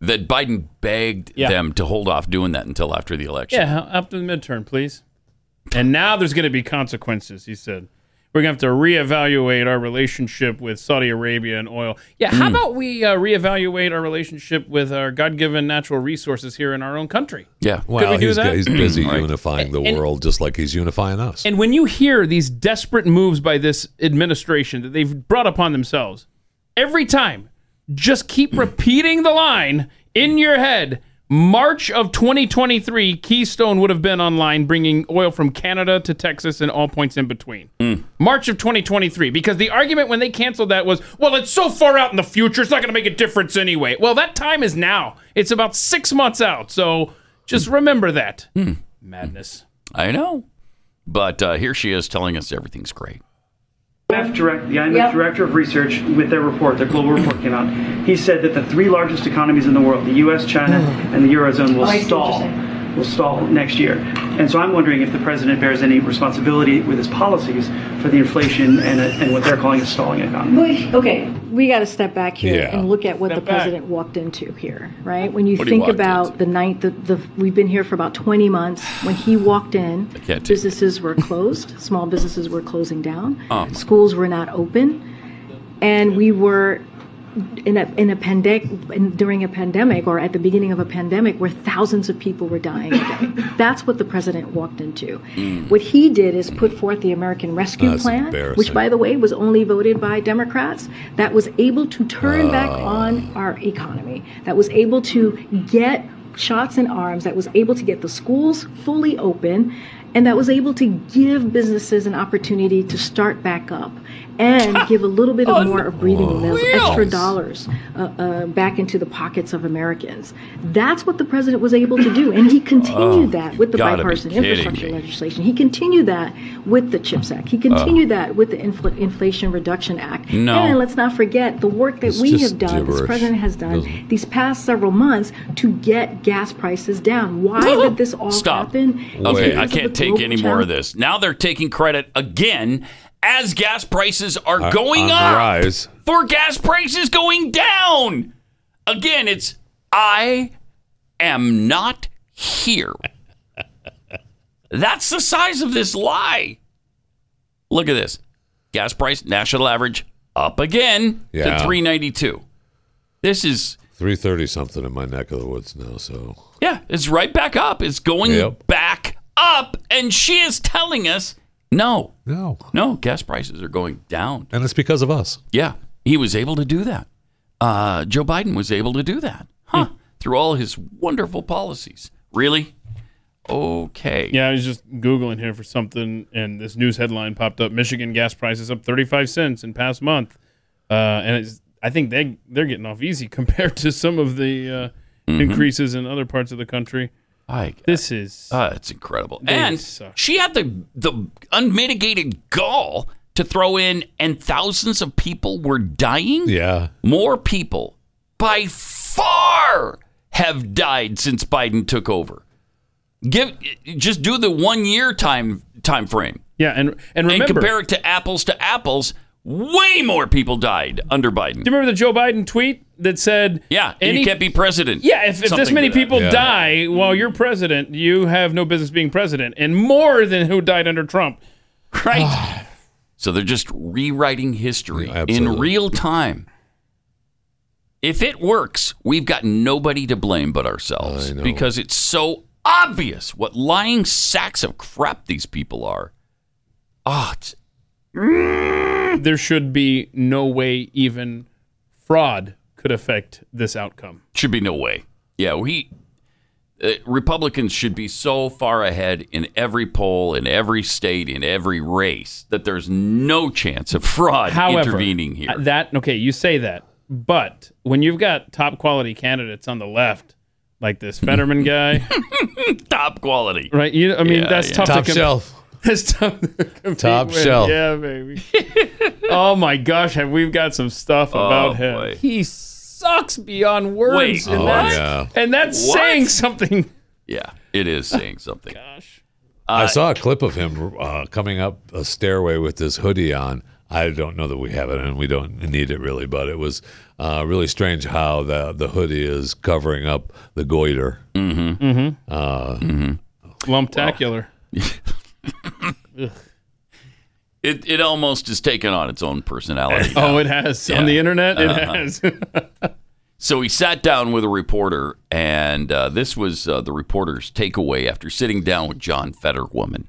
[SPEAKER 2] that Biden begged
[SPEAKER 3] Yeah.
[SPEAKER 2] them to hold off doing that until after the election. Hmm.
[SPEAKER 3] Yeah, after the midterm, please. And now there's going to be consequences, he said. We're going to have to reevaluate our relationship with Saudi Arabia and oil. Yeah,
[SPEAKER 2] Hmm.
[SPEAKER 3] how about we uh, reevaluate our relationship with our God given natural resources here in our own country?
[SPEAKER 2] Yeah.
[SPEAKER 4] Well,
[SPEAKER 3] we do
[SPEAKER 4] he's,
[SPEAKER 3] that?
[SPEAKER 4] he's busy unifying the
[SPEAKER 3] And-
[SPEAKER 4] world just like he's unifying us.
[SPEAKER 3] And when you hear these desperate moves by this administration that they've brought upon themselves, every time, just keep repeating the line in your head. March of 2023, Keystone would have been online, bringing oil from Canada to Texas and all points in between.
[SPEAKER 2] Mm.
[SPEAKER 3] March of 2023, because the argument when they canceled that was, well, it's so far out in the future, it's not going to make a difference anyway. Well, that time is now. It's about six months out, so just remember that.
[SPEAKER 2] Mm.
[SPEAKER 3] Madness.
[SPEAKER 2] I know. But uh, here she is telling us everything's great.
[SPEAKER 11] IMF direct, the IMF director of research, with their report, their global report came out. He said that the three largest economies in the world, the U.S., China, and the eurozone, will stall. Will stall next year. And so I'm wondering if the president bears any responsibility with his policies for the inflation and, and what they're calling a stalling economy.
[SPEAKER 12] Okay, we got to step back here
[SPEAKER 4] Yeah.
[SPEAKER 12] and look at what
[SPEAKER 3] Step
[SPEAKER 12] the
[SPEAKER 3] back.
[SPEAKER 12] president walked into here, right? When you
[SPEAKER 2] What he
[SPEAKER 12] think
[SPEAKER 2] walked
[SPEAKER 12] about the night that the we've been here for about 20 months, when he walked in,
[SPEAKER 2] can't take
[SPEAKER 12] businesses were closed, small businesses were closing down,
[SPEAKER 2] Uh-huh.
[SPEAKER 12] schools were not open, and we were in a in a pandemic during a pandemic or at the beginning of a pandemic where thousands of people were dying a day. That's what the president walked into.
[SPEAKER 2] Hmm.
[SPEAKER 12] What he did is put forth the American Rescue
[SPEAKER 4] That's
[SPEAKER 12] Plan, which
[SPEAKER 4] embarrassing.
[SPEAKER 12] by the way was only voted by Democrats, that was able to turn
[SPEAKER 2] Ah.
[SPEAKER 12] back on our economy. That was able to get shots in arms, that was able to get the schools fully open, and that was able to give businesses an opportunity to start back up and give a little bit
[SPEAKER 2] Oh,
[SPEAKER 12] of more of breathing room, those extra dollars uh, uh, back into the pockets of Americans. That's what the president was able to do, and he continued that with the
[SPEAKER 2] Oh, gotta be
[SPEAKER 12] bipartisan
[SPEAKER 2] kidding
[SPEAKER 12] infrastructure
[SPEAKER 2] me.
[SPEAKER 12] legislation. He continued that with the CHIPS Act. He
[SPEAKER 4] Oh.
[SPEAKER 12] continued that with the Infl- Inflation Reduction Act.
[SPEAKER 2] No.
[SPEAKER 12] And let's not forget the work that
[SPEAKER 4] It's
[SPEAKER 12] we
[SPEAKER 4] just
[SPEAKER 12] have done, this
[SPEAKER 4] gibberish.
[SPEAKER 12] president has done
[SPEAKER 4] Doesn't-
[SPEAKER 12] these past several months to get gas prices down. Why did this all
[SPEAKER 2] Stop.
[SPEAKER 12] happen?
[SPEAKER 2] Okay,
[SPEAKER 12] Because
[SPEAKER 2] I
[SPEAKER 12] of the
[SPEAKER 2] can't take
[SPEAKER 12] global
[SPEAKER 2] any more of
[SPEAKER 12] challenge-
[SPEAKER 2] this. Now they're taking credit again as gas prices are going
[SPEAKER 4] Uh, on the
[SPEAKER 2] up
[SPEAKER 4] rise.
[SPEAKER 2] for gas prices going down. Again, it's I am not here. That's the size of this lie. Look at this. Gas price national average up again
[SPEAKER 4] Yeah.
[SPEAKER 2] to 392. This is
[SPEAKER 4] 330 something in my neck of the woods now, so.
[SPEAKER 2] yeah, it's right back up. It's going
[SPEAKER 4] Yep.
[SPEAKER 2] back up. And she is telling us no,
[SPEAKER 4] No.
[SPEAKER 2] no, gas prices are going down.
[SPEAKER 4] And it's because of us.
[SPEAKER 2] Yeah, he was able to do that. Uh, Joe Biden was able to do that, huh? Through all his wonderful policies. Really? Okay.
[SPEAKER 3] Yeah, I was just googling here for something, and this news headline popped up: Michigan gas prices up 35 cents in past month, uh, and it's, I think they they're getting off easy compared to some of the uh,
[SPEAKER 2] Mm-hmm.
[SPEAKER 3] increases in other parts of the country.
[SPEAKER 2] I,
[SPEAKER 3] This is
[SPEAKER 2] uh, it's incredible.
[SPEAKER 3] They
[SPEAKER 2] And
[SPEAKER 3] suck.
[SPEAKER 2] she had the the unmitigated gall to throw in, and thousands of people were dying.
[SPEAKER 4] Yeah.
[SPEAKER 2] More people by far have died since Biden took over. Give just do the one year time time frame
[SPEAKER 3] yeah, and and
[SPEAKER 2] and
[SPEAKER 3] remember,
[SPEAKER 2] compare it to apples to apples. Way more people died under Biden.
[SPEAKER 3] Do you remember the Joe Biden tweet that said,
[SPEAKER 2] Yeah,
[SPEAKER 3] any-
[SPEAKER 2] you can't be president.
[SPEAKER 3] Yeah, if, if this
[SPEAKER 2] Something
[SPEAKER 3] many
[SPEAKER 2] to that.
[SPEAKER 3] people die while you're president, you have no business being president, and more than who died under Trump.
[SPEAKER 2] Right. So they're just rewriting history in
[SPEAKER 4] absolutely.
[SPEAKER 2] real time. If it works, we've got nobody to blame but ourselves because it's so obvious what lying sacks of crap these people are. Ah, it's
[SPEAKER 3] There should be no way even fraud could affect this outcome.
[SPEAKER 2] Should be no way. Yeah, we uh, Republicans should be so far ahead in every poll, in every state, in every race that there's no chance of fraud
[SPEAKER 3] However,
[SPEAKER 2] intervening here.
[SPEAKER 3] uh, That okay, you say that, but when you've got top quality candidates on the left, like this Fetterman guy,
[SPEAKER 2] Top quality.
[SPEAKER 3] right? You, I mean,
[SPEAKER 2] Yeah,
[SPEAKER 3] that's
[SPEAKER 2] yeah.
[SPEAKER 3] tough
[SPEAKER 4] Top
[SPEAKER 3] to com-
[SPEAKER 4] shelf.
[SPEAKER 3] That's tough. To compete
[SPEAKER 4] Top
[SPEAKER 3] with.
[SPEAKER 4] shelf.
[SPEAKER 3] Yeah, baby. oh my gosh, have we got some stuff about him?
[SPEAKER 2] Oh, boy. Oh,
[SPEAKER 3] He sucks beyond words,
[SPEAKER 2] Wait,
[SPEAKER 3] and
[SPEAKER 2] what?
[SPEAKER 3] that's
[SPEAKER 4] Yeah.
[SPEAKER 3] and that's
[SPEAKER 2] What?
[SPEAKER 3] saying something.
[SPEAKER 2] Yeah, it is saying something. Uh,
[SPEAKER 4] I saw a clip of him uh, coming up a stairway with his hoodie on. I don't know that we have it, and we don't need it really, but it was uh, really strange how the the hoodie is covering up the goiter.
[SPEAKER 2] Mm-hmm.
[SPEAKER 4] Uh,
[SPEAKER 3] Lumptacular.
[SPEAKER 2] It it almost is taken on its own personality. Uh-huh.
[SPEAKER 3] Oh, it has on the internet. It has.
[SPEAKER 2] So he sat down with a reporter, and uh, this was uh, the reporter's takeaway after sitting down with John Fetterwoman.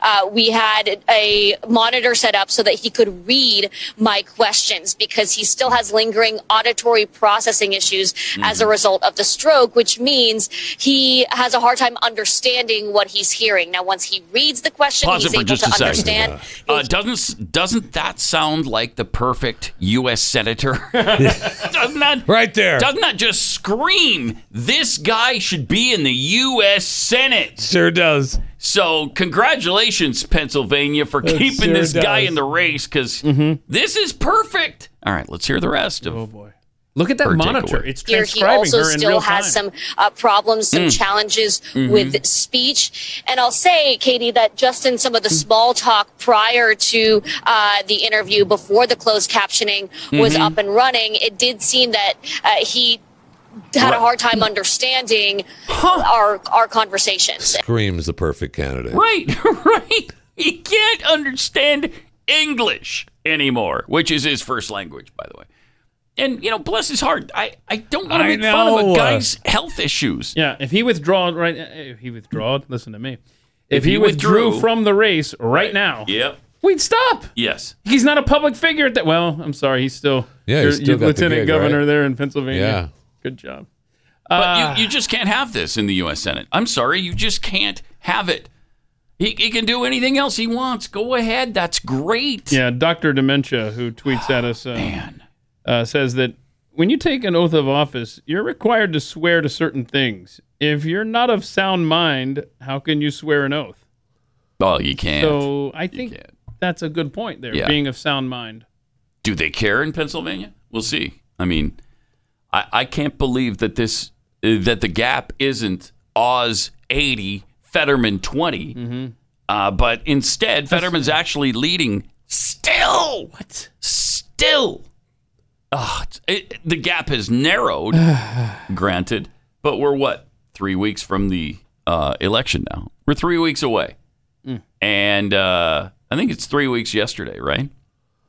[SPEAKER 10] uh, we had a monitor set up so that he could read my questions because he still has lingering auditory processing issues as
[SPEAKER 2] Mm-hmm.
[SPEAKER 10] a result of the stroke, which means he has a hard time understanding what he's hearing. Now, once he reads the question,
[SPEAKER 2] Pause
[SPEAKER 10] he's
[SPEAKER 2] it for
[SPEAKER 10] able
[SPEAKER 2] just
[SPEAKER 10] to
[SPEAKER 2] a second.
[SPEAKER 10] understand.
[SPEAKER 2] Uh, doesn't doesn't that sound like the perfect U.S. senator? doesn't that
[SPEAKER 4] Right there.
[SPEAKER 2] Doesn't that just scream? This guy should be in the U.S. Senate.
[SPEAKER 4] Sure does.
[SPEAKER 2] So congratulations, Pennsylvania, for keeping
[SPEAKER 4] sure
[SPEAKER 2] this guy
[SPEAKER 4] does. Mm-hmm.
[SPEAKER 2] in the race because this is perfect. All right, let's hear the rest of.
[SPEAKER 3] Look at that
[SPEAKER 2] Her
[SPEAKER 3] monitor.
[SPEAKER 2] takeaway.
[SPEAKER 3] It's
[SPEAKER 10] here he
[SPEAKER 3] transcribing
[SPEAKER 10] also
[SPEAKER 3] her in real
[SPEAKER 10] still
[SPEAKER 3] time.
[SPEAKER 10] has some uh, problems
[SPEAKER 2] Hmm.
[SPEAKER 10] some challenges
[SPEAKER 2] Mm-hmm.
[SPEAKER 10] with speech and i'll say katie that just in some of
[SPEAKER 2] Hmm.
[SPEAKER 10] the small talk prior to uh, the interview before the closed captioning was
[SPEAKER 2] Mm-hmm.
[SPEAKER 10] up and running it did seem that uh, he had a hard time understanding our our conversations
[SPEAKER 4] Screams the perfect candidate.
[SPEAKER 2] Right, right. He can't understand English anymore, which is his first language, by the way. And you know, bless his heart, I, I don't want to
[SPEAKER 4] I
[SPEAKER 2] make fun of
[SPEAKER 4] know,
[SPEAKER 2] a
[SPEAKER 4] uh,
[SPEAKER 2] guy's health issues.
[SPEAKER 3] Yeah, if he withdraw right, eh, if he withdrawed, listen to me. If, he,
[SPEAKER 2] he
[SPEAKER 3] withdrew,
[SPEAKER 2] withdrew-
[SPEAKER 3] from the race right, now,
[SPEAKER 2] Yep.
[SPEAKER 3] we'd stop.
[SPEAKER 2] Yes.
[SPEAKER 3] He's not a public figure at that. Well, I'm sorry, he's still
[SPEAKER 4] Yeah, he's
[SPEAKER 3] your-
[SPEAKER 4] still
[SPEAKER 3] your
[SPEAKER 4] got the
[SPEAKER 3] lieutenant
[SPEAKER 4] gig,
[SPEAKER 3] governor
[SPEAKER 4] right?
[SPEAKER 3] there in Pennsylvania.
[SPEAKER 4] Yeah.
[SPEAKER 3] good job.
[SPEAKER 4] Ah.
[SPEAKER 2] But you, you just can't have this in the U.S. Senate. I'm sorry, you just can't have it. He, he can do anything else he wants. Go ahead. That's great.
[SPEAKER 3] Yeah, Doctor Dementia, who tweets at us, uh,
[SPEAKER 2] Oh, Man.
[SPEAKER 3] uh, says that when you take an oath of office, you're required to swear to certain things. If you're not of sound mind, how can you swear an oath?
[SPEAKER 2] Oh, you can't.
[SPEAKER 3] So I think
[SPEAKER 2] can't.
[SPEAKER 3] that's a good point there.
[SPEAKER 2] Yeah.
[SPEAKER 3] Being of sound mind.
[SPEAKER 2] Do they care in Pennsylvania? We'll see. I mean, I, I can't believe that this uh, that the gap isn't Oz eighty, Fetterman 20 uh, but instead Fetterman's actually leading still. What? Still. Ugh, it's- it, the gap has narrowed, granted, but we're what three weeks from the uh, election now. We're three weeks away, and uh, I think it's three weeks yesterday, right?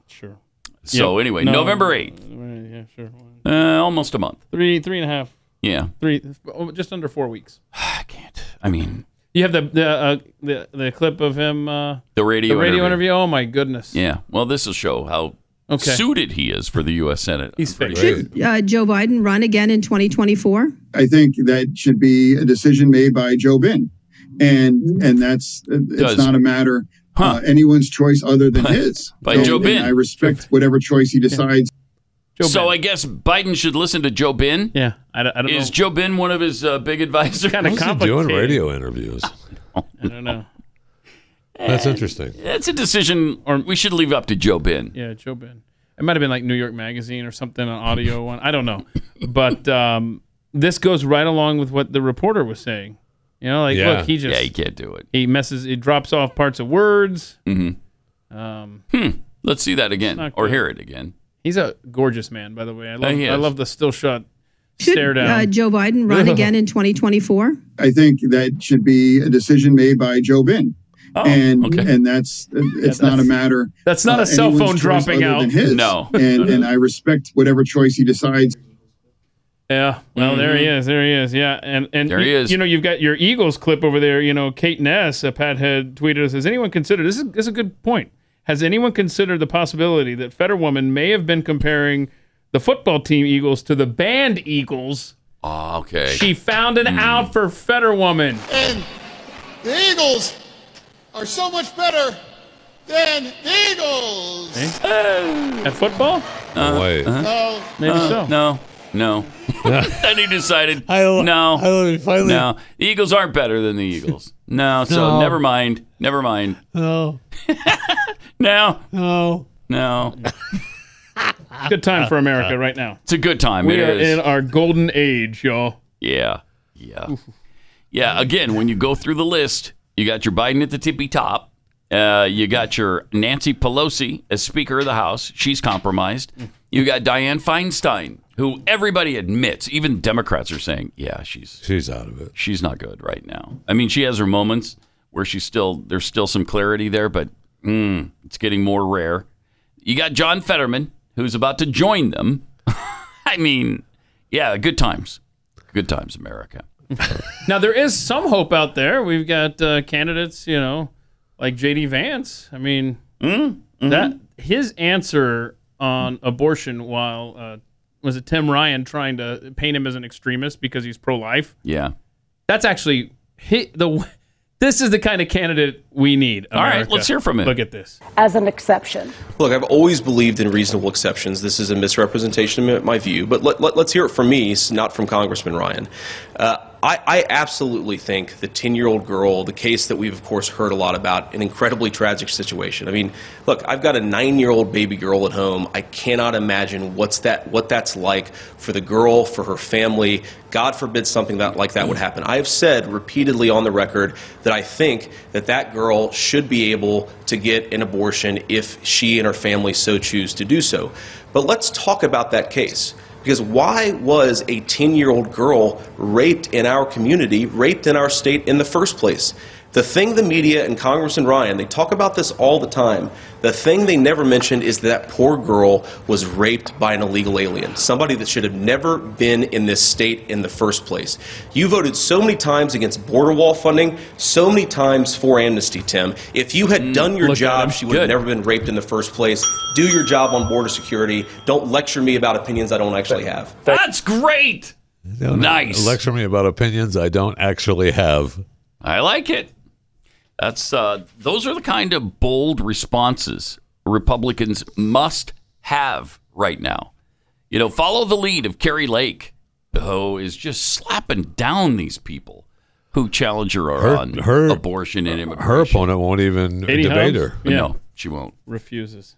[SPEAKER 3] Sure.
[SPEAKER 2] So
[SPEAKER 3] Yep.
[SPEAKER 2] anyway,
[SPEAKER 3] No.
[SPEAKER 2] November eighth,
[SPEAKER 3] Yeah, sure.
[SPEAKER 2] uh, almost a month.
[SPEAKER 3] Three, three and a half,
[SPEAKER 2] Yeah,
[SPEAKER 3] three, oh, just under four weeks.
[SPEAKER 2] I can't. I mean,
[SPEAKER 3] You have the the uh, the, the clip of him, uh,
[SPEAKER 2] the radio
[SPEAKER 3] the radio interview. Oh my goodness.
[SPEAKER 2] Yeah. Well, this will show how
[SPEAKER 3] Okay.
[SPEAKER 2] suited he is for the U.S. Senate.
[SPEAKER 3] He's
[SPEAKER 2] I'm pretty
[SPEAKER 3] fixed.
[SPEAKER 2] sure.
[SPEAKER 13] uh, Joe Biden run again in 2024?
[SPEAKER 10] i think that should be a decision made by joe bin and and that's it's
[SPEAKER 2] Does- not
[SPEAKER 10] a matter
[SPEAKER 14] uh,
[SPEAKER 2] Huh.
[SPEAKER 10] anyone's choice other than his
[SPEAKER 2] By Joe Bin.
[SPEAKER 10] respect whatever choice he decides
[SPEAKER 3] Joe
[SPEAKER 2] so
[SPEAKER 3] Biden.
[SPEAKER 2] I guess Biden should listen to Joe Bin.
[SPEAKER 3] yeah, I, don't- I don't
[SPEAKER 2] Is
[SPEAKER 3] know.
[SPEAKER 2] Joe Bin one of his uh, big advisors?
[SPEAKER 3] Kinda
[SPEAKER 4] What's he
[SPEAKER 3] complicated.
[SPEAKER 4] doing radio interviews?
[SPEAKER 3] I don't know.
[SPEAKER 4] That's interesting.
[SPEAKER 2] That's Eh, a decision, or we should leave up to Joe Bin.
[SPEAKER 3] Yeah, Joe Biden. It might have been like New York Magazine or something, an audio one. I don't know, but um, this goes right along with what the reporter was saying. You know, like
[SPEAKER 4] Yeah.
[SPEAKER 3] look, he just
[SPEAKER 2] Yeah, he can't do it.
[SPEAKER 3] he messes, he drops off parts of words. Um,
[SPEAKER 2] Mm-hmm. Hmm. Let's see that again
[SPEAKER 3] Not
[SPEAKER 2] or
[SPEAKER 3] good.
[SPEAKER 2] hear it again.
[SPEAKER 3] he's a gorgeous man, by the way. I love,
[SPEAKER 2] he
[SPEAKER 3] I
[SPEAKER 2] is.
[SPEAKER 3] love the still shot stare
[SPEAKER 13] Should
[SPEAKER 3] down.
[SPEAKER 13] uh, Joe Biden run again in 2024?
[SPEAKER 14] I think that should be a decision made by Joe Biden. and and that's uh, it's not a matter.
[SPEAKER 3] Oh,
[SPEAKER 14] uh,
[SPEAKER 3] That's not a cell
[SPEAKER 14] anyone's
[SPEAKER 3] phone
[SPEAKER 14] choice
[SPEAKER 3] dropping
[SPEAKER 14] other than
[SPEAKER 3] out.
[SPEAKER 14] his.
[SPEAKER 3] No.
[SPEAKER 14] and and I respect whatever choice he decides.
[SPEAKER 3] Yeah. Well, there he
[SPEAKER 2] Mm-hmm.
[SPEAKER 3] is. There he is. Yeah. And and
[SPEAKER 14] There he
[SPEAKER 3] you,
[SPEAKER 14] is.
[SPEAKER 3] you know, you've got your Eagles clip over there. You know, Kate Ness, a pathead, tweeted us. Has anyone considered this? Is this is a good point? Has anyone considered the possibility that Fetterwoman may have been comparing the football team Eagles to the band Eagles?
[SPEAKER 2] Oh, okay. Hmm.
[SPEAKER 3] She found an out for Fetterwoman.
[SPEAKER 15] And the Eagles are so much better than the Eagles.
[SPEAKER 2] Eh?
[SPEAKER 15] Oh.
[SPEAKER 3] At football?
[SPEAKER 2] Uh,
[SPEAKER 4] Wait.
[SPEAKER 15] No.
[SPEAKER 4] Maybe so.
[SPEAKER 2] Uh-huh. No. No. then he decided. no.
[SPEAKER 4] finally-
[SPEAKER 2] no. The Eagles aren't better than the Eagles. No. So
[SPEAKER 4] No.
[SPEAKER 2] never mind. Never mind.
[SPEAKER 4] No.
[SPEAKER 2] no.
[SPEAKER 4] No.
[SPEAKER 2] No.
[SPEAKER 3] Good time for America right now.
[SPEAKER 2] It's a good time.
[SPEAKER 3] We
[SPEAKER 2] It
[SPEAKER 3] are
[SPEAKER 2] is.
[SPEAKER 3] in our golden age, y'all.
[SPEAKER 2] Yeah. Yeah. Yeah. Again, when you go through the list, you got your Biden at the tippy top. Uh, you got your Nancy Pelosi as Speaker of the House. She's compromised. You got Dianne Feinstein, who everybody admits, even Democrats are saying, yeah, she's
[SPEAKER 4] she's out of it.
[SPEAKER 2] She's not good right now. I mean, she has her moments where she's still there's still some clarity there, but mm, it's getting more rare. You got John Fetterman, who's about to join them. I mean, yeah, good times, good times, America.
[SPEAKER 3] Now there is some hope out there. We've got uh, candidates, you know, like JD Vance. I mean,
[SPEAKER 16] Mm-hmm.
[SPEAKER 3] that his answer on abortion while uh, was it Tim Ryan trying to paint him as an extremist because he's pro-life.
[SPEAKER 2] Yeah.
[SPEAKER 3] That's actually hit the. This is the kind of candidate we need.
[SPEAKER 16] All right,
[SPEAKER 3] America.
[SPEAKER 16] let's hear from him.
[SPEAKER 3] Look at this.
[SPEAKER 17] as an exception.
[SPEAKER 16] Look, I've always believed in reasonable exceptions. This is a misrepresentation of my view, but let, let, us hear it from me, s- not from Congressman Ryan. Uh, I, I absolutely think the 10 year old girl, the case that we've, of course, heard a lot about, an incredibly tragic situation. I mean, look, I've got a nine year old baby girl at home. I cannot imagine what's that, what that's like for the girl, for her family. God forbid something that, like that would happen. I have said repeatedly on the record that I think that that girl should be able to get an abortion if she and her family so choose to do so. But let's talk about that case. Because why was a 10 year old girl raped in our community, raped in our state in the first place? The thing the media and Congressman Ryan, they talk about this all the time. The thing they never mentioned is that poor girl was raped by an illegal alien, somebody that should have never been in this state in the first place. You voted so many times against border wall funding, so many times for amnesty, Tim. If you had done your job, she would have never been raped in the first place. Do your job on border security. Don't lecture me about opinions I don't actually have.
[SPEAKER 2] That's great. Nice.
[SPEAKER 4] Lecture me about opinions I don't actually have.
[SPEAKER 2] I like it. That's uh, those are the kind of bold responses Republicans must have right now. You know, follow the lead of Carrie Lake, who is just slapping down these people who challenge her, on abortion and immigration.
[SPEAKER 4] Her opponent won't even
[SPEAKER 2] Katie
[SPEAKER 4] debate
[SPEAKER 2] Hobbs?
[SPEAKER 4] her.
[SPEAKER 2] No, she won't.
[SPEAKER 3] Refuses.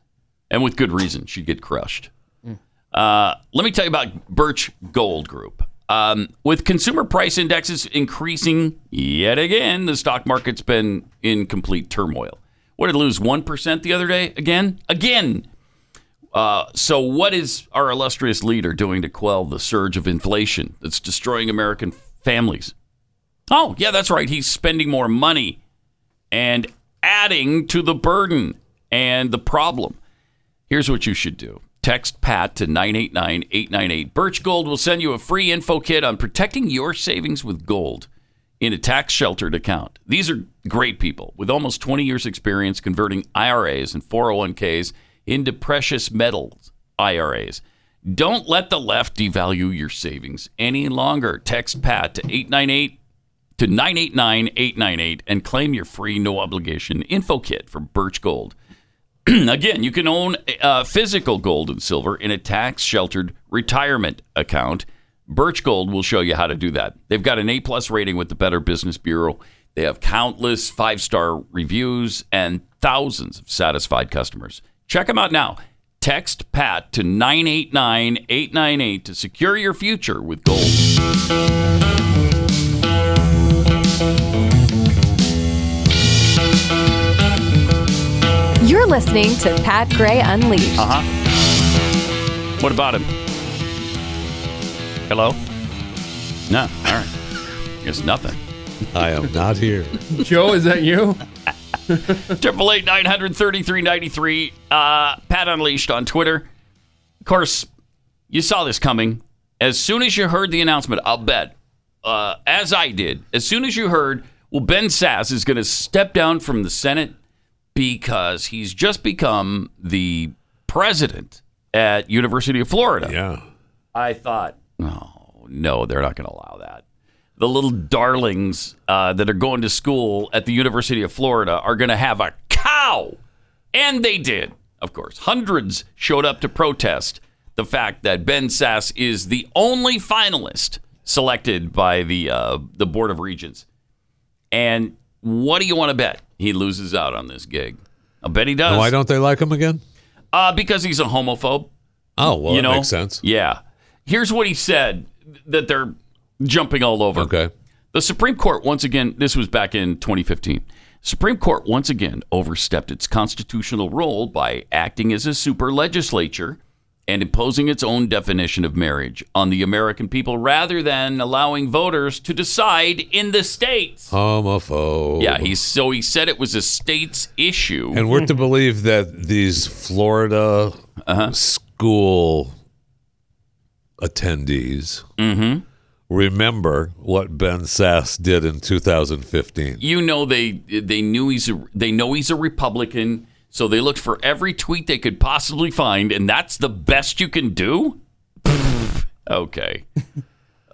[SPEAKER 2] And with good reason, she'd get crushed.
[SPEAKER 3] Mm.
[SPEAKER 2] Uh, let me tell you about Birch Gold Group. Um, with consumer price indexes increasing yet again, the stock market's been in complete turmoil. What did it lose 1% the other day? Again? Again! Uh, so, what is our illustrious leader doing to quell the surge of inflation that's destroying American families? Oh, yeah, that's right. He's spending more money and adding to the burden and the problem. Here's what you should do text PAT to 989 898. Birch Gold will send you a free info kit on protecting your savings with gold in a tax sheltered account. These are great people with almost 20 years' experience converting IRAs and 401ks into precious metals IRAs. Don't let the left devalue your savings any longer. Text PAT to 898 to 989-898 and claim your free no obligation info kit from Birch Gold. Again, you can own uh, physical gold and silver in a tax sheltered retirement account. Birch Gold will show you how to do that. They've got an A plus rating with the Better Business Bureau. They have countless five star reviews and thousands of satisfied customers. Check them out now. Text PAT to 989 898 to secure your future with gold.
[SPEAKER 9] You're
[SPEAKER 17] You're listening to Pat Gray Unleashed.
[SPEAKER 2] Uh huh. What about him? Hello? No. All right. Guess nothing.
[SPEAKER 4] I am not here.
[SPEAKER 3] Joe, is that you?
[SPEAKER 2] Triple eight nine hundred thirty three ninety three. Pat Unleashed on Twitter. Of course, you saw this coming. As soon as you heard the announcement, I'll bet, uh, as I did, as soon as you heard, well, Ben Sass is going to step down from the Senate because he's just become the president at University of Florida.
[SPEAKER 4] Yeah.
[SPEAKER 2] I thought, oh no, they're not going to allow that. The little darlings uh, that are going to school at the University of Florida are going to have a cow, and they did. Of course, hundreds showed up to protest the fact that Ben Sass is the only finalist selected by the uh, the Board of Regents. And what do you want to bet? He loses out on this gig. I bet he does.
[SPEAKER 4] Why don't they like him again?
[SPEAKER 2] Uh, because he's a homophobe.
[SPEAKER 4] Oh, well,
[SPEAKER 2] you
[SPEAKER 4] that
[SPEAKER 2] know,
[SPEAKER 4] makes sense.
[SPEAKER 2] Yeah. Here's what he said that they're jumping all over. Okay. The Supreme Court once again, this was back in 2015. Supreme Court once again overstepped its constitutional role by acting as a super legislature and imposing its own definition of marriage on the American people rather than allowing voters to decide in the states.
[SPEAKER 4] Homophobe.
[SPEAKER 2] Yeah, he's so he said it was a states issue.
[SPEAKER 4] Oh. And we're to believe that these Florida
[SPEAKER 2] Uh-huh.
[SPEAKER 4] school attendees
[SPEAKER 2] Mm-hmm.
[SPEAKER 4] remember what Ben Sass did in 2015.
[SPEAKER 2] you know they they knew he's a, they know he's a Republican, so they looked for every tweet they could possibly find, and that's the best you can do. okay.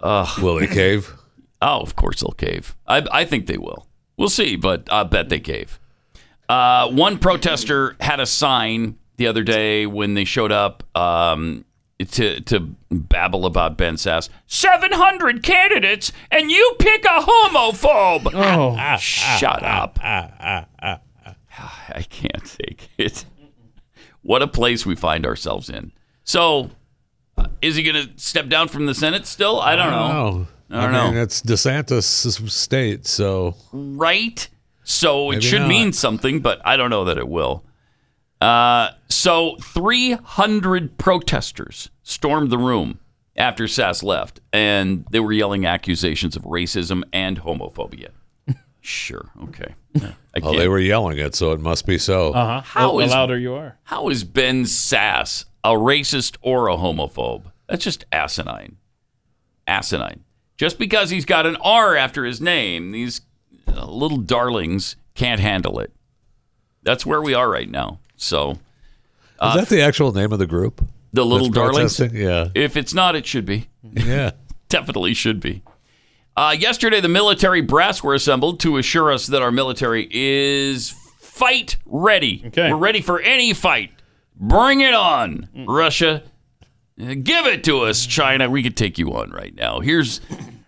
[SPEAKER 4] Will they cave?
[SPEAKER 2] Oh, of course they'll cave. I, I think they will. We'll see, but I bet they cave. Uh, one protester had a sign the other day when they showed up um, to to babble about Ben Sass. 700 candidates and you pick a homophobe.
[SPEAKER 4] Ah,
[SPEAKER 3] Oh,
[SPEAKER 2] shut up. I can't take it. What a place we find ourselves in. So, uh, is he going to step down from the Senate still? I don't know. I don't
[SPEAKER 4] mean,
[SPEAKER 2] know.
[SPEAKER 4] it's DeSantis' state, so
[SPEAKER 2] Right? So, it
[SPEAKER 4] Maybe
[SPEAKER 2] should
[SPEAKER 4] not.
[SPEAKER 2] mean something, but I don't know that it will. Uh, so, 300 protesters stormed the room after Sass left, and they were yelling accusations of racism and homophobia. Sure. Okay. I
[SPEAKER 4] well, they were yelling it, so it must be so.
[SPEAKER 3] Uh-huh.
[SPEAKER 2] How
[SPEAKER 3] the
[SPEAKER 2] is-
[SPEAKER 3] louder you are.
[SPEAKER 2] How is Ben Sass a racist or a homophobe? That's just asinine. Asinine. Just because he's got an R after his name, these uh, little darlings can't handle it. That's where we are right now. So
[SPEAKER 4] Is that the actual name of the group?
[SPEAKER 2] Uh, the little
[SPEAKER 4] that's
[SPEAKER 2] darlings.
[SPEAKER 4] protesting? Yeah.
[SPEAKER 2] If it's not, it should be.
[SPEAKER 4] Yeah.
[SPEAKER 2] Definitely should be. Uh, yesterday, the military brass were assembled to assure us that our military is fight ready. Okay. We're ready for any fight. Bring it on, Russia. Uh, Give it to us, China. We could take you on right now. Here's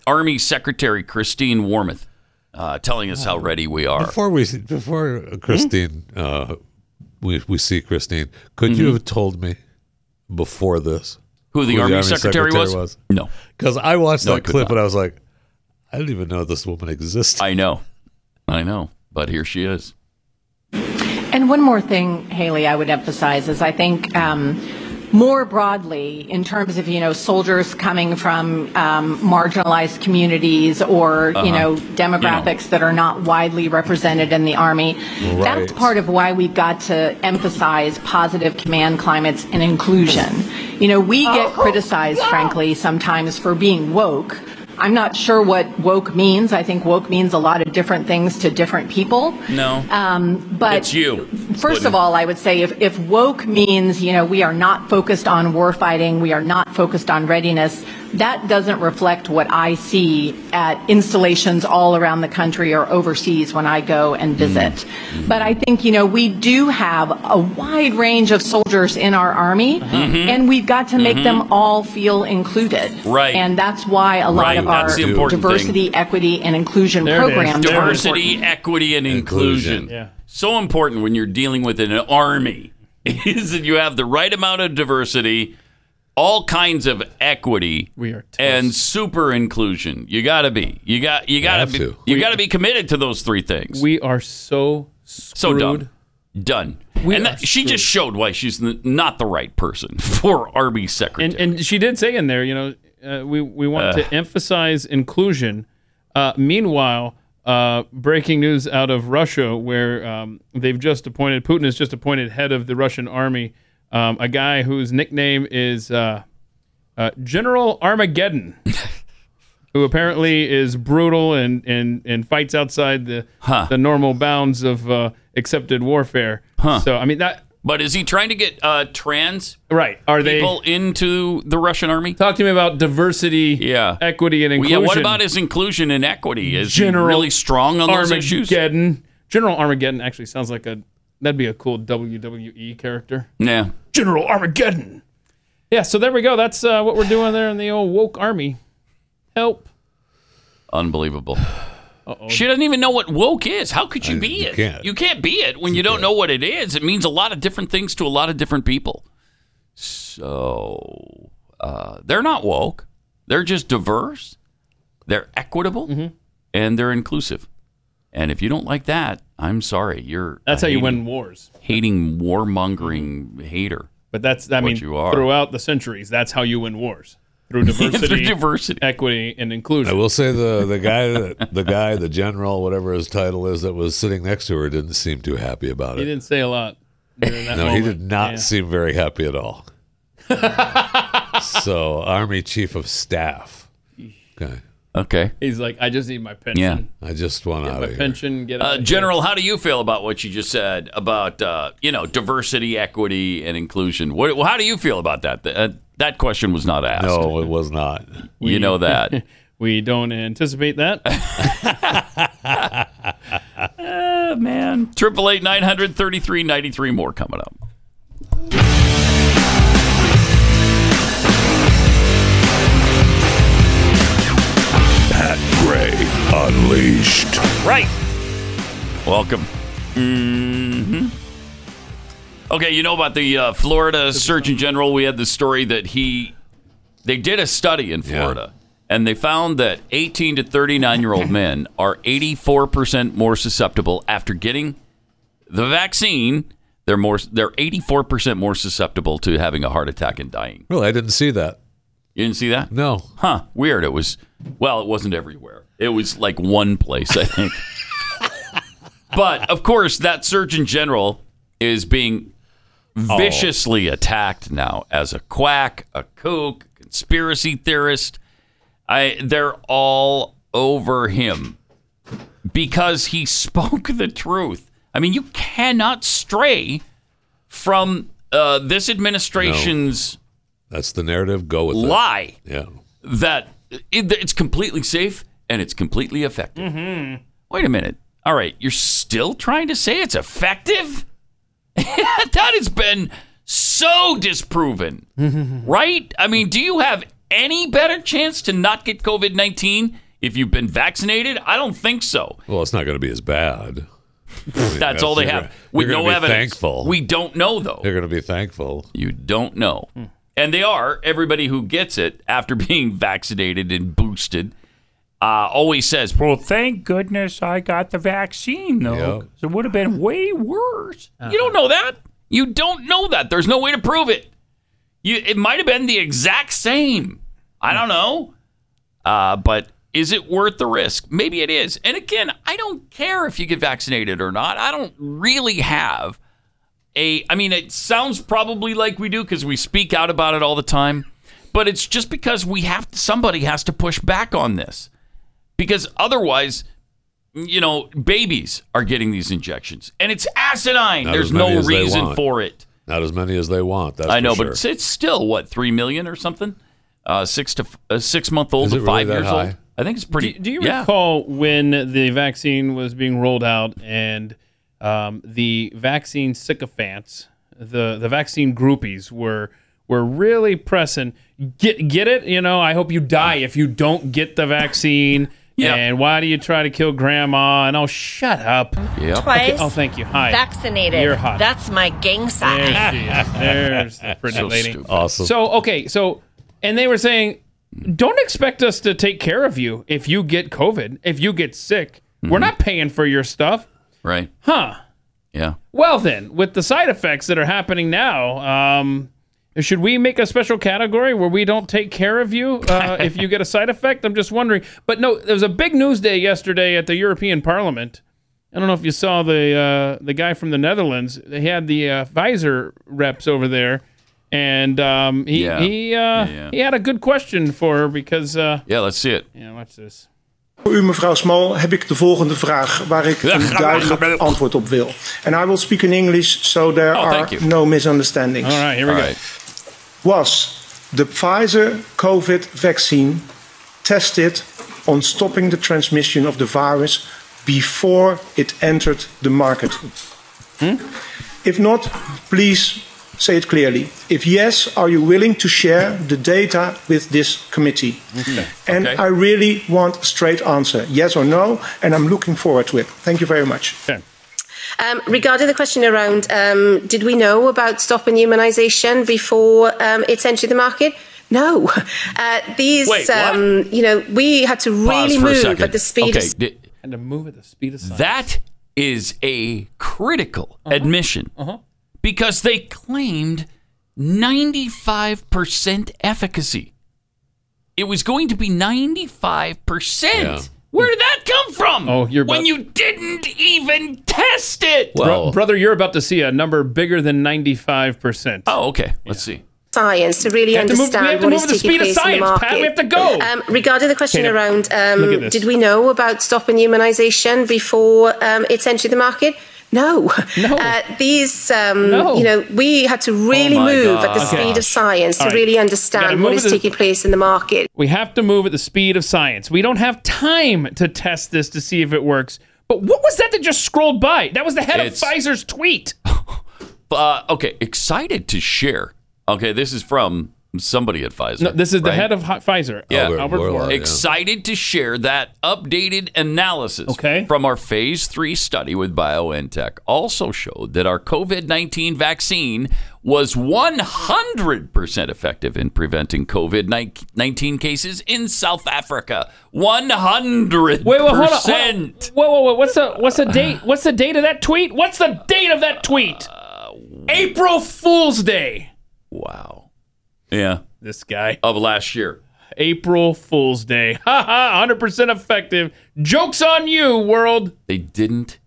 [SPEAKER 2] Army Secretary Christine Warmoth uh, telling us how ready we are.
[SPEAKER 4] Oh. Before we before Christine, uh,
[SPEAKER 2] Hmm?
[SPEAKER 4] we we see Christine. Could you
[SPEAKER 2] Mhm.
[SPEAKER 4] have told me before this
[SPEAKER 2] Who the Army Secretary was? No,
[SPEAKER 4] because I watched
[SPEAKER 2] No, I
[SPEAKER 4] that
[SPEAKER 2] could
[SPEAKER 4] clip
[SPEAKER 2] not.
[SPEAKER 4] and I was like, I didn't even know this woman existed.
[SPEAKER 2] I know, I know, but here she is.
[SPEAKER 18] And one more thing, Haley, I would emphasize is I think um, more broadly, in terms of you know soldiers coming from um, marginalized communities or
[SPEAKER 19] Uh-huh.
[SPEAKER 18] you know demographics that are not widely represented in the army, that's
[SPEAKER 19] Right.
[SPEAKER 18] part of why we've got to emphasize positive command climates and inclusion. You know, we get
[SPEAKER 17] Oh,
[SPEAKER 18] criticized, frankly, sometimes for being woke. I'm not sure what woke means. I think woke means a lot of different things to different people.
[SPEAKER 2] No,
[SPEAKER 18] Um, but
[SPEAKER 2] it's you.
[SPEAKER 18] First of all, I would say if, if woke means, you know, we are not focused on war fighting, we are not focused on readiness, that doesn't reflect what I see at installations all around the country or overseas when I go and
[SPEAKER 2] Mm-hmm.
[SPEAKER 18] visit. But I think, you know, we do have a wide range of soldiers in our Army,
[SPEAKER 2] Mm-hmm.
[SPEAKER 19] Mhm.
[SPEAKER 18] and we've got to make
[SPEAKER 19] Mhm.
[SPEAKER 18] them all feel included.
[SPEAKER 2] Right.
[SPEAKER 18] And that's why a lot
[SPEAKER 2] Right,
[SPEAKER 18] of
[SPEAKER 2] that's
[SPEAKER 18] our
[SPEAKER 2] the important thing.
[SPEAKER 18] diversity, equity, and inclusion programs are important.
[SPEAKER 2] diversity, equity, and inclusion. So important when you're dealing with an army is that you have the right amount of diversity, all kinds of equity,
[SPEAKER 3] We are toast.
[SPEAKER 2] and super inclusion. You got to be. You got. You got
[SPEAKER 3] have
[SPEAKER 2] to.
[SPEAKER 3] to.
[SPEAKER 2] You got to be committed to those three things.
[SPEAKER 3] We are so screwed.
[SPEAKER 2] So done. Done. and that, she just showed why she's n- not the right person for Army secretary.
[SPEAKER 3] And, and she did say in there, you know, uh, we we want
[SPEAKER 2] Ugh.
[SPEAKER 3] to emphasize inclusion. Uh, meanwhile, uh, breaking news out of Russia, where um, they've just appointed Putin has just appointed head of the Russian army, um, a guy whose nickname is uh, uh, General Armageddon, who apparently is brutal and and, and fights outside the the normal bounds of uh, accepted warfare. So I mean that.
[SPEAKER 2] But is he trying to get uh, trans
[SPEAKER 3] Right. Are they
[SPEAKER 2] people into the Russian army?
[SPEAKER 3] Talk to me about diversity, yeah. equity, and
[SPEAKER 2] Well,
[SPEAKER 3] inclusion.
[SPEAKER 2] yeah, what about his inclusion and equity? Is
[SPEAKER 3] General
[SPEAKER 2] he really strong on those issues?
[SPEAKER 3] Armageddon. General Armageddon actually sounds like a that'd be a cool WWE character.
[SPEAKER 2] Yeah.
[SPEAKER 3] General Armageddon. Yeah, so there we go. That's uh, what we're doing there in the old woke army. Help.
[SPEAKER 2] Unbelievable. She doesn't even know what woke is. How could you be it?
[SPEAKER 4] can't.
[SPEAKER 2] You can't be it when you don't know what it is. It means a lot of different things to a lot of different people. So uh, they're not woke. They're just diverse. They're equitable,
[SPEAKER 3] Mm-hmm.
[SPEAKER 2] and they're inclusive. And if you don't like that, I'm sorry. You're
[SPEAKER 3] That's
[SPEAKER 2] a
[SPEAKER 3] how you
[SPEAKER 2] hating-
[SPEAKER 3] win wars.
[SPEAKER 2] Hating warmongering hater.
[SPEAKER 3] But that's I
[SPEAKER 2] What
[SPEAKER 3] mean
[SPEAKER 2] you are.
[SPEAKER 3] throughout the centuries, that's how you win wars. Through diversity,
[SPEAKER 2] diversity,
[SPEAKER 3] equity, and inclusion.
[SPEAKER 4] I will say the the guy that, the guy the general whatever his title is that was sitting next to her didn't seem too happy about
[SPEAKER 3] He
[SPEAKER 4] it.
[SPEAKER 3] didn't say a lot during that
[SPEAKER 4] No,
[SPEAKER 3] moment.
[SPEAKER 4] he did not
[SPEAKER 3] Yeah.
[SPEAKER 4] seem very happy at all. so Army Chief of Staff. Okay.
[SPEAKER 2] Okay.
[SPEAKER 3] He's like, I just need my pension.
[SPEAKER 4] I just want
[SPEAKER 3] Get
[SPEAKER 4] out
[SPEAKER 3] my
[SPEAKER 4] of here.
[SPEAKER 3] pension. Get out
[SPEAKER 2] Uh,
[SPEAKER 3] of here.
[SPEAKER 2] General, how do you feel about what you just said about uh, you know diversity, equity, and inclusion? What, how do you feel about that? Th- uh, that question was not asked.
[SPEAKER 4] No, it was not.
[SPEAKER 2] you know that.
[SPEAKER 3] we don't anticipate that.
[SPEAKER 2] Ah, man. Triple eight nine hundred thirty three ninety three. More coming up.
[SPEAKER 19] Pat Gray Unleashed.
[SPEAKER 2] Right. Welcome. hmm Okay, you know about the uh, Florida Surgeon General. We had the story that he, they did a study in Florida, and they found that 18 to 39 year old men are 84% more susceptible after getting the vaccine. They're more, they're 84% more susceptible to having a heart attack and dying.
[SPEAKER 4] Really, I didn't see that.
[SPEAKER 2] You didn't see that?
[SPEAKER 4] No.
[SPEAKER 2] Huh. Weird. It was, well, it wasn't everywhere. It was like one place, I think. but of course, that Surgeon General is being
[SPEAKER 3] Oh.
[SPEAKER 2] viciously attacked now as a quack, a kook, conspiracy theorist. I, they're all over him because he spoke the truth. I mean, you cannot stray from uh, this administration's
[SPEAKER 4] That's the narrative. Go with it.
[SPEAKER 2] lie
[SPEAKER 4] Yeah.
[SPEAKER 2] that it, it's completely safe and it's completely effective. Wait a minute. All right, you're still trying to say it's effective? that has been so disproven, right? I mean, do you have any better chance to not get COVID 19 if you've been vaccinated? I don't think so.
[SPEAKER 4] Well, it's not going to be as bad.
[SPEAKER 2] That's all they
[SPEAKER 4] you're
[SPEAKER 2] have.
[SPEAKER 4] gonna-
[SPEAKER 2] With
[SPEAKER 4] you're gonna
[SPEAKER 2] no
[SPEAKER 4] be
[SPEAKER 2] evidence.
[SPEAKER 4] Thankful.
[SPEAKER 2] We don't know, though.
[SPEAKER 4] You're going to be thankful.
[SPEAKER 2] You don't know. And they are. Everybody who gets it after being vaccinated and boosted uh, always says, well, thank goodness I got the vaccine, though. 'cause It would have been way worse.
[SPEAKER 3] Uh,
[SPEAKER 2] You don't know that. You don't know that. There's no way to prove it. You, it might have been the exact same. I don't know. Uh, but is it worth the risk? Maybe it is. And again, I don't care if you get vaccinated or not. I don't really have a i mean it sounds probably like we do because we speak out about it all the time but it's just because we have to, somebody has to push back on this because otherwise you know babies are getting these injections and it's asinine
[SPEAKER 4] Not
[SPEAKER 2] there's
[SPEAKER 4] as many
[SPEAKER 2] no
[SPEAKER 4] as they
[SPEAKER 2] reason
[SPEAKER 4] want.
[SPEAKER 2] for it
[SPEAKER 4] Not as many as they want. That's
[SPEAKER 2] i know
[SPEAKER 4] for
[SPEAKER 2] but
[SPEAKER 4] sure.
[SPEAKER 2] it's, it's still what 3 million or something uh, six to f- uh, six month old
[SPEAKER 4] Is
[SPEAKER 2] to
[SPEAKER 4] it really
[SPEAKER 2] five
[SPEAKER 4] that
[SPEAKER 2] years
[SPEAKER 4] high?
[SPEAKER 2] old i think it's pretty
[SPEAKER 3] Do you
[SPEAKER 2] yeah.
[SPEAKER 3] recall when the vaccine was being rolled out and um, the vaccine sycophants, the, the vaccine groupies were were really pressing get get it, you know, I hope you die if you don't get the vaccine. Yeah. And why do you try to kill grandma? And oh, shut up.
[SPEAKER 2] Yeah.
[SPEAKER 3] Okay,
[SPEAKER 20] Twice
[SPEAKER 3] oh, thank you. Hi.
[SPEAKER 20] Vaccinated.
[SPEAKER 3] You're hot.
[SPEAKER 20] That's my gang sign.
[SPEAKER 3] There she is. There's the pretty
[SPEAKER 4] So
[SPEAKER 3] lady.
[SPEAKER 4] stupid. Awesome.
[SPEAKER 3] So okay, so and they were saying, don't expect us to take care of you if you get COVID, if you get sick. We're not paying for your stuff,
[SPEAKER 2] right
[SPEAKER 3] huh?
[SPEAKER 2] Yeah.
[SPEAKER 3] Well, then, with the side effects that are happening now, um, should we make a special category where we don't take care of you uh, if you get a side effect? I'm just wondering. But no, there was a big news day yesterday at the European Parliament. I don't know if you saw the uh, the guy from the Netherlands. They had the uh, Pfizer reps over there, and um, he
[SPEAKER 2] Yeah.
[SPEAKER 3] he uh, he had a good question for her because uh,
[SPEAKER 2] Yeah, let's see it.
[SPEAKER 3] yeah, watch this.
[SPEAKER 20] Voor u, mevrouw Smal, heb ik de volgende vraag waar ik een duidelijk antwoord op wil. And I will speak in English so there are
[SPEAKER 3] Oh, thank you.
[SPEAKER 20] no misunderstandings.
[SPEAKER 3] All right, here we All go. right.
[SPEAKER 20] Was the Pfizer COVID vaccine tested on stopping the transmission of the virus before it entered the market?
[SPEAKER 3] Hmm?
[SPEAKER 20] If not, please say it clearly. If yes, are you willing to share the data with this committee? And I really want a straight answer, yes or no, and I'm looking forward to it. Thank you very much.
[SPEAKER 21] Um, regarding the question around um, did we know about stopping humanisation before um, it entered the market? No. Uh, these,
[SPEAKER 2] Wait, what?
[SPEAKER 21] um, you know, we had to
[SPEAKER 2] Pause
[SPEAKER 21] really
[SPEAKER 2] for a
[SPEAKER 21] move
[SPEAKER 2] second.
[SPEAKER 21] at the speed
[SPEAKER 2] Okay,
[SPEAKER 21] of
[SPEAKER 2] di-
[SPEAKER 3] And to move at the speed of Uh-huh. sound.
[SPEAKER 2] That is a critical admission because they claimed 95% efficacy. It was going to be 95%. Where did that come from?
[SPEAKER 3] Oh, you're
[SPEAKER 2] when
[SPEAKER 3] about-
[SPEAKER 2] you didn't even test it.
[SPEAKER 3] Bro- brother, you're about to see a number bigger than 95%.
[SPEAKER 2] Oh, okay. Let's see.
[SPEAKER 21] science to really
[SPEAKER 3] We have to move- we have
[SPEAKER 21] understand
[SPEAKER 3] to
[SPEAKER 21] what
[SPEAKER 3] move
[SPEAKER 21] is
[SPEAKER 3] at the
[SPEAKER 21] taking
[SPEAKER 3] speed of
[SPEAKER 21] place in the
[SPEAKER 3] science,
[SPEAKER 21] market.
[SPEAKER 3] Pat. We have to go.
[SPEAKER 21] Um, regarding the question
[SPEAKER 3] Tina,
[SPEAKER 21] around
[SPEAKER 3] look at
[SPEAKER 21] um,
[SPEAKER 3] this.
[SPEAKER 21] did we know about stopping humanisation before um, it entered the market? No.
[SPEAKER 22] No.
[SPEAKER 21] Uh, these, um,
[SPEAKER 22] No.
[SPEAKER 21] you know, we had to really
[SPEAKER 3] Oh my
[SPEAKER 21] move at the
[SPEAKER 3] gosh.
[SPEAKER 21] speed of science
[SPEAKER 3] All
[SPEAKER 21] to
[SPEAKER 3] right.
[SPEAKER 21] really
[SPEAKER 3] Gotta
[SPEAKER 21] understand
[SPEAKER 3] move
[SPEAKER 21] what
[SPEAKER 3] at
[SPEAKER 21] is
[SPEAKER 3] the-
[SPEAKER 21] taking place in the market.
[SPEAKER 3] We have to move at the speed of science. We don't have time to test this to see if it works. But what was that that just scrolled by? That was the head
[SPEAKER 2] It's-
[SPEAKER 3] of Pfizer's tweet.
[SPEAKER 2] Uh, okay, excited to share. Okay, this is from somebody at Pfizer.
[SPEAKER 3] No, this is the
[SPEAKER 2] right?
[SPEAKER 3] head of Hi- Pfizer,
[SPEAKER 2] Yeah,
[SPEAKER 3] Albert, Albert Bourla.
[SPEAKER 2] Excited to share that updated analysis from our phase three study with BioNTech also showed that our COVID 19 vaccine was 100% effective in preventing COVID 19 cases in South Africa. 100%.
[SPEAKER 3] Wait, well, hold on. Hold on. Whoa, whoa, whoa! What's the what's the date? What's the date of that tweet? What's the date of that tweet?
[SPEAKER 2] Uh,
[SPEAKER 3] April Fool's Day.
[SPEAKER 2] Wow. Yeah.
[SPEAKER 3] This guy.
[SPEAKER 2] Of last year.
[SPEAKER 3] April Fool's Day. Ha ha! 100% effective. Jokes on you, world.
[SPEAKER 2] They didn't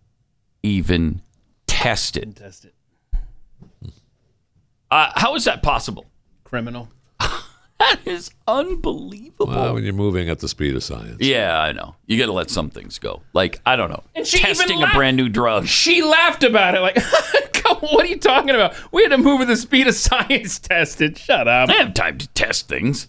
[SPEAKER 2] even test it.
[SPEAKER 3] Test it.
[SPEAKER 2] Uh, how is that possible?
[SPEAKER 3] Criminal.
[SPEAKER 2] That is unbelievable.
[SPEAKER 4] Well, Uh, when you're moving at the speed of science.
[SPEAKER 2] Yeah, I know. You got to let some things go. Like, I don't know.
[SPEAKER 3] And she even
[SPEAKER 2] testing a
[SPEAKER 3] laughed.
[SPEAKER 2] brand new drug.
[SPEAKER 3] She laughed about it. Like, come, what are you talking about? We had to move at the speed of science. Tested. Shut up.
[SPEAKER 2] I have time to test things.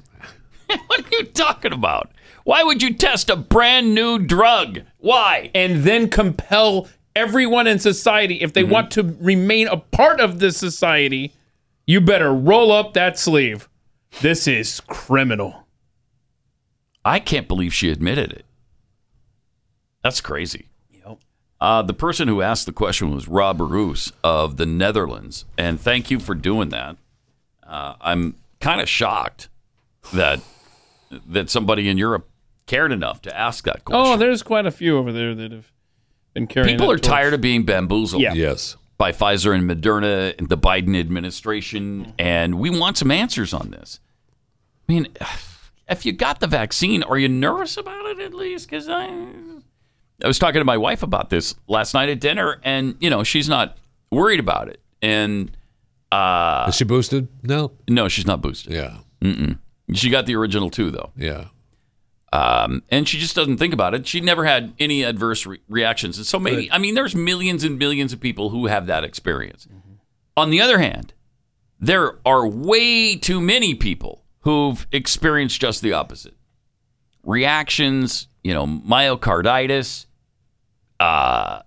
[SPEAKER 2] what are you talking about? Why would you test a brand new drug? Why?
[SPEAKER 3] And then compel everyone in society, if
[SPEAKER 2] Mm-hmm.
[SPEAKER 3] they want to remain a part of this society, you better roll up that sleeve. This is criminal.
[SPEAKER 2] I can't believe she admitted it. That's crazy. Uh, the person who asked the question was Rob Roos of the Netherlands, and thank you for doing that. Uh, I'm kind of shocked that that somebody in Europe cared enough to ask that question.
[SPEAKER 3] Oh, there's quite a few over there that have been carrying.
[SPEAKER 2] People
[SPEAKER 3] that
[SPEAKER 2] are
[SPEAKER 3] torch.
[SPEAKER 2] tired of being bamboozled.
[SPEAKER 3] Yeah.
[SPEAKER 4] Yes.
[SPEAKER 2] By Pfizer and Moderna and the Biden administration, and we want some answers on this. I mean, if you got the vaccine, are you nervous about it at least? Because I, I was talking to my wife about this last night at dinner, and you know she's not worried about it. And uh,
[SPEAKER 4] Is she boosted? No.
[SPEAKER 2] no, she's not boosted.
[SPEAKER 4] Yeah.
[SPEAKER 2] Mm-mm. She got the original too, though.
[SPEAKER 4] Yeah.
[SPEAKER 2] Um, and she just doesn't think about it. She never had any adverse re- reactions. And so maybe, I mean, there's millions and millions of people who have that experience. On the other hand, there are way too many people who've experienced just the opposite reactions, you know, myocarditis, uh,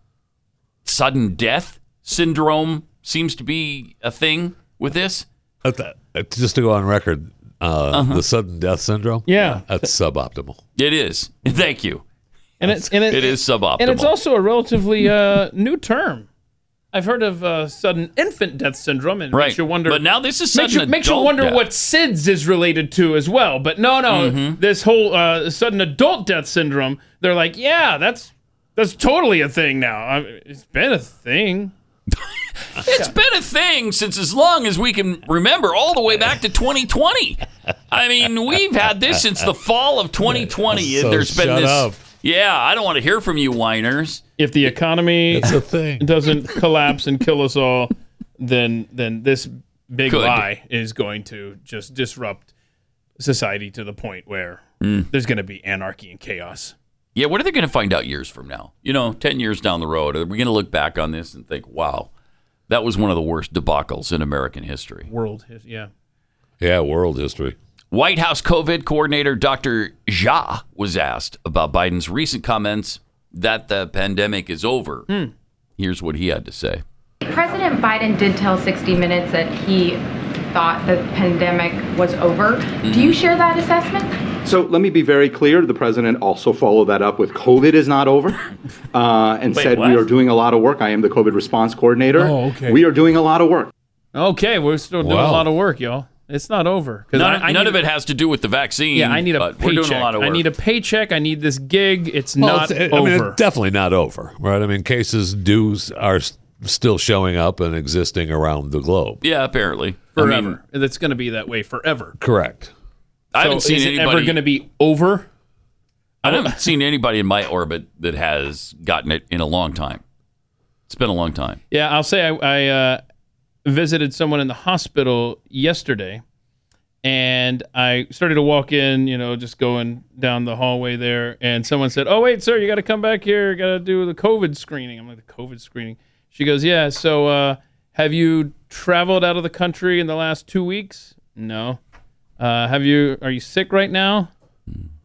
[SPEAKER 2] sudden death syndrome seems to be a thing with this.
[SPEAKER 4] At the, uh, just to go on record, uh,
[SPEAKER 2] Uh-huh.
[SPEAKER 4] the sudden death syndrome.
[SPEAKER 3] Yeah.
[SPEAKER 4] That's suboptimal.
[SPEAKER 2] It is. Thank you.
[SPEAKER 3] And it's and
[SPEAKER 2] it is suboptimal.
[SPEAKER 3] And it's also a relatively uh, new term. I've heard of uh, sudden infant death syndrome, and it
[SPEAKER 2] Right.
[SPEAKER 3] makes you wonder.
[SPEAKER 2] But now this is
[SPEAKER 3] makes
[SPEAKER 2] sudden
[SPEAKER 3] you, makes you
[SPEAKER 2] adult
[SPEAKER 3] wonder
[SPEAKER 2] death.
[SPEAKER 3] what SIDS is related to as well. But no, no,
[SPEAKER 2] Mm-hmm.
[SPEAKER 3] this whole uh, sudden adult death syndrome. They're like, yeah, that's that's totally a thing now. I mean, it's been a thing.
[SPEAKER 2] It's been a thing since as long as we can remember, all the way back to 2020. I mean, we've had this since the fall of 2020.
[SPEAKER 3] So
[SPEAKER 2] There's been
[SPEAKER 3] shut
[SPEAKER 2] this.
[SPEAKER 3] up.
[SPEAKER 2] Yeah, I don't want to hear from you, whiners.
[SPEAKER 3] If the economy doesn't collapse and kill us all, then then this big
[SPEAKER 2] Could.
[SPEAKER 3] lie is going to just disrupt society to the point where there's going to be anarchy and chaos.
[SPEAKER 2] Yeah, what are they going to find out years from now? You know, 10 years down the road, are we going to look back on this and think, wow, that was one of the worst debacles in American history?
[SPEAKER 3] World, his- yeah.
[SPEAKER 4] Yeah, world history.
[SPEAKER 2] White House COVID coordinator Dr. Jha was asked about Biden's recent comments that the pandemic is over.
[SPEAKER 3] Hmm.
[SPEAKER 2] Here's what he had to say.
[SPEAKER 23] President Biden did tell 60 Minutes that he thought the pandemic was over. Do you share that assessment?
[SPEAKER 22] So let me be very clear. The president also followed that up with COVID is not over uh, and
[SPEAKER 3] Wait,
[SPEAKER 22] said,
[SPEAKER 3] what?
[SPEAKER 22] We are doing a lot of work. I am the COVID response coordinator.
[SPEAKER 3] Oh, okay.
[SPEAKER 22] We are doing a lot of work.
[SPEAKER 3] Okay, we're still doing a
[SPEAKER 22] Wow.
[SPEAKER 3] lot of work, y'all. It's not over. 'Cause
[SPEAKER 2] None,
[SPEAKER 3] I- I
[SPEAKER 2] none
[SPEAKER 3] need-
[SPEAKER 2] of it has to do with the vaccine.
[SPEAKER 3] Yeah, I need a
[SPEAKER 2] but
[SPEAKER 3] paycheck.
[SPEAKER 2] We're doing a lot of work.
[SPEAKER 3] I need a paycheck. I need this gig. It's
[SPEAKER 4] Well,
[SPEAKER 3] not
[SPEAKER 4] Oh, it's- I
[SPEAKER 3] over.
[SPEAKER 4] mean, it's definitely not over, right? I mean, cases do s- are s- still showing up and existing around the globe.
[SPEAKER 2] yeah, apparently.
[SPEAKER 3] forever. And it's going to be that way forever.
[SPEAKER 4] Correct.
[SPEAKER 2] I haven't
[SPEAKER 3] So
[SPEAKER 2] seen
[SPEAKER 3] is it
[SPEAKER 2] anybody.
[SPEAKER 3] ever going to be over?
[SPEAKER 2] I haven't seen anybody in my orbit that has gotten it in a long time. It's been a long time.
[SPEAKER 3] Yeah, I'll say I, I uh, visited someone in the hospital yesterday, and I started to walk in, you know, just going down the hallway there, and someone said, "Oh wait, sir, you got to come back here. Got to do the COVID screening." I'm like, "The COVID screening?" She goes, "Yeah. So, uh, have you traveled out of the country in the last two weeks? No. Uh, have you? Are you sick right now?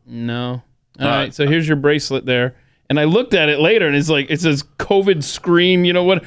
[SPEAKER 3] No. All
[SPEAKER 2] Uh,
[SPEAKER 3] right, so here's your bracelet there. And I looked at it later and it's like it says COVID screen, you know what?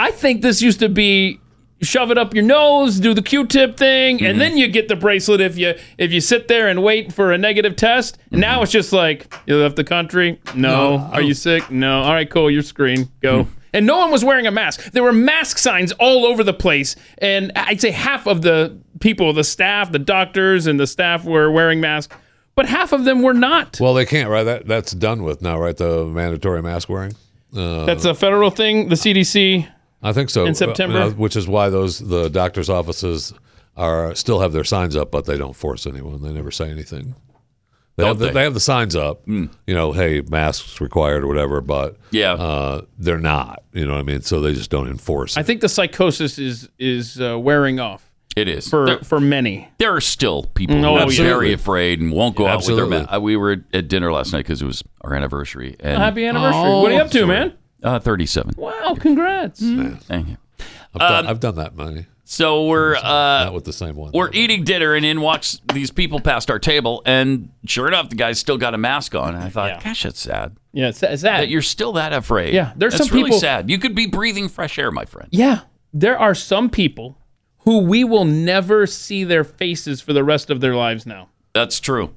[SPEAKER 3] I think this used to be shove it up your nose, do the Q-tip thing, and then you get the bracelet if you if you sit there and wait for a negative test. Now it's just like you left the country? No.
[SPEAKER 4] No, I
[SPEAKER 3] Are you sick? No. All right, cool, your screen. Go.
[SPEAKER 2] Hmm.
[SPEAKER 3] And no one was wearing a mask. There were mask signs all over the place, and I'd say half of the people, the staff, the doctors and the staff were wearing masks, but half of them were not.
[SPEAKER 4] Well, they can't, right? That that's done with now, right? The mandatory mask wearing. Uh,
[SPEAKER 3] That's a federal thing. The CDC.
[SPEAKER 4] I think so.
[SPEAKER 3] in
[SPEAKER 4] Uh,
[SPEAKER 3] September.
[SPEAKER 4] uh, which is why those the doctors' offices are still have their signs up, but they don't force anyone. They never say anything. They,
[SPEAKER 2] Don't
[SPEAKER 4] have, the,
[SPEAKER 2] they?
[SPEAKER 4] they have the signs up, you know, hey, masks required or whatever, but
[SPEAKER 2] yeah,
[SPEAKER 4] uh, they're not. You know what I mean? So they just don't enforce.
[SPEAKER 3] I
[SPEAKER 4] It.
[SPEAKER 3] think the psychosis is is uh, wearing off
[SPEAKER 2] It is.
[SPEAKER 3] for
[SPEAKER 2] There-
[SPEAKER 3] for many.
[SPEAKER 2] There are still people
[SPEAKER 3] No,
[SPEAKER 2] who are
[SPEAKER 3] Absolutely.
[SPEAKER 2] very afraid and won't go out with their
[SPEAKER 4] Absolutely.
[SPEAKER 2] mask. Uh, We were at- at dinner last night because it was our anniversary. And
[SPEAKER 3] Happy anniversary! what are you up to, man?
[SPEAKER 2] Uh, 37.
[SPEAKER 3] Wow! Congrats.
[SPEAKER 2] Thank you.
[SPEAKER 4] I've,
[SPEAKER 2] Uh, Um,
[SPEAKER 4] done, I've done that many.
[SPEAKER 2] So we're uh,
[SPEAKER 4] Not with the same one.
[SPEAKER 2] we're eating dinner, and in walks these people past our table, and sure enough, the guy's still got a mask on. And I thought, gosh, that's sad.
[SPEAKER 3] Yeah, it's, it's that.
[SPEAKER 2] That you're still that afraid.
[SPEAKER 3] Yeah, there's
[SPEAKER 2] That's
[SPEAKER 3] some
[SPEAKER 2] really
[SPEAKER 3] people-
[SPEAKER 2] sad. You could be breathing fresh air, my friend.
[SPEAKER 3] Yeah, there are some people who we will never see their faces for the rest of their lives now.
[SPEAKER 2] That's true.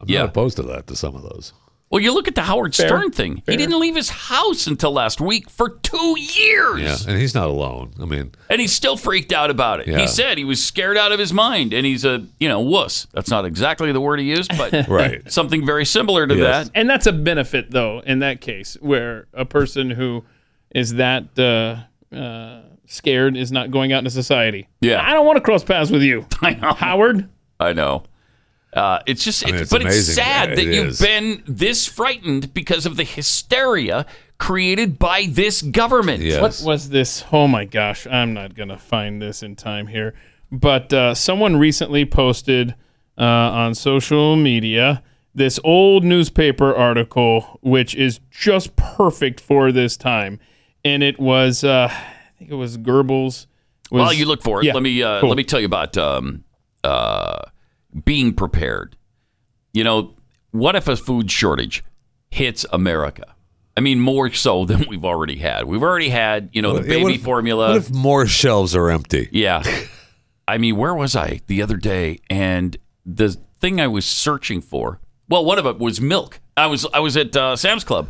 [SPEAKER 4] I'm
[SPEAKER 2] yeah.
[SPEAKER 4] not opposed to that to some of those.
[SPEAKER 2] Well, you look at the Howard
[SPEAKER 4] Fair.
[SPEAKER 2] Stern thing.
[SPEAKER 4] Fair.
[SPEAKER 2] He didn't leave his house until last week for two years.
[SPEAKER 4] Yeah, and he's not alone. I mean,
[SPEAKER 2] And he's still freaked out about it.
[SPEAKER 4] Yeah.
[SPEAKER 2] He said he was scared out of his mind, and he's a you know wuss. That's not exactly the word he used, but
[SPEAKER 4] Right.
[SPEAKER 2] something very similar to that.
[SPEAKER 3] And that's a benefit, though, in that case, where a person who is that uh, uh, scared is not going out into society.
[SPEAKER 2] Yeah.
[SPEAKER 3] I don't want to cross paths with you,
[SPEAKER 2] I know.
[SPEAKER 3] Howard.
[SPEAKER 2] I know. Uh, it's just,
[SPEAKER 4] mean,
[SPEAKER 2] it's-
[SPEAKER 4] it's
[SPEAKER 2] but it's
[SPEAKER 4] amazing.
[SPEAKER 2] sad
[SPEAKER 4] It
[SPEAKER 2] that you've
[SPEAKER 4] is.
[SPEAKER 2] been this frightened because of the hysteria created by this government.
[SPEAKER 3] What was this? Oh my gosh, I'm not gonna find this in time here. But uh, someone recently posted uh, on social media this old newspaper article, which is just perfect for this time, and it was uh, I think it was Goebbels. Was,
[SPEAKER 2] While you look for it,
[SPEAKER 3] Yeah,
[SPEAKER 2] let me uh,
[SPEAKER 3] cool.
[SPEAKER 2] let me tell you about um, uh, being prepared. You know, what if a food shortage hits America? I mean, more so than we've already had. We've already had, you know, the
[SPEAKER 4] What- yeah,
[SPEAKER 2] baby
[SPEAKER 4] what if-
[SPEAKER 2] formula.
[SPEAKER 4] What if more shelves are empty?
[SPEAKER 2] Yeah. I mean, where was I the other day? And the thing I was searching for, well, one of it was milk. I was I was at uh, Sam's Club.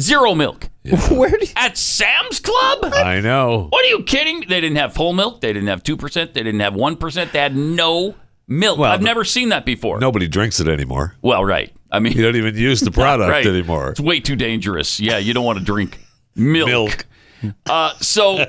[SPEAKER 2] Zero milk.
[SPEAKER 3] Where do
[SPEAKER 2] at Sam's Club?
[SPEAKER 4] I know.
[SPEAKER 2] What are you kidding? me? They didn't have full milk. They didn't have two percent. They didn't have one percent. They had no milk. I've never seen that before.
[SPEAKER 4] Nobody drinks it anymore.
[SPEAKER 2] Well, right. I mean,
[SPEAKER 4] you don't even use the product
[SPEAKER 2] Right.
[SPEAKER 4] anymore.
[SPEAKER 2] It's way too dangerous. Yeah, you don't want to drink milk. Uh, so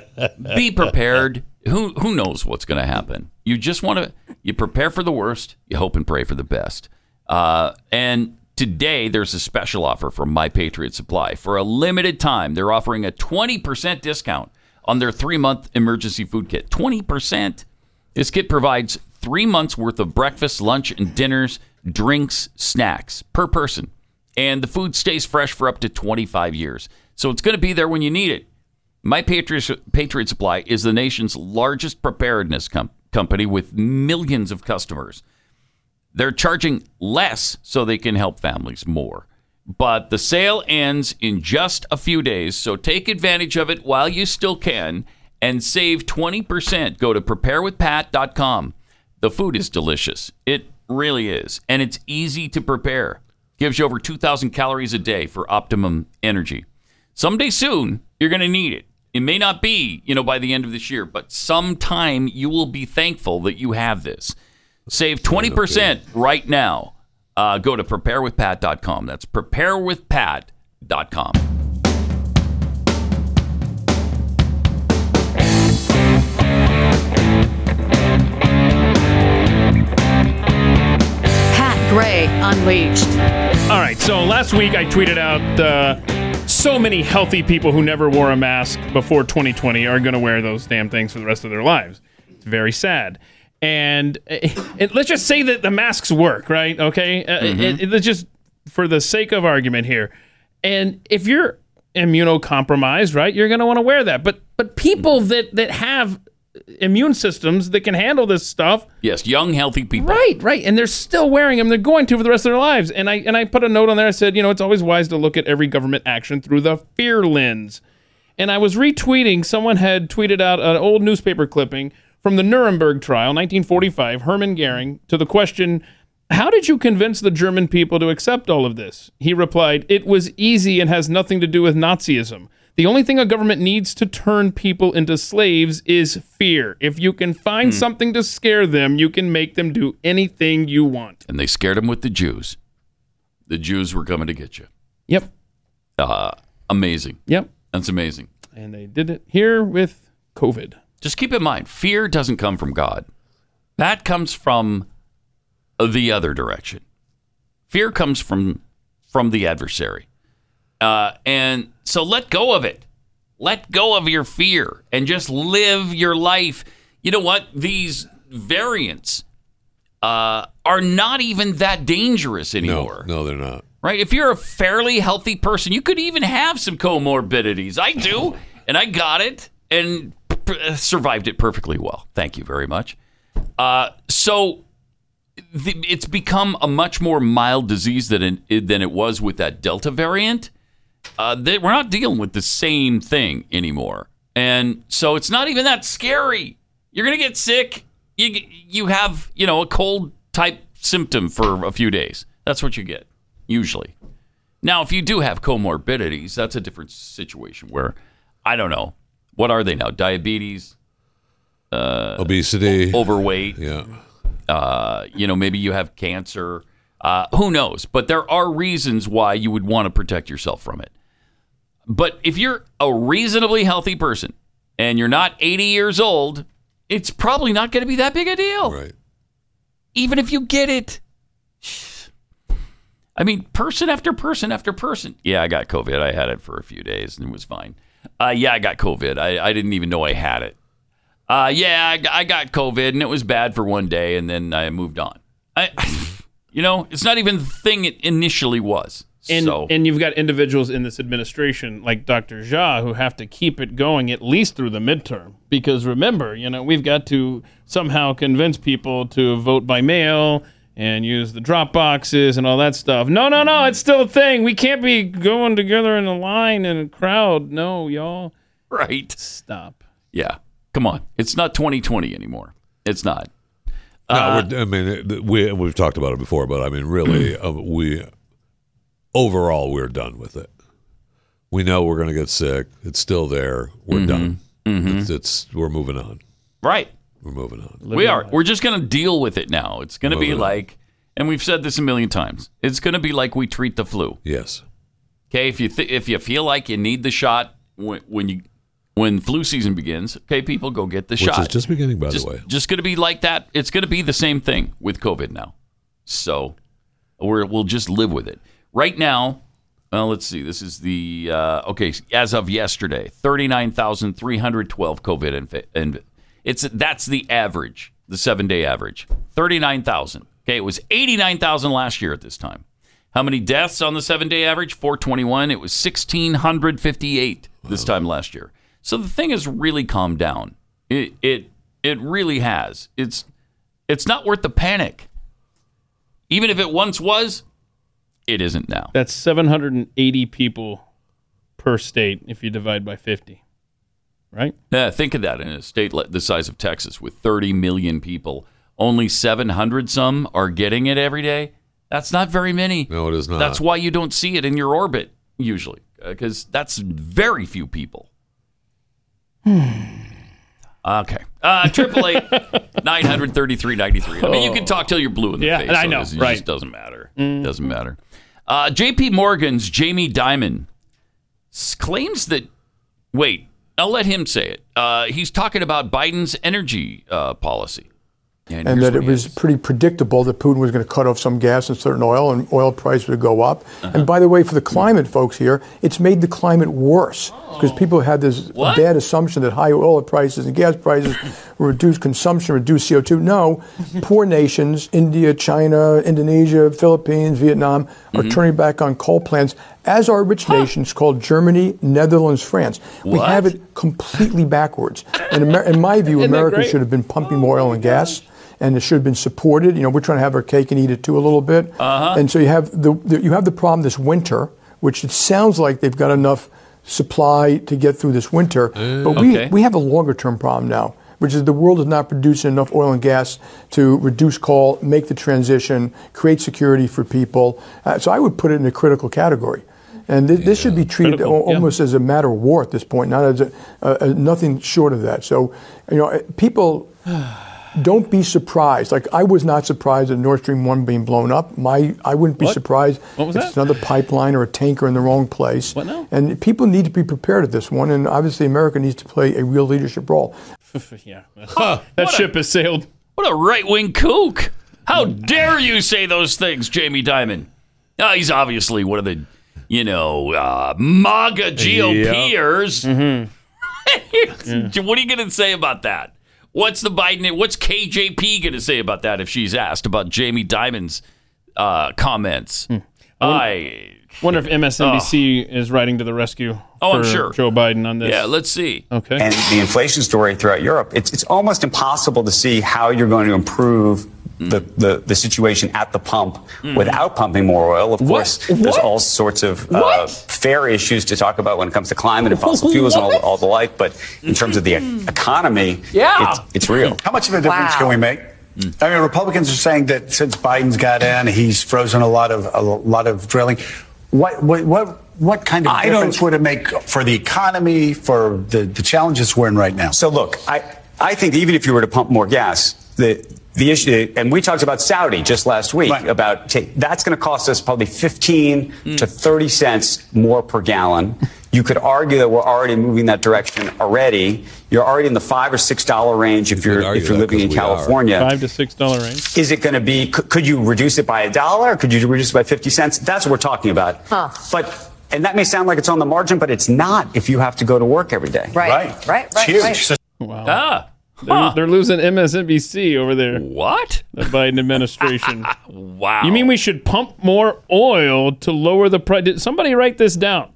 [SPEAKER 2] be prepared. Who who knows what's going to happen? You just want to you prepare for the worst. You hope and pray for the best. Uh, and today there's a special offer from My Patriot Supply for a limited time. They're offering a twenty percent discount on their three month emergency food kit. Twenty percent. This kit provides three months worth of breakfast, lunch, and dinners, drinks, snacks per person. And the food stays fresh for up to 25 years. So it's going to be there when you need it. My Patriot, Patriot Supply is the nation's largest preparedness com- company with millions of customers. They're charging less so they can help families more. But the sale ends in just a few days, so take advantage of it while you still can and save 20%. Go to preparewithpat.com. The food is delicious. It really is. And it's easy to prepare. Gives you over 2,000 calories a day for optimum energy. Someday soon, you're going to need it. It may not be, you know, by the end of this year, but sometime you will be thankful that you have this. Save 20% right now. Uh, go to preparewithpat.com. That's preparewithpat.com.
[SPEAKER 9] Pat Gray Unleashed.
[SPEAKER 3] All right, so last week I tweeted out uh, so many healthy people who never wore a mask before 2020 are going to wear those damn things for the rest of their lives. It's very sad. And eh, and let's just say that the masks work, right? Okay? Uh,
[SPEAKER 5] Mhm.
[SPEAKER 3] it- it- let's just, for the sake of argument here. And if you're immunocompromised, right, you're going to want to wear that. But but people that, that have immune systems that can handle this stuff
[SPEAKER 2] Yes, young, healthy people.
[SPEAKER 3] Right, right, and they're still wearing them. They're going to for the rest of their lives. And I and I put a note on there. I said, you know, it's always wise to look at every government action through the fear lens. And I was retweeting. Someone had tweeted out an old newspaper clipping from the Nuremberg trial, 1945. Hermann Goering to the question, "How did you convince the German people to accept all of this?" He replied, "It was easy and has nothing to do with Nazism." The only thing a government needs to turn people into slaves is fear. If you can find something to scare them, you can make them do anything you want.
[SPEAKER 2] And they scared him with the Jews. The Jews were coming to get you.
[SPEAKER 3] Yep.
[SPEAKER 2] Uh, amazing.
[SPEAKER 3] Yep.
[SPEAKER 2] That's amazing.
[SPEAKER 3] And they did it here with COVID.
[SPEAKER 2] Just keep in mind, fear doesn't come from God. That comes from the other direction. Fear comes from from the adversary, uh, and so let go of it. Let go of your fear and just live your life. You know what? These variants uh, are not even that dangerous anymore.
[SPEAKER 4] No, they're not.
[SPEAKER 2] Right? If you're a fairly healthy person, you could even have some comorbidities. I do, and I got it and p- p- survived it perfectly well. Thank you very much. Uh, so the, it's become a much more mild disease than it, than it was with that Delta variant. Uh, they, we're not dealing with the same thing anymore, and so it's not even that scary. You're gonna get sick. You g- you have you know a cold type symptom for a few days. That's what you get usually. Now, if you do have comorbidities, that's a different situation where I don't know what are they now? Diabetes, uh,
[SPEAKER 4] obesity,
[SPEAKER 2] overweight.
[SPEAKER 4] Yeah.
[SPEAKER 2] Uh, you know, maybe you have cancer. Uh, who knows? But there are reasons why you would want to protect yourself from it. But if you're a reasonably healthy person and you're not 80 years old, it's probably not going to be that big a deal.
[SPEAKER 4] Right.
[SPEAKER 2] Even if you get it. I mean, person after person after person. Yeah, I got COVID. I had it for a few days and it was fine. Uh, yeah, I got COVID. I, I didn't even know I had it. Uh, yeah, I, got- I got COVID and it was bad for one day and then I moved on. I, you know, it's not even the thing it initially was.
[SPEAKER 3] And,
[SPEAKER 2] so,
[SPEAKER 3] and you've got individuals in this administration like Dr. Jha who have to keep it going at least through the midterm. Because remember, you know, we've got to somehow convince people to vote by mail and use the drop boxes and all that stuff. No, no, no, it's still a thing. We can't be going together in a line in a crowd. No, y'all.
[SPEAKER 2] Right.
[SPEAKER 3] Stop.
[SPEAKER 2] yeah, come on. It's not 2020 anymore. It's not.
[SPEAKER 4] No,
[SPEAKER 2] Uh,
[SPEAKER 4] we're, I mean, it- we we've talked about it before, but I mean, really, uh, we overall we're done with it. We know we're going to get sick. It's still there. We're
[SPEAKER 2] Mm-hmm.
[SPEAKER 4] done. It's, it's we're moving on.
[SPEAKER 2] Right.
[SPEAKER 4] We're moving on.
[SPEAKER 2] we are. We're just going to deal with it now. It's going to be
[SPEAKER 4] Moving on.
[SPEAKER 2] like, and we've said this a million times. It's going to be like we treat the flu.
[SPEAKER 4] Yes.
[SPEAKER 2] Okay. If you th- if you feel like you need the shot when, when you when flu season begins, okay, people go get the
[SPEAKER 4] Which
[SPEAKER 2] shot.
[SPEAKER 4] is just beginning, by
[SPEAKER 2] Just-
[SPEAKER 4] the way.
[SPEAKER 2] Just going to be like that. It's going to be the same thing with COVID now. So we're, we'll just live with it. Right now, well, let's see. This is the, uh, okay, as of yesterday, 39,312 COVID. Inf- and it's that's the average, the seven day average 39,000. Okay, it was 89,000 last year at this time. How many deaths on the seven day average? 421. It was 1,658 this time last year. So the thing has really calmed down. It, it, it really has. It's, it's not worth the panic. Even if it once was, it isn't now.
[SPEAKER 3] That's 780 people per state if you divide by 50. Right?
[SPEAKER 2] Yeah, Uh, think of that in a state like the size of Texas with 30 million people, only 700 some are getting it every day. That's not very many.
[SPEAKER 4] No, it is not.
[SPEAKER 2] That's why you don't see it in your orbit usually, because that's very few people.
[SPEAKER 3] Hmm.
[SPEAKER 2] Okay. Uh, Triple eight nine hundred thirty three ninety three. I mean, you can talk till you're blue in the
[SPEAKER 3] Oh. Yeah,
[SPEAKER 2] face.
[SPEAKER 3] and I
[SPEAKER 2] so
[SPEAKER 3] know,
[SPEAKER 2] It just- it
[SPEAKER 3] right.
[SPEAKER 2] just doesn't matter.
[SPEAKER 3] Mm.
[SPEAKER 2] Doesn't matter. Uh, J.P. Morgan's Jamie Dimon s- claims that. Wait, I'll let him say it. Uh, he's talking about Biden's energy uh, policy. And,
[SPEAKER 5] and
[SPEAKER 2] here's
[SPEAKER 5] that
[SPEAKER 2] what
[SPEAKER 5] it was pretty predictable that Putin was going to cut off some gas and certain oil, and oil price would go up.
[SPEAKER 2] Uh-huh.
[SPEAKER 5] And by the way, for the climate folks here, it's made the climate worse
[SPEAKER 2] Oh.
[SPEAKER 5] because people had this bad assumption that high oil prices and gas prices reduce consumption, reduce CO2. No, poor nations, India, China, Indonesia, Philippines, Vietnam, are
[SPEAKER 2] Mm-hmm.
[SPEAKER 8] Mhm.
[SPEAKER 5] turning back on coal plants. As are rich nations called Germany, Netherlands, France. We have it completely backwards. And Amer- in my view,
[SPEAKER 8] Isn't that
[SPEAKER 5] America
[SPEAKER 8] great?
[SPEAKER 5] should have been pumping more oil and gas, and it should have been supported. You know, we're trying to have our cake and eat it too a little bit.
[SPEAKER 8] Uh-huh.
[SPEAKER 5] And so you have the, the you have the problem this winter, which it sounds like they've got enough supply to get through this winter, but we
[SPEAKER 8] Okay.
[SPEAKER 5] we have a longer term problem now. Which is the world is not producing enough oil and gas to reduce coal, make the transition, create security for people. Uh, so I would put it in a critical category. And thi- this should be treated al- almost as a matter of war at this point, not as a, uh, uh, nothing short of that. So, you know, uh, people don't be surprised. Like I was not surprised at Nord Stream One being blown up. My I wouldn't be
[SPEAKER 8] What?
[SPEAKER 5] surprised
[SPEAKER 8] What was
[SPEAKER 5] if
[SPEAKER 8] that?
[SPEAKER 5] it's another pipeline or a tanker in the wrong place. What now? And people need to be prepared at this one. And obviously, America needs to play a real leadership role.
[SPEAKER 3] yeah. that ship has sailed.
[SPEAKER 2] What a right wing kook! How dare you say those things, Jamie Dimon? Ah, he's obviously one of the, you know, uh, MAGA GOPers.
[SPEAKER 3] Mm-hmm.
[SPEAKER 2] What are you going to say about that? What's the Biden? What's KJP going to say about that if she's asked about Jamie Dimon's uh, comments? I
[SPEAKER 3] Wonder if MSNBC is riding to the rescue.
[SPEAKER 2] Oh, I'm
[SPEAKER 3] for
[SPEAKER 2] sure.
[SPEAKER 3] Joe Biden on this.
[SPEAKER 2] yeah, let's see.
[SPEAKER 3] Okay.
[SPEAKER 7] And the inflation story throughout Europe, it's, it's almost impossible to see how you're going to improve the, the, the situation at the pump
[SPEAKER 24] Hmm.
[SPEAKER 7] without pumping more oil. Of course, there's all sorts of uh, fair issues to talk about when it comes to climate and fossil fuels and all, all the like. But in terms of the e- economy,
[SPEAKER 24] Hmm. Yeah.
[SPEAKER 7] it's, it's real.
[SPEAKER 24] How much of a difference
[SPEAKER 7] Wow.
[SPEAKER 24] can we make? I mean, Republicans are saying that since Biden's got in, he's frozen a lot of a lot of drilling. What what what, what kind of
[SPEAKER 7] I don't-
[SPEAKER 24] difference would it make for the economy, for the, the challenges we're in right now?
[SPEAKER 7] So look, I, I think even if you were to pump more gas, the the issue, and we talked about Saudi just last week about ta- that's going to cost us probably 15 to 30 cents more per gallon. You could argue that we're already moving that direction already. You're already in the five or six dollar range if you're if you're living in California.
[SPEAKER 3] Five to six dollar range.
[SPEAKER 7] Is it going to be? Could, could you reduce it by a dollar? Could you reduce it by fifty cents? That's what we're talking about. But and that may sound like it's on the margin, but it's not if you have to go to work every day.
[SPEAKER 24] Right,
[SPEAKER 7] right,
[SPEAKER 3] Wow.
[SPEAKER 2] Ah.
[SPEAKER 3] They're, they're losing MSNBC over there.
[SPEAKER 2] What?
[SPEAKER 3] The Biden administration.
[SPEAKER 2] wow.
[SPEAKER 3] You mean we should pump more oil to lower the price? Did somebody write this down?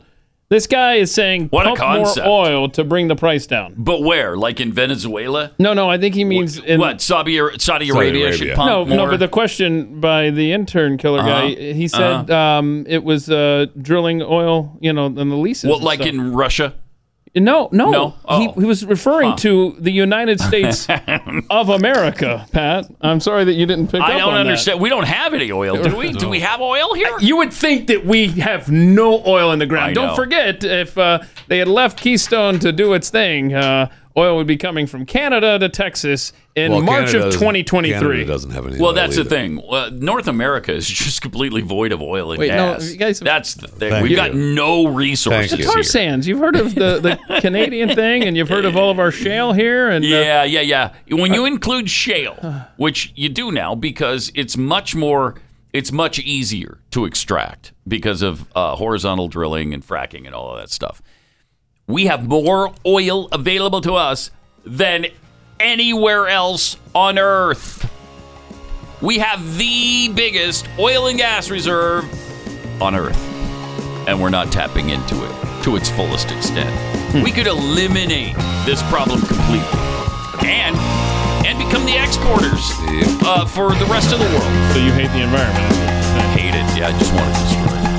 [SPEAKER 3] This guy is saying
[SPEAKER 2] What a
[SPEAKER 3] pump
[SPEAKER 2] concept.
[SPEAKER 3] more oil to bring the price down.
[SPEAKER 2] But where? Like in Venezuela?
[SPEAKER 3] No, no, I think he means in
[SPEAKER 2] what? Saudi, Ar- Saudi, Arabia, should pump
[SPEAKER 3] no,
[SPEAKER 2] more?
[SPEAKER 3] no. But the question by the intern killer guy,
[SPEAKER 2] Uh-huh.
[SPEAKER 3] he said um, it was uh, drilling oil, you know, in the leases.
[SPEAKER 2] well,
[SPEAKER 3] and
[SPEAKER 2] like
[SPEAKER 3] stuff.
[SPEAKER 2] in Russia?
[SPEAKER 3] No, no.
[SPEAKER 2] No? Oh.
[SPEAKER 3] He, he was referring to the United States of America, Pat. I'm sorry that you didn't pick up
[SPEAKER 2] I don't
[SPEAKER 3] on that. Uh,
[SPEAKER 2] understand. We don't have any oil, do we? Do we have oil here?
[SPEAKER 3] You would think that we have no oil in the ground.
[SPEAKER 2] I
[SPEAKER 3] Don't
[SPEAKER 2] know.
[SPEAKER 3] forget, if uh, they had left Keystone to do its thing, uh, oil would be coming from Canada to Texas in
[SPEAKER 2] Well,
[SPEAKER 3] March
[SPEAKER 2] Canada
[SPEAKER 3] of
[SPEAKER 2] doesn't-
[SPEAKER 3] 2023.
[SPEAKER 4] Canada doesn't have any.
[SPEAKER 2] Well,
[SPEAKER 4] oil
[SPEAKER 2] that's the
[SPEAKER 4] either.
[SPEAKER 2] thing. Well, North America is just completely void of oil and
[SPEAKER 3] Wait, no,
[SPEAKER 2] gas.
[SPEAKER 3] you guys-
[SPEAKER 2] that's the thing.
[SPEAKER 4] Thank
[SPEAKER 2] We've
[SPEAKER 4] you.
[SPEAKER 2] got no resources
[SPEAKER 3] the
[SPEAKER 2] here.
[SPEAKER 3] tar sands. You've heard of the, the Canadian thing, and you've heard of all of our shale here. And uh,
[SPEAKER 2] Yeah, yeah, yeah. When you include shale, which you do now because it's much more, it's much easier to extract because of uh, horizontal drilling and fracking and all of that stuff. We have more oil available to us than anywhere else on Earth. We have the biggest oil and gas reserve on Earth, and we're not tapping into it to its fullest extent. We could eliminate this problem completely, and and become the exporters uh, for the rest of the world.
[SPEAKER 3] So you hate the environment?
[SPEAKER 2] I hate it. Yeah, I just want to destroy it.